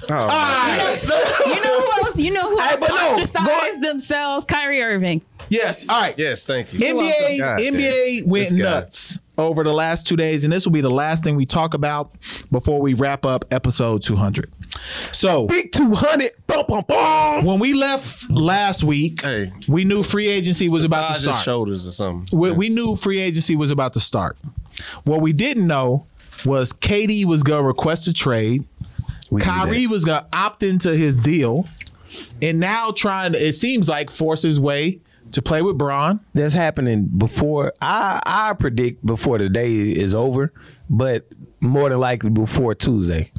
Speaker 5: Oh,
Speaker 7: You know who else? You know who
Speaker 1: Hey,
Speaker 7: else
Speaker 1: but no,
Speaker 7: ostracized themselves? Kyrie Irving.
Speaker 4: yes. All right.
Speaker 5: yes, thank you.
Speaker 4: NBA
Speaker 5: God damn.
Speaker 4: NBA went
Speaker 5: This guy.
Speaker 4: nuts over the last two days, and this will be the last thing we talk about before we wrap up episode 200. So
Speaker 1: Big two hundred. Bum bum bum.
Speaker 4: when we left last week,
Speaker 5: Hey.
Speaker 4: we knew free agency was about to
Speaker 5: Massage his
Speaker 4: start.
Speaker 5: shoulders or something.
Speaker 4: Um, we, we knew free agency was about to start. What we didn't know was KD was going to request a trade. Kyrie was going to opt into his deal, and now trying to it seems like force his way to play with Braun.
Speaker 1: that's happening before I I predict before the day is over, but more than likely before Tuesday.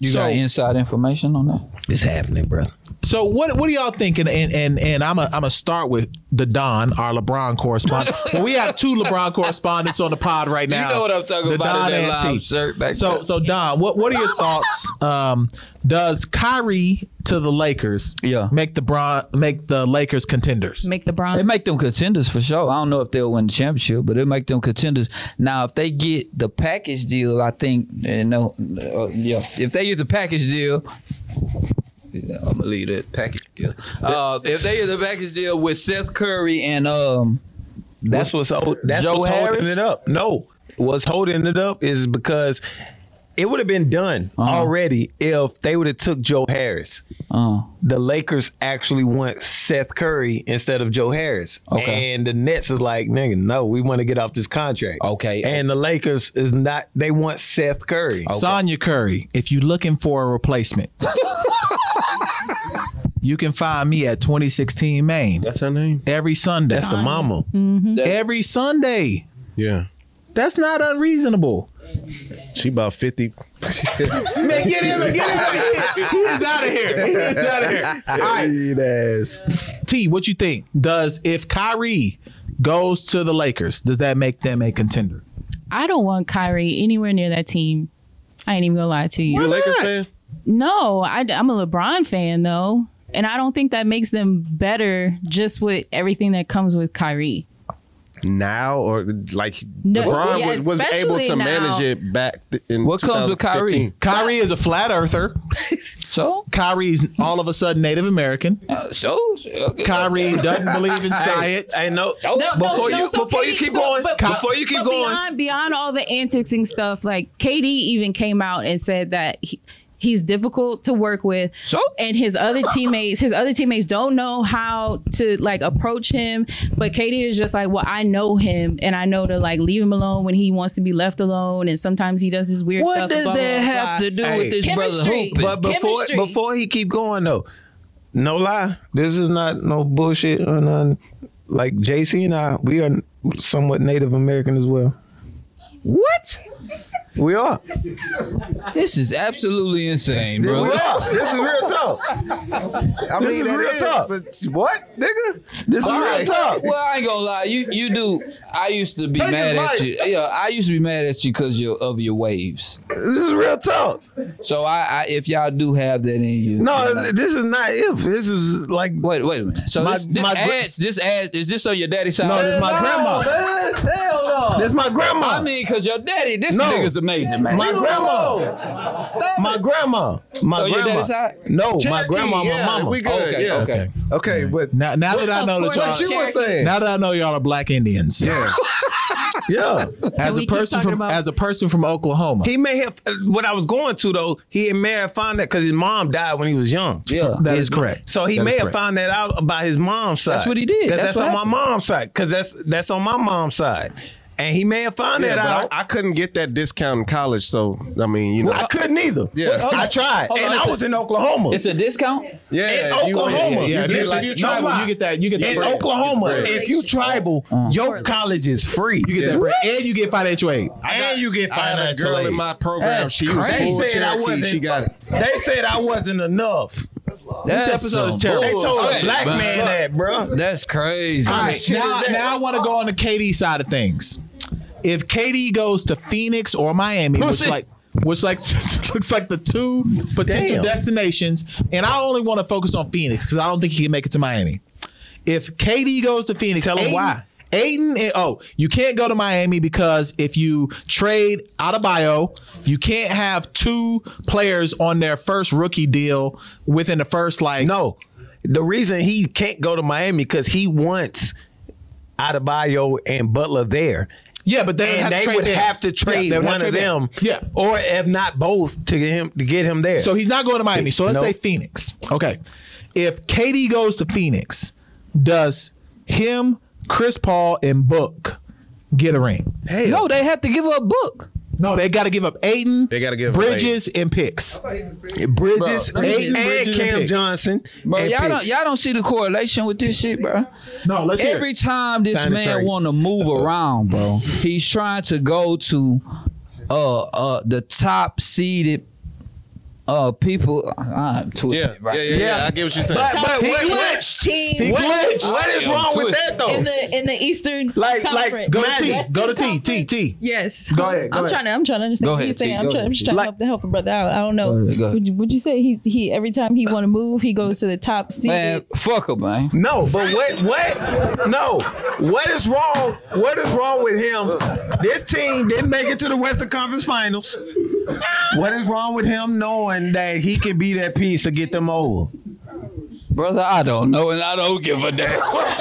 Speaker 3: You got inside information on that?
Speaker 1: It's happening, bro.
Speaker 4: So what what do y'all think? And and and, and I'm a, I'm gonna start with the Don, our LeBron correspondent. well, we have two LeBron correspondents on the pod right now. The Don and T. So so Don, what what are your thoughts? Um, does Kyrie to the Lakers
Speaker 3: Yeah.
Speaker 4: make the Bron make the Lakers contenders?
Speaker 7: Make the Bronx.
Speaker 3: It make them contenders for sure. I don't know if they'll win the championship, but it make them contenders. Now, if they get the package deal, I think you know, uh, yeah. If they get the package deal, I'm gonna leave that package deal. Uh, if they get the package deal with Seth Curry and um,
Speaker 1: That's what's ho- that's
Speaker 3: Joe
Speaker 1: what's holding
Speaker 3: Harris?
Speaker 1: it up. No, what's holding it up is because it would have been done
Speaker 3: Uh-huh.
Speaker 1: already if they would have took Joe Harris.
Speaker 3: uh,
Speaker 1: The Lakers actually want Seth Curry instead of Joe Harris.
Speaker 3: Okay.
Speaker 1: And the Nets is like, nigga, no, we want to get off this contract.
Speaker 3: Okay.
Speaker 1: And the Lakers is not they want Seth Curry.
Speaker 4: Sonya Curry, if you're looking for a replacement, you can find me at 2016 Maine
Speaker 5: That's her name.
Speaker 4: every Sunday.
Speaker 1: That's the mama.
Speaker 4: every Sunday.
Speaker 5: Yeah,
Speaker 4: That's not unreasonable.
Speaker 5: she about fifty.
Speaker 4: Man, get him, get him out of here. He's out of here. He's out of here. All right. T, what you think? Does if Kyrie goes to the Lakers, does that make them a contender?
Speaker 7: I don't want Kyrie anywhere near that team. I ain't even gonna lie to you.
Speaker 5: You a Lakers fan?
Speaker 7: No, I, am a LeBron fan though, and I don't think that makes them better just with everything that comes with Kyrie.
Speaker 5: now or like
Speaker 7: No,
Speaker 5: LeBron
Speaker 7: yeah,
Speaker 5: was, was able
Speaker 7: especially
Speaker 5: to
Speaker 7: now.
Speaker 5: manage it back th- in
Speaker 3: What comes with Kyrie?
Speaker 5: 2015.
Speaker 4: Kyrie is a flat earther.
Speaker 3: So,
Speaker 4: Kyrie's all of a sudden Native American.
Speaker 3: uh, so okay.
Speaker 4: Kyrie doesn't believe in science.
Speaker 1: Hey, no,
Speaker 7: No,
Speaker 1: before
Speaker 7: no, no,
Speaker 1: you
Speaker 7: so
Speaker 1: before you
Speaker 7: Katie-
Speaker 1: keep
Speaker 7: so-
Speaker 1: going,
Speaker 7: but-
Speaker 1: before you keep
Speaker 7: but
Speaker 1: going,
Speaker 7: Beyond, beyond all the antics and stuff, like KD even came out and said that he, he's difficult to work with.
Speaker 3: So?
Speaker 7: and his other teammates, his other teammates don't know how to like approach him. But KD is just like, well, I know him, and I know to like leave him alone when he wants to be left alone, and sometimes he does his weird
Speaker 3: what
Speaker 7: stuff.
Speaker 3: does
Speaker 7: blah, blah,
Speaker 3: that
Speaker 7: blah,
Speaker 3: have
Speaker 7: blah.
Speaker 3: to do
Speaker 1: Hey.
Speaker 3: with this brother
Speaker 7: Chemistry.
Speaker 3: hooping?
Speaker 7: But-
Speaker 1: But before
Speaker 7: Chemistry.
Speaker 1: before he keep going though, no lie, this is not no bullshit or none. Like JC and I, we are somewhat Native American as well.
Speaker 3: what?
Speaker 1: We are.
Speaker 3: This is absolutely insane, bro.
Speaker 5: We are.
Speaker 1: This is real talk.
Speaker 5: I mean,
Speaker 1: This is
Speaker 5: that
Speaker 1: real talk.
Speaker 5: But what, nigga?
Speaker 1: This is
Speaker 5: All
Speaker 1: real
Speaker 5: right.
Speaker 1: talk.
Speaker 3: Well, I ain't gonna lie. You you do. I used to be
Speaker 5: Take
Speaker 3: mad
Speaker 5: his
Speaker 3: at
Speaker 5: mic.
Speaker 3: you. Yeah, I used to be mad at you because you of your waves.
Speaker 1: This is real talk.
Speaker 3: So I, I if y'all do have that in you.
Speaker 1: No, this is not if. This is like
Speaker 3: Wait, wait a minute. So
Speaker 1: My-
Speaker 3: this, this
Speaker 1: my gra-
Speaker 3: adds, this adds, is this on your daddy's side?
Speaker 1: no, this is my grandma.
Speaker 5: Man, hell no.
Speaker 1: This is my grandma.
Speaker 3: I mean, cause your daddy, this
Speaker 1: No.
Speaker 3: nigga's amazing, man.
Speaker 1: my grandma.
Speaker 5: Oh.
Speaker 1: My grandma. My
Speaker 3: Oh, your
Speaker 1: Oh, grandma.
Speaker 3: daddy's side?
Speaker 1: No, my
Speaker 5: Cherokee,
Speaker 1: grandma,
Speaker 5: yeah,
Speaker 1: my mama. Mm.
Speaker 5: We good.
Speaker 3: okay,
Speaker 5: yeah.
Speaker 3: okay.
Speaker 5: Okay, but
Speaker 4: now, now that I
Speaker 7: Of
Speaker 4: know that
Speaker 7: course,
Speaker 4: y'all,
Speaker 5: what you were
Speaker 7: Cherokee.
Speaker 5: saying?
Speaker 4: now that I know y'all are black Indians.
Speaker 5: yeah.
Speaker 1: Yeah.
Speaker 4: As a
Speaker 7: we keep
Speaker 4: person
Speaker 7: talking
Speaker 4: from
Speaker 7: about-
Speaker 4: as a person from Oklahoma.
Speaker 1: He may have what I was going to though. He may have found that because his mom died when he was young.
Speaker 3: Yeah.
Speaker 4: That
Speaker 1: His
Speaker 4: is
Speaker 1: mo-
Speaker 4: correct.
Speaker 1: So he
Speaker 4: That
Speaker 1: may
Speaker 4: is
Speaker 1: have
Speaker 4: correct.
Speaker 1: found that out about his mom's side.
Speaker 3: That's what he did.
Speaker 1: 'Cause
Speaker 3: That's
Speaker 1: That's,
Speaker 3: what
Speaker 1: on my
Speaker 3: happened.
Speaker 1: mom's side. Because that's that's on my mom's side, and he may have found
Speaker 5: Yeah,
Speaker 1: that out.
Speaker 5: but I, I couldn't get that discount in college, so I mean, you know,
Speaker 1: I couldn't either.
Speaker 5: Yeah. Hold
Speaker 1: I tried,
Speaker 3: Hold on,
Speaker 1: and I
Speaker 3: it's a-
Speaker 1: was in Oklahoma.
Speaker 3: It's a discount.
Speaker 5: yeah,
Speaker 1: in
Speaker 5: you-
Speaker 1: Oklahoma.
Speaker 5: yeah,
Speaker 4: Yeah, if
Speaker 1: get
Speaker 4: you,
Speaker 1: like-
Speaker 4: if you
Speaker 1: no
Speaker 4: travel,
Speaker 1: lie.
Speaker 4: you get that. You get that.
Speaker 1: in
Speaker 4: bread.
Speaker 1: Oklahoma,
Speaker 5: bread.
Speaker 1: if you tribal,
Speaker 3: Uh-huh.
Speaker 1: your college is free.
Speaker 4: You get that bread, and you get financial aid.
Speaker 1: and you get
Speaker 5: I had a
Speaker 1: financial
Speaker 5: girl
Speaker 1: aid.
Speaker 5: in my program.
Speaker 3: That's
Speaker 5: she was
Speaker 3: crazy.
Speaker 5: full
Speaker 1: They said I
Speaker 5: Cherokee.
Speaker 1: wasn't.
Speaker 5: She got it.
Speaker 1: They said I wasn't enough.
Speaker 3: That's
Speaker 4: episode is
Speaker 3: some
Speaker 4: terrible.
Speaker 1: They told a
Speaker 3: bullshit,
Speaker 1: black
Speaker 3: bro.
Speaker 1: man that, bro.
Speaker 3: That's crazy.
Speaker 4: All right,
Speaker 1: shit is
Speaker 4: now,
Speaker 1: that?
Speaker 4: now I want to go on the KD side of things. If KD goes to Phoenix or Miami, which like which like looks like the two potential
Speaker 1: Damn.
Speaker 4: destinations, and I only want to focus on Phoenix because I don't think he can make it to Miami. If KD goes to Phoenix,
Speaker 1: Tell him
Speaker 4: Ayton-
Speaker 1: why.
Speaker 4: Ayton, and- oh, you can't go to Miami because if you trade out of bio, you can't have two players on their first rookie deal within the first like
Speaker 1: No, the reason he can't go to Miami because he wants Adebayo and Butler there.
Speaker 4: yeah, but they
Speaker 1: and they would have to trade one of them,
Speaker 4: Yeah.
Speaker 1: or if not both, to get him to get him there.
Speaker 4: So he's not going to Miami. So let's
Speaker 1: Nope.
Speaker 4: say Phoenix. Okay. If KD goes to Phoenix, does him, Chris Paul, and Book get a ring?
Speaker 3: No, they have to give her a book.
Speaker 4: No, they got to give up Aiden.
Speaker 5: They gotta give up
Speaker 4: Bridges and picks.
Speaker 1: Bridges,
Speaker 4: Bro,
Speaker 1: and,
Speaker 4: Bridges
Speaker 1: and
Speaker 4: and
Speaker 1: Cam
Speaker 4: picks.
Speaker 1: Johnson,
Speaker 3: Bro,
Speaker 1: and
Speaker 3: y'all don't,
Speaker 1: picks.
Speaker 3: y'all don't see the correlation with this shit, bro.
Speaker 4: No, let's hear
Speaker 3: Every
Speaker 4: it.
Speaker 3: time this
Speaker 1: Sign and
Speaker 3: man
Speaker 1: trade.
Speaker 3: want to move around, bro, he's trying to go to uh uh the top seeded uh people. I'm twisted
Speaker 5: Yeah, yeah,
Speaker 3: right.
Speaker 5: yeah, yeah. I get what you're saying.
Speaker 1: but but
Speaker 4: He
Speaker 1: what, what,
Speaker 4: glitched. He
Speaker 7: Team
Speaker 1: what,
Speaker 4: glitched.
Speaker 1: what is wrong with that though?
Speaker 7: in the in the Eastern
Speaker 1: Like- like,
Speaker 7: Conference.
Speaker 4: Go to T.
Speaker 7: Western
Speaker 4: Go to T. T.
Speaker 7: Conference.
Speaker 4: T.
Speaker 7: Yes.
Speaker 4: Go ahead, go
Speaker 7: I'm
Speaker 4: ahead.
Speaker 7: trying to. I'm trying to understand.
Speaker 3: Go
Speaker 7: what
Speaker 3: ahead,
Speaker 7: he's saying.
Speaker 3: T,
Speaker 7: I'm
Speaker 3: go
Speaker 7: trying,
Speaker 3: ahead,
Speaker 7: I'm
Speaker 3: T.
Speaker 7: just trying to help to help a brother out. I don't know.
Speaker 3: ahead, go ahead.
Speaker 7: Would, you- would you say he he every time he want to move he goes to the top seed?
Speaker 3: Man, fuck him, man.
Speaker 1: No, but what what no. What is wrong? What is wrong with him? This team didn't make it to the Western Conference Finals. What is wrong with him knowing that he can be that piece to get them over?
Speaker 3: Brother, I don't know and I don't give a damn. All right.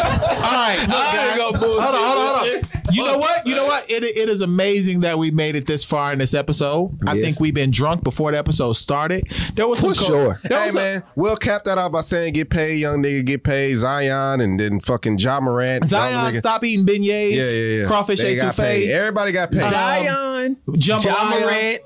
Speaker 3: I ain't gonna bullshit.
Speaker 4: Hold on, hold on, hold on. You know what? You know what? It, it is amazing that we made it this far in this episode. I
Speaker 1: Yes.
Speaker 4: think we've been drunk before the episode started. There was some
Speaker 1: For
Speaker 4: co-
Speaker 1: sure.
Speaker 4: There
Speaker 5: hey
Speaker 4: was a-
Speaker 5: man, we'll cap that out by saying get paid, young nigga get paid, Zion, and then fucking John Morant.
Speaker 4: Zion, stop eating beignets.
Speaker 5: Yeah, yeah, yeah.
Speaker 4: Crawfish
Speaker 5: They got paid.
Speaker 4: etouffee.
Speaker 5: Everybody got paid.
Speaker 1: Zion,
Speaker 4: Jambalaya.
Speaker 1: John Morant,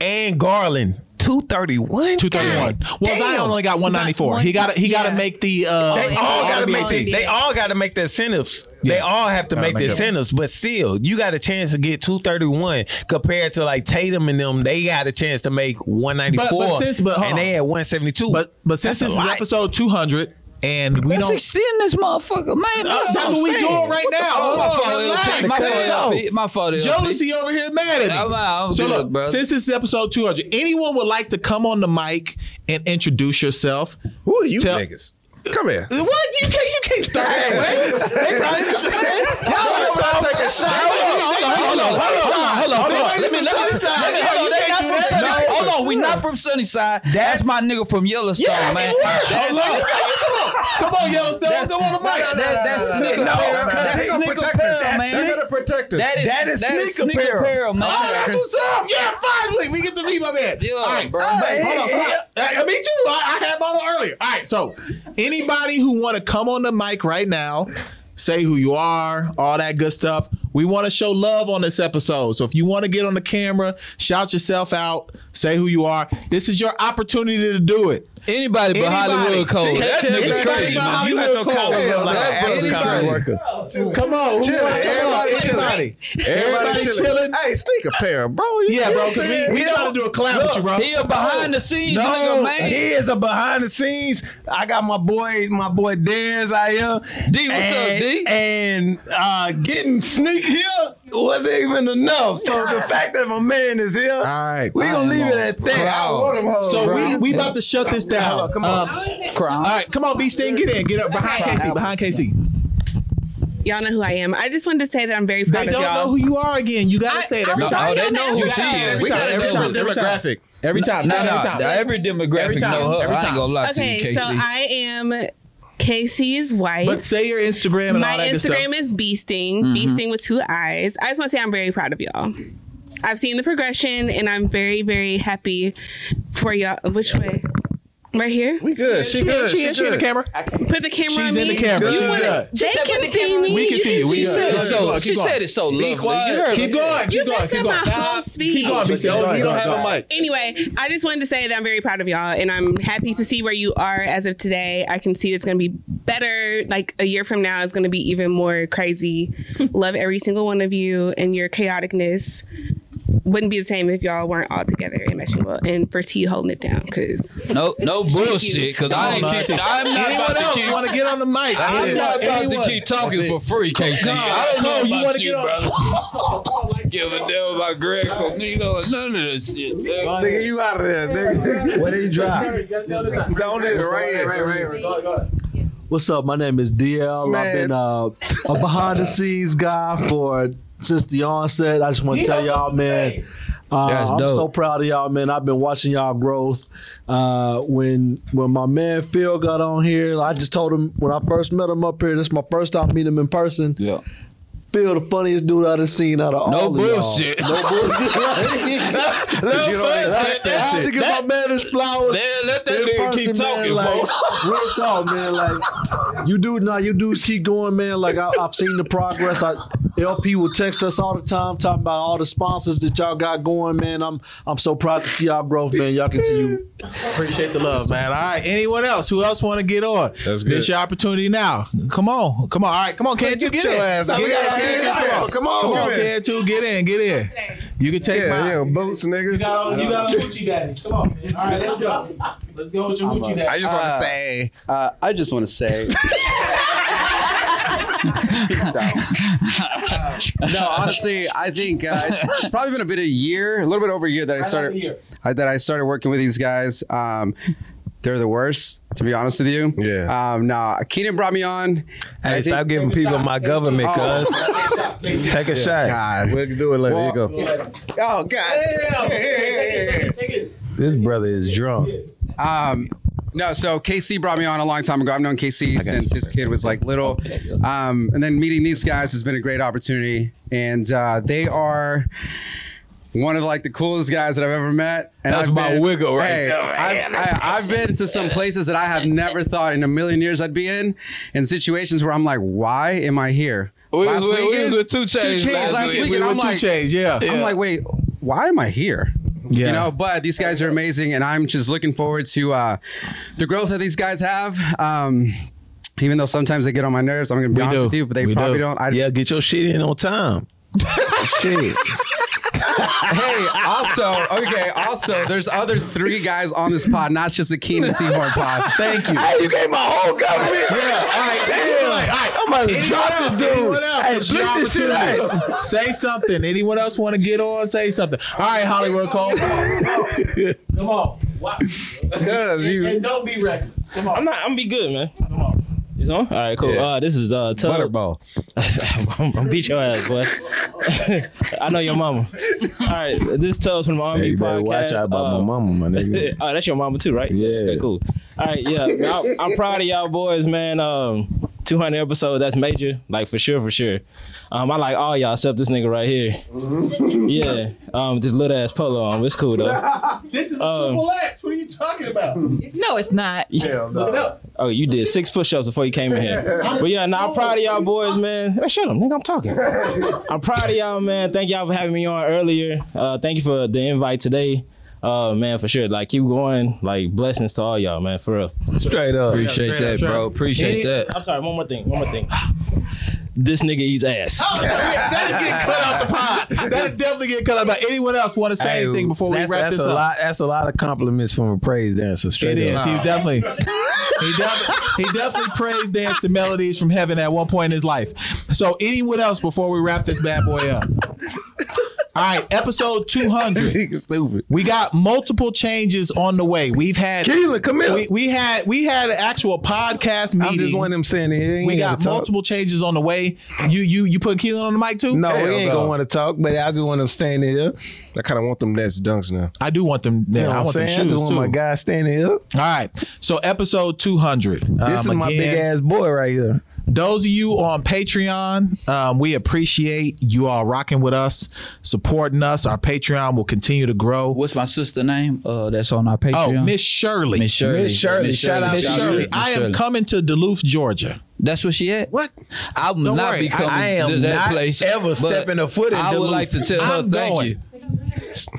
Speaker 1: and Garland. 231?
Speaker 4: Two thirty one. Well,
Speaker 1: damn.
Speaker 4: Zion only got one ninety four.
Speaker 7: one-
Speaker 4: He got he got to
Speaker 7: yeah.
Speaker 4: make the. Uh,
Speaker 1: They all
Speaker 7: NBA.
Speaker 1: gotta make the,
Speaker 7: NBA.
Speaker 1: they all gotta make the incentives. They all have to make the
Speaker 4: make it.
Speaker 1: incentives, but still, you got a chance to get two thirty one compared to like Tatum and them. They got a chance to make one ninety
Speaker 4: But- but
Speaker 1: four,
Speaker 4: since- but hold
Speaker 1: and they
Speaker 4: on.
Speaker 1: had one seventy two.
Speaker 4: but but since this is episode two hundred and we
Speaker 3: Let's
Speaker 4: don't.
Speaker 3: extend this motherfucker, man.
Speaker 4: that's what we doing right now. Hold
Speaker 3: My
Speaker 4: on,
Speaker 3: fault,
Speaker 4: relax,
Speaker 3: LP. My
Speaker 4: man.
Speaker 3: fault, LP. My fault, LP.
Speaker 4: Jodeci over here mad at me.
Speaker 3: I'm out. I'm
Speaker 4: so
Speaker 3: good,
Speaker 4: look,
Speaker 3: bro.
Speaker 4: since this is episode 200, anyone would like to come on the mic and introduce yourself?
Speaker 5: Who are you
Speaker 4: Tell-
Speaker 5: niggas? Come here.
Speaker 4: What you can't you can't start that way.
Speaker 1: That's what I'm
Speaker 4: Oh,
Speaker 3: nigga not from Sunnyside. That's, my nigga from Yellowstone, man. That's,
Speaker 4: Come on, Yellowstone.
Speaker 3: That's-
Speaker 4: Don't wanna
Speaker 3: that-
Speaker 4: make-
Speaker 3: that- that's sneaker apparel. That's
Speaker 5: gonna
Speaker 3: sneaker
Speaker 5: protect us.
Speaker 3: apparel,
Speaker 5: They're
Speaker 3: man.
Speaker 5: gonna protect us.
Speaker 3: That is
Speaker 1: That
Speaker 3: that
Speaker 1: is
Speaker 3: is
Speaker 1: sneaker
Speaker 3: sneaker
Speaker 1: apparel.
Speaker 3: apparel, man.
Speaker 4: Oh, that's what's up. Yeah, finally. We get to meet my man.
Speaker 3: Yeah,
Speaker 4: All right.
Speaker 3: bro.
Speaker 4: Hey, hold on. Stop. Hey, me too. I, I had mine on earlier. All right. So, anybody who want to come on the mic right now, say who you are, all that good stuff. We want to show love on this episode. So, if you want to get on the camera, shout yourself out, say who you are. This is your opportunity to do it.
Speaker 3: Anybody but
Speaker 4: Anybody.
Speaker 3: Hollywood Code. That nigga's
Speaker 4: Anybody
Speaker 3: crazy.
Speaker 4: but
Speaker 3: man.
Speaker 1: You got
Speaker 4: Hollywood
Speaker 1: your collars
Speaker 5: Cole.
Speaker 1: up like an
Speaker 3: That brother's
Speaker 1: African
Speaker 3: crazy.
Speaker 1: worker.
Speaker 4: Come on.
Speaker 5: Chill,
Speaker 4: Come on,
Speaker 5: everybody chilling.
Speaker 4: Everybody.
Speaker 5: Everybody
Speaker 4: Everybody
Speaker 5: chilling.
Speaker 4: chilling.
Speaker 5: Hey, sneaker pair, bro. You
Speaker 4: Yeah,
Speaker 5: know
Speaker 4: bro.
Speaker 5: what I'm
Speaker 4: 'cause We,
Speaker 5: saying?
Speaker 4: we trying to do a collab with you, bro.
Speaker 3: He a behind the scenes
Speaker 1: No,
Speaker 3: nigga, man.
Speaker 1: he is a behind the scenes. I got my boy, my boy Dez out here.
Speaker 3: D, what's up,
Speaker 1: and,
Speaker 3: D?
Speaker 1: And uh, getting sneak here wasn't even enough. So the fact that my man is here,
Speaker 5: right,
Speaker 1: we gonna leave it at
Speaker 5: I
Speaker 1: that.
Speaker 5: want them hoes,
Speaker 4: So
Speaker 5: bro.
Speaker 4: we we about to shut this down.
Speaker 1: Come on.
Speaker 4: Um,
Speaker 3: Crown.
Speaker 4: all right, come on, B Sting, get in, get up behind KC, behind KC.
Speaker 8: Y'all know who I am. I just wanted to say that I'm very
Speaker 4: They
Speaker 8: proud
Speaker 4: don't
Speaker 8: of y'all.
Speaker 4: know who you are again. You gotta
Speaker 8: I-
Speaker 4: say it
Speaker 8: I'm
Speaker 4: every
Speaker 3: No,
Speaker 4: time.
Speaker 3: oh, they know who
Speaker 8: You
Speaker 3: she
Speaker 8: gotta know
Speaker 3: is.
Speaker 8: every
Speaker 3: We
Speaker 8: time,
Speaker 3: gotta
Speaker 8: every
Speaker 3: know
Speaker 8: time,
Speaker 3: who-
Speaker 8: every
Speaker 4: demographic. Every time.
Speaker 3: No,
Speaker 4: every
Speaker 3: no,
Speaker 4: time.
Speaker 3: no, every demographic
Speaker 4: Every time,
Speaker 3: know her.
Speaker 4: every
Speaker 3: I
Speaker 4: time.
Speaker 3: ain't gonna lie
Speaker 8: Okay,
Speaker 3: to you, KC.
Speaker 8: so I am. Casey is white.
Speaker 4: But say your Instagram and all
Speaker 8: My
Speaker 4: that good
Speaker 8: Instagram
Speaker 4: stuff.
Speaker 8: is Beasting,
Speaker 3: Mm-hmm.
Speaker 8: Beasting with two eyes. I just want to say I'm very proud of y'all. I've seen the progression and I'm very, very happy for y'all. Which way? Right here?
Speaker 5: we good. She good.
Speaker 4: She,
Speaker 5: She
Speaker 4: in- she in the
Speaker 5: good.
Speaker 4: camera.
Speaker 8: Put the camera on
Speaker 4: She's
Speaker 8: me.
Speaker 4: in the camera.
Speaker 8: You
Speaker 4: She's
Speaker 8: wanna-
Speaker 4: good.
Speaker 8: They can see me.
Speaker 4: We can see you. We
Speaker 3: she
Speaker 4: good.
Speaker 3: said it so.
Speaker 4: Keep
Speaker 3: she
Speaker 4: going.
Speaker 3: said it so lovely. You heard
Speaker 4: Keep going.
Speaker 8: You
Speaker 4: Keep going.
Speaker 8: messed
Speaker 4: Keep
Speaker 8: up
Speaker 4: going.
Speaker 8: my whole speech.
Speaker 4: Keep going, B Sting.
Speaker 5: Yo, you
Speaker 4: Go
Speaker 5: don't
Speaker 4: ahead,
Speaker 5: have
Speaker 4: go
Speaker 5: a
Speaker 4: ahead.
Speaker 5: mic.
Speaker 8: Anyway, I just wanted to say that I'm very proud of y'all and I'm happy to see where you are as of today. I can see it's going to be better. Like a year from now, it's going to be even more crazy. Love every single one of you and your chaoticness. Wouldn't be the same if y'all weren't all together and meshing well. And for T holding it down, because
Speaker 3: No, no bullshit. Cause I
Speaker 4: Come on,
Speaker 3: ain't.
Speaker 4: Monty.
Speaker 3: Keep, I'm not
Speaker 4: Anyone
Speaker 3: about
Speaker 4: else
Speaker 3: to keep.
Speaker 4: want to get on the mic?
Speaker 3: I'm
Speaker 4: Anyone-
Speaker 3: not about
Speaker 4: anyone?
Speaker 3: to keep talking for free, KC. I don't know
Speaker 4: Cole, you
Speaker 3: about
Speaker 4: wanna
Speaker 3: you,
Speaker 4: get on-
Speaker 3: brother. Give a damn about Greg Cognito. None of this shit. man.
Speaker 5: Nigga, you out of there, nigga.
Speaker 1: What did he drop?
Speaker 6: You gotta stay on this side.
Speaker 5: Down there, right here.
Speaker 6: Go ahead, go ahead.
Speaker 10: What's up? My name is DL.
Speaker 5: Man.
Speaker 10: I've been uh, a behind the scenes guy for since the onset. I just want to tell y'all, man. Uh,
Speaker 3: That's
Speaker 10: I'm
Speaker 3: dope.
Speaker 10: so proud of y'all, man. I've been watching y'all growth. Uh, when when my man Phil got on here, I just told him when I first met him up here. This is my first time meeting him in person.
Speaker 3: Yeah.
Speaker 10: Phil, the funniest dude I've seen out of
Speaker 3: No
Speaker 10: all of y'all.
Speaker 3: bullshit.
Speaker 10: No bullshit.
Speaker 5: You don't
Speaker 10: I
Speaker 5: expect that
Speaker 10: had to
Speaker 5: shit.
Speaker 10: give my man his flowers.
Speaker 3: Let, let that
Speaker 10: In
Speaker 3: nigga
Speaker 10: person,
Speaker 3: keep talking,
Speaker 10: man, like,
Speaker 3: folks.
Speaker 10: Real talk, man. Like you do now, you dudes keep going, man. Like I, I've seen the progress. I, LP will text us all the time, talking about all the sponsors that y'all got going, man. I'm I'm so proud to see y'all growth, man. Y'all continue.
Speaker 4: Appreciate the love, man. All right. Anyone else? Who else want to get on?
Speaker 5: That's good.
Speaker 4: This your opportunity now. Come on. Come on. All right. Come on, Can two, get
Speaker 5: your
Speaker 4: in.
Speaker 5: ass out.
Speaker 4: Get
Speaker 5: We
Speaker 4: in,
Speaker 5: gotta get
Speaker 4: Can two,
Speaker 5: you
Speaker 4: Come
Speaker 5: out.
Speaker 4: on. Come on.
Speaker 5: Come
Speaker 4: Come on,
Speaker 5: on.
Speaker 4: Can two, get in. Get in. You can take
Speaker 5: Yeah, yeah,
Speaker 4: mine.
Speaker 5: boots,
Speaker 6: You
Speaker 5: nigga.
Speaker 6: got all, you got all Gucci daddies. Come on. man. All right, let's go. Let's go with your Gucci daddy.
Speaker 5: I just want to say,
Speaker 11: Uh, I just want to say. no, honestly, I think uh, it's, it's probably been a bit a year, a little bit over a year that I
Speaker 6: Start
Speaker 11: started
Speaker 6: here.
Speaker 11: I, that I started working with these guys. Um, they're the worst, to be honest with you.
Speaker 5: Yeah.
Speaker 11: Um, nah, Keenan brought me on.
Speaker 1: Hey, stop giving people my government,
Speaker 11: Oh.
Speaker 1: cuz. Take a shot.
Speaker 5: God, we'll do it later. Here you go. Oh, God.
Speaker 6: Take it.
Speaker 1: This brother is drunk.
Speaker 11: Um, no, so KC brought me on a long time ago. I've known KC since his kid was like little. Um, and then meeting these guys has been a great opportunity. And uh, they are one of like the coolest guys that I've ever met. And
Speaker 3: That's
Speaker 11: I've
Speaker 3: my
Speaker 11: been,
Speaker 3: wiggle right
Speaker 11: Hey,
Speaker 3: there,
Speaker 11: I've, I, I've been to some places that I have never thought in a million years I'd be in, in situations where I'm like, why am I here?
Speaker 3: We was with- we was
Speaker 11: weekend-
Speaker 3: with Two Chainz
Speaker 11: Two
Speaker 3: last
Speaker 11: chains last
Speaker 3: week.
Speaker 11: week.
Speaker 3: We
Speaker 11: and
Speaker 4: With
Speaker 11: I'm
Speaker 4: two
Speaker 11: like,
Speaker 4: chains. Yeah.
Speaker 11: I'm like, wait, why am I here?
Speaker 4: Yeah.
Speaker 11: You know, but these guys are amazing, and I'm just looking forward to uh, the growth that these guys have. Um, even though sometimes they get on my nerves, I'm going to be
Speaker 4: We
Speaker 11: honest
Speaker 4: do.
Speaker 11: with you, but they
Speaker 4: We
Speaker 11: probably
Speaker 4: do.
Speaker 11: not I,
Speaker 1: Yeah, get your shit in on time. shit.
Speaker 11: Hey, also, okay, also, there's other three guys on this pod, not just the Keen and Seahorn pod.
Speaker 4: Thank you.
Speaker 1: Hey, you gave my whole government.
Speaker 4: Yeah, all right,
Speaker 1: Damn.
Speaker 4: all right.
Speaker 1: I'm about to
Speaker 4: Anyone
Speaker 1: drop
Speaker 4: else?
Speaker 1: this dude.
Speaker 4: Anyone else?
Speaker 1: Hey,
Speaker 4: It's your
Speaker 1: flip this shit
Speaker 4: opportunity.
Speaker 1: out.
Speaker 4: Say something. Anyone else want to get on? Say something. All right, Hollywood Cole.
Speaker 6: Come on. Wow.
Speaker 5: Cuz
Speaker 6: And
Speaker 5: you.
Speaker 6: don't be reckless. Come on.
Speaker 9: I'm not. I'm gonna be good, man.
Speaker 6: Come on.
Speaker 9: It's on? All right, cool.
Speaker 5: Yeah.
Speaker 9: Uh, this is uh, Tub.
Speaker 5: Butterball.
Speaker 9: I'm gonna beat your ass, boy. I know your mama. All right, this is Tubbs from the Army
Speaker 1: Hey, you better
Speaker 9: podcast.
Speaker 1: watch out about
Speaker 9: Uh,
Speaker 1: my mama, my nigga.
Speaker 9: oh, that's your mama too, right? Yeah. cool. All right, yeah. I, I'm proud of y'all boys, man. Um, 200 episodes, that's major, like for sure, for sure. Um, I like all y'all except this nigga right here.
Speaker 1: Mm-hmm.
Speaker 9: Yeah. Um, this little ass polo on. It's cool though.
Speaker 6: This is
Speaker 3: Uh,
Speaker 9: Um,
Speaker 6: a triple X. What are you talking about?
Speaker 7: No, it's not.
Speaker 6: Look it up.
Speaker 9: Oh, you did six push-ups before you came in here. But yeah, nah, I'm proud of y'all boys, man. Hey, shut up, nigga. I'm talking. I'm proud of y'all, man. Thank y'all for having me on earlier. Uh, thank you for the invite today. Uh, man, for sure. Like, keep going. Like, blessings to all y'all, man. For real.
Speaker 1: Straight up.
Speaker 3: Appreciate that, bro. Appreciate
Speaker 9: Any-
Speaker 3: that.
Speaker 9: I'm sorry. One more thing. One more thing. This nigga eats ass.
Speaker 4: Oh, that that is getting cut out the pod. That is definitely getting cut out. But anyone else want to say
Speaker 1: Hey,
Speaker 4: anything before we
Speaker 1: that's-
Speaker 4: wrap
Speaker 1: that's
Speaker 4: this
Speaker 1: a
Speaker 4: up?
Speaker 1: Lot, that's a lot of compliments from a praise dancer. Straight
Speaker 4: It is.
Speaker 1: up.
Speaker 4: He definitely. He definitely, he definitely praised dance to melodies from heaven at one point in his life. So, anyone else before we wrap this bad boy up? All right, episode 200.
Speaker 5: Nigga stupid.
Speaker 4: We got multiple changes on the way. We've had
Speaker 1: Keelan, come here.
Speaker 4: We, we had we had an actual podcast meeting.
Speaker 1: I'm just one of them saying it. He ain't
Speaker 4: we
Speaker 1: gotta
Speaker 4: got
Speaker 1: talk.
Speaker 4: multiple changes on the way. You you you put Keelan on the mic too?
Speaker 1: No, we
Speaker 5: Hell
Speaker 1: ain't
Speaker 5: no.
Speaker 1: gonna want to talk, but I just want them standing here.
Speaker 5: I kind of want them Nets dunks now.
Speaker 4: I do want them.
Speaker 1: You know
Speaker 4: I
Speaker 1: what I'm
Speaker 4: want them
Speaker 1: saying? I
Speaker 4: shoes
Speaker 1: just
Speaker 4: too.
Speaker 1: want my guy standing here.
Speaker 4: All right. So episode 200.
Speaker 1: This is my big ass boy right here.
Speaker 4: Those of you on Patreon, um, we appreciate you all rocking with us, supporting us. Our Patreon will continue to grow.
Speaker 3: What's my sister name? Uh, that's on our
Speaker 4: Oh,
Speaker 3: Patreon.
Speaker 4: Miss Shirley.
Speaker 3: Miss Shirley.
Speaker 1: Miss Shirley. Shout out
Speaker 4: Miss
Speaker 1: Miss
Speaker 4: Shirley. I am coming to Duluth, Georgia.
Speaker 3: That's where she at. What? I will not
Speaker 4: worry.
Speaker 3: be coming
Speaker 1: I am
Speaker 3: to that
Speaker 1: not
Speaker 3: place.
Speaker 1: ever
Speaker 3: but
Speaker 1: stepping a foot in
Speaker 3: I would
Speaker 1: Duluth.
Speaker 3: like to tell her
Speaker 4: I'm
Speaker 3: thank
Speaker 4: going.
Speaker 3: you.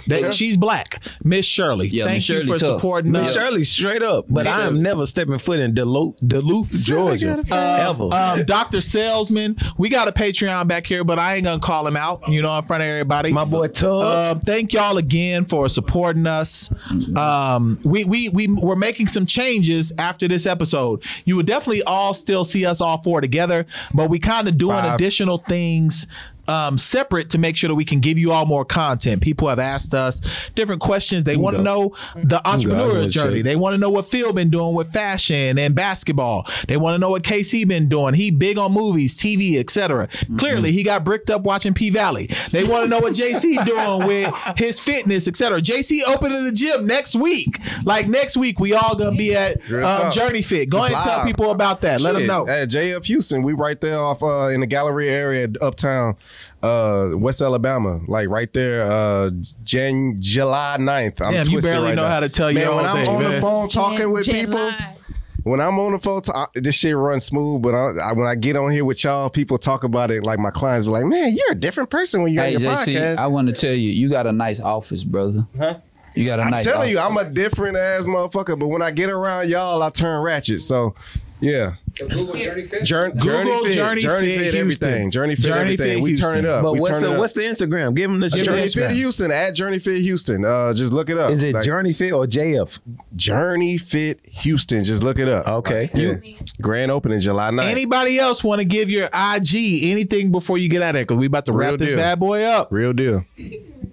Speaker 4: That she's black. Miss Shirley.
Speaker 3: Yeah,
Speaker 4: Thank
Speaker 3: Miss
Speaker 4: you
Speaker 3: Shirley
Speaker 4: for
Speaker 3: tough.
Speaker 4: supporting
Speaker 1: Miss
Speaker 4: us.
Speaker 1: Shirley, straight up. But I am never stepping foot in Duluth, Duluth Georgia, ever.
Speaker 4: Um, Dr. Salesman, we got a Patreon back here, but I ain't gonna call him out, you know, in front of everybody.
Speaker 1: my boy Tubbs.
Speaker 4: Um, thank y'all again for supporting us. Um, we we we we're making some changes after this episode. You will definitely all still see us all four together, but we kind of doing
Speaker 5: Five.
Speaker 4: additional things. Um, separate to make sure that we can give you all more content. People have asked us different questions. They want to know the entrepreneurial
Speaker 1: wanna
Speaker 4: journey.
Speaker 1: check.
Speaker 4: They want to know what Phil been doing with fashion and basketball. They want to know what KC been doing. He big on movies, TV, etc.
Speaker 5: Mm-hmm.
Speaker 4: Clearly, he got bricked up watching P Valley. They want to know what JC doing with his fitness, etc. JC opening the gym next week. Like next week, we all gonna be at
Speaker 5: Real
Speaker 4: um,
Speaker 5: talk.
Speaker 4: Journey Fit. Go
Speaker 5: It's
Speaker 4: ahead and tell
Speaker 5: live.
Speaker 4: people about that. Let them
Speaker 5: Shit,
Speaker 4: know.
Speaker 5: At JF Houston, we right there off uh, in the gallery area at uptown, uh, West Alabama. Like right there, uh, Jan- July 9th. I'm
Speaker 4: Damn, you
Speaker 5: twisted
Speaker 4: barely
Speaker 5: right
Speaker 4: know
Speaker 5: now.
Speaker 4: how to tell
Speaker 5: man,
Speaker 4: your
Speaker 5: when
Speaker 4: own
Speaker 5: I'm
Speaker 4: thing,
Speaker 5: on
Speaker 4: man.
Speaker 5: the phone talking with
Speaker 7: Jen
Speaker 5: people,
Speaker 7: lied.
Speaker 5: when I'm on the phone, t- I- this shit runs smooth. But I, I, when I get on here with y'all, people talk about it. Like my clients be like, "Man, you're a different person when you're
Speaker 3: Hey
Speaker 5: on your
Speaker 3: JC,
Speaker 5: podcast."
Speaker 3: I want to tell you, you got a nice office, brother. Huh? You got a
Speaker 5: I'm
Speaker 3: nice.
Speaker 5: telling
Speaker 3: office.
Speaker 5: you, I'm a different ass motherfucker. But when I get around y'all, I turn ratchet. So, yeah. Jour-
Speaker 4: Google
Speaker 5: Fit,
Speaker 4: Journey Fit Houston.
Speaker 5: everything. Journey Fit
Speaker 4: Journey
Speaker 5: everything.
Speaker 4: Fit
Speaker 5: we turn it
Speaker 4: Houston.
Speaker 5: up.
Speaker 1: but
Speaker 5: we
Speaker 1: what's
Speaker 5: turn
Speaker 1: the
Speaker 5: it up. Uh,
Speaker 1: what's the Instagram? Give him the
Speaker 5: Journey
Speaker 1: shit.
Speaker 5: Fit Houston at Journey Fit Houston. Uh, just look it up.
Speaker 1: Is it
Speaker 5: Like,
Speaker 1: Journey Fit or JF?
Speaker 5: Journey Fit Houston? Just look it up.
Speaker 1: Okay.
Speaker 5: Yeah. Grand opening July 9th.
Speaker 4: Anybody else want to give your IG anything before you get out of here? Because we about to wrap
Speaker 5: Real
Speaker 4: this
Speaker 5: deal.
Speaker 4: bad boy up.
Speaker 5: Real deal.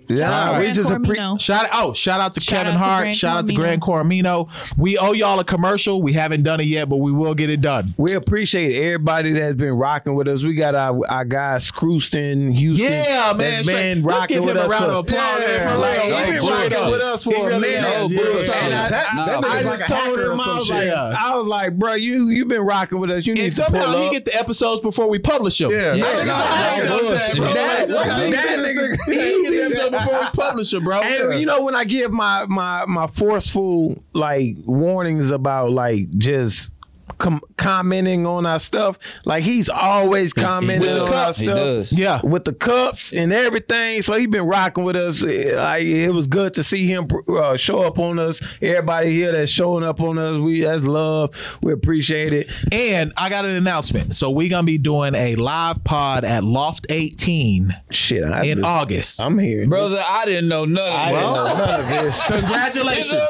Speaker 1: Yeah, we
Speaker 7: Grand
Speaker 1: just appre-
Speaker 7: Cormino.
Speaker 4: Shout out! Oh, shout out to
Speaker 7: Shout
Speaker 4: Kevin
Speaker 7: out to
Speaker 4: Hart.
Speaker 7: Grand
Speaker 4: shout out to
Speaker 7: Cormino.
Speaker 4: Grand Cormino. We owe y'all a commercial. We haven't done it yet, but we will get it done.
Speaker 1: we appreciate everybody that's been rocking with us. We got our, our guy Screwston Houston.
Speaker 4: Yeah, man.
Speaker 1: that's
Speaker 4: straight-
Speaker 1: been
Speaker 4: Let's
Speaker 1: rocking
Speaker 4: give
Speaker 1: with
Speaker 4: him a
Speaker 1: us.
Speaker 4: round of
Speaker 1: for-
Speaker 4: applause.
Speaker 5: Yeah,
Speaker 4: man, for
Speaker 5: like,
Speaker 4: real.
Speaker 5: he
Speaker 4: He
Speaker 5: been
Speaker 4: straight
Speaker 5: rocking
Speaker 4: up.
Speaker 1: with us for
Speaker 4: He
Speaker 1: a
Speaker 4: really
Speaker 1: minute.
Speaker 4: has.
Speaker 1: No bullshit.
Speaker 4: And I-
Speaker 5: That-
Speaker 3: No,
Speaker 5: that
Speaker 3: I
Speaker 5: nigga's
Speaker 4: I
Speaker 5: like
Speaker 4: just
Speaker 5: a
Speaker 4: told
Speaker 5: hacker or
Speaker 4: him I
Speaker 5: some
Speaker 4: was
Speaker 5: shit.
Speaker 4: like, uh,
Speaker 1: I was like, bro, you you've been rocking with us. You need
Speaker 4: and
Speaker 1: to pull
Speaker 4: somehow he
Speaker 1: up.
Speaker 4: get the episodes before we publish them.
Speaker 5: Yeah.
Speaker 4: That
Speaker 5: Yeah.
Speaker 4: nigga's a hacker.
Speaker 5: Nah,
Speaker 4: Does that,
Speaker 5: bullshit.
Speaker 4: bro. Like,
Speaker 5: That-
Speaker 4: wait till
Speaker 5: that
Speaker 4: he
Speaker 5: nigga-
Speaker 4: gets the episode before we publish them, bro.
Speaker 1: And you know when I give my my my forceful like warnings about like just com- commenting on our stuff, like he's always commenting
Speaker 3: will.
Speaker 1: on our
Speaker 3: He
Speaker 1: stuff.
Speaker 3: does.
Speaker 4: Yeah.
Speaker 1: with the cups and everything. So he been rocking with us. Like it was good to see him uh, show up on us. Everybody here that's showing up on us, we that's love. We appreciate it.
Speaker 4: And I got an announcement. So we're gonna be doing a live pod at Loft 18
Speaker 1: Shit, I
Speaker 4: in
Speaker 1: just-
Speaker 4: August.
Speaker 1: I'm here.
Speaker 3: brother. I didn't know nothing.
Speaker 1: Well, none of this.
Speaker 4: Congratulations.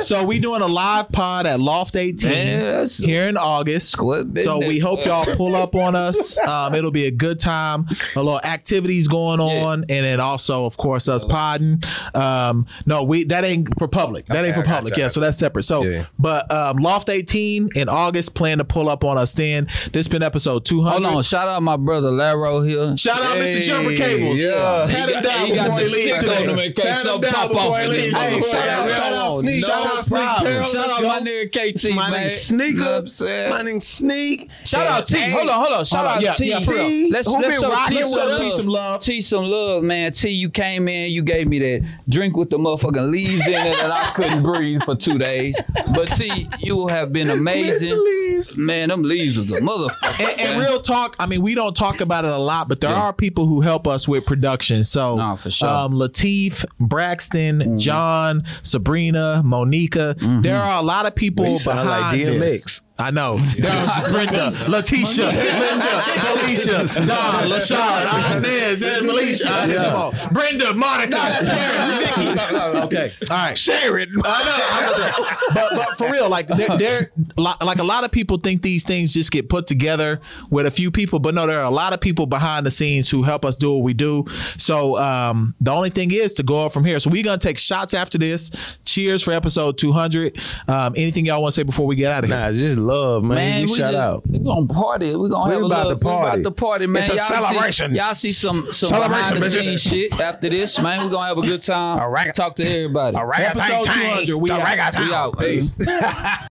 Speaker 4: so we doing a live pod at Loft 18.
Speaker 3: Man, that's-
Speaker 4: here in August. So we hope y'all pull up on us. Um, it'll be a good time. A lot of activities going on, and then also, of course, us podding. Um, no, we that ain't for public. That ain't for
Speaker 5: I gotcha,
Speaker 4: public.
Speaker 5: I
Speaker 4: Yeah, so that's separate. So, but um, Loft 18 in August plan to pull up on us. Then this been episode 200.
Speaker 3: Hold on, shout out my brother Laro here.
Speaker 4: Shout out Mr. Jumper Cables.
Speaker 5: yeah.
Speaker 4: Pat him
Speaker 3: He got-
Speaker 4: down
Speaker 3: he got
Speaker 4: before
Speaker 3: the
Speaker 4: he leaves
Speaker 3: stick on him
Speaker 4: today.
Speaker 3: in case
Speaker 4: Pat him down
Speaker 3: something pop
Speaker 4: before
Speaker 3: off
Speaker 4: he
Speaker 3: in
Speaker 4: leaves.
Speaker 3: this
Speaker 4: Hey,
Speaker 3: motherfucker.
Speaker 4: shout out,
Speaker 3: Shout
Speaker 4: shout
Speaker 3: out
Speaker 4: out, Sneak.
Speaker 3: Sneak.
Speaker 4: Shout out, Sneak. Peril,
Speaker 3: Shout
Speaker 4: let's
Speaker 3: out
Speaker 4: go.
Speaker 3: my nigga KT,
Speaker 1: My
Speaker 3: man.
Speaker 1: name Sneaker.
Speaker 3: You know what I'm saying?
Speaker 1: My name Sneak.
Speaker 3: Shout out T.
Speaker 1: Hey,
Speaker 3: Hold on, hold on. Shout
Speaker 4: hold on.
Speaker 3: out
Speaker 4: Yeah,
Speaker 3: T.
Speaker 4: yeah, for real.
Speaker 3: Let's,
Speaker 4: Who
Speaker 3: let's
Speaker 4: been
Speaker 3: show
Speaker 4: rocking
Speaker 3: T
Speaker 4: with us? T some
Speaker 3: some
Speaker 4: love.
Speaker 3: love. T some love, man. T, you came in, you gave me that drink with the motherfucking leaves in it, and I couldn't breathe for two days. But T, you have been amazing. Man, them leaves was a motherfucker.
Speaker 4: And, and
Speaker 3: man.
Speaker 4: real talk, I mean, we don't talk about it a lot, but there are people who help us with production. So,
Speaker 3: Nah, for sure.
Speaker 4: um, Latif, Braxton,
Speaker 1: Mm-hmm.
Speaker 4: John, Sabrina, Monica.
Speaker 3: Mm-hmm.
Speaker 4: There are a lot of people
Speaker 1: Well, you sound
Speaker 4: behind
Speaker 1: like
Speaker 4: this.
Speaker 1: DMX.
Speaker 4: I know. There's Brenda, Letitia, Linda, Felicia, Don, Lashard, Inez, there's Felicia. Come on. Brenda, Monica. that's Karen. okay. All right.
Speaker 1: Share it.
Speaker 4: I know. I know. but, but for real, like there, there, li- like a lot of people think these things just get put together with a few people, but no, there are a lot of people behind the scenes who help us do what we do. So um, the only thing is to go up from here. So we're gonna take shots after this. Cheers for episode 200. Um, anything y'all want to say before we get out of here?
Speaker 1: Nah, it's just love, man. you
Speaker 3: we
Speaker 1: shout
Speaker 3: just-
Speaker 1: out.
Speaker 3: We gonna party. We gonna
Speaker 1: We
Speaker 3: have
Speaker 1: about
Speaker 3: a little,
Speaker 1: to
Speaker 3: We
Speaker 1: party.
Speaker 3: about to party, man.
Speaker 1: It's a
Speaker 3: y'all
Speaker 1: celebration.
Speaker 3: See, y'all see some some
Speaker 1: Celebration,
Speaker 3: behind the
Speaker 1: bitches.
Speaker 3: scenes shit after this, man. We gonna have a good time.
Speaker 1: All right.
Speaker 3: Talk to everybody.
Speaker 1: All right,
Speaker 4: Episode
Speaker 1: I think-
Speaker 4: 200, we
Speaker 1: All
Speaker 4: out.
Speaker 1: right, I think-
Speaker 3: We out.
Speaker 1: Peace.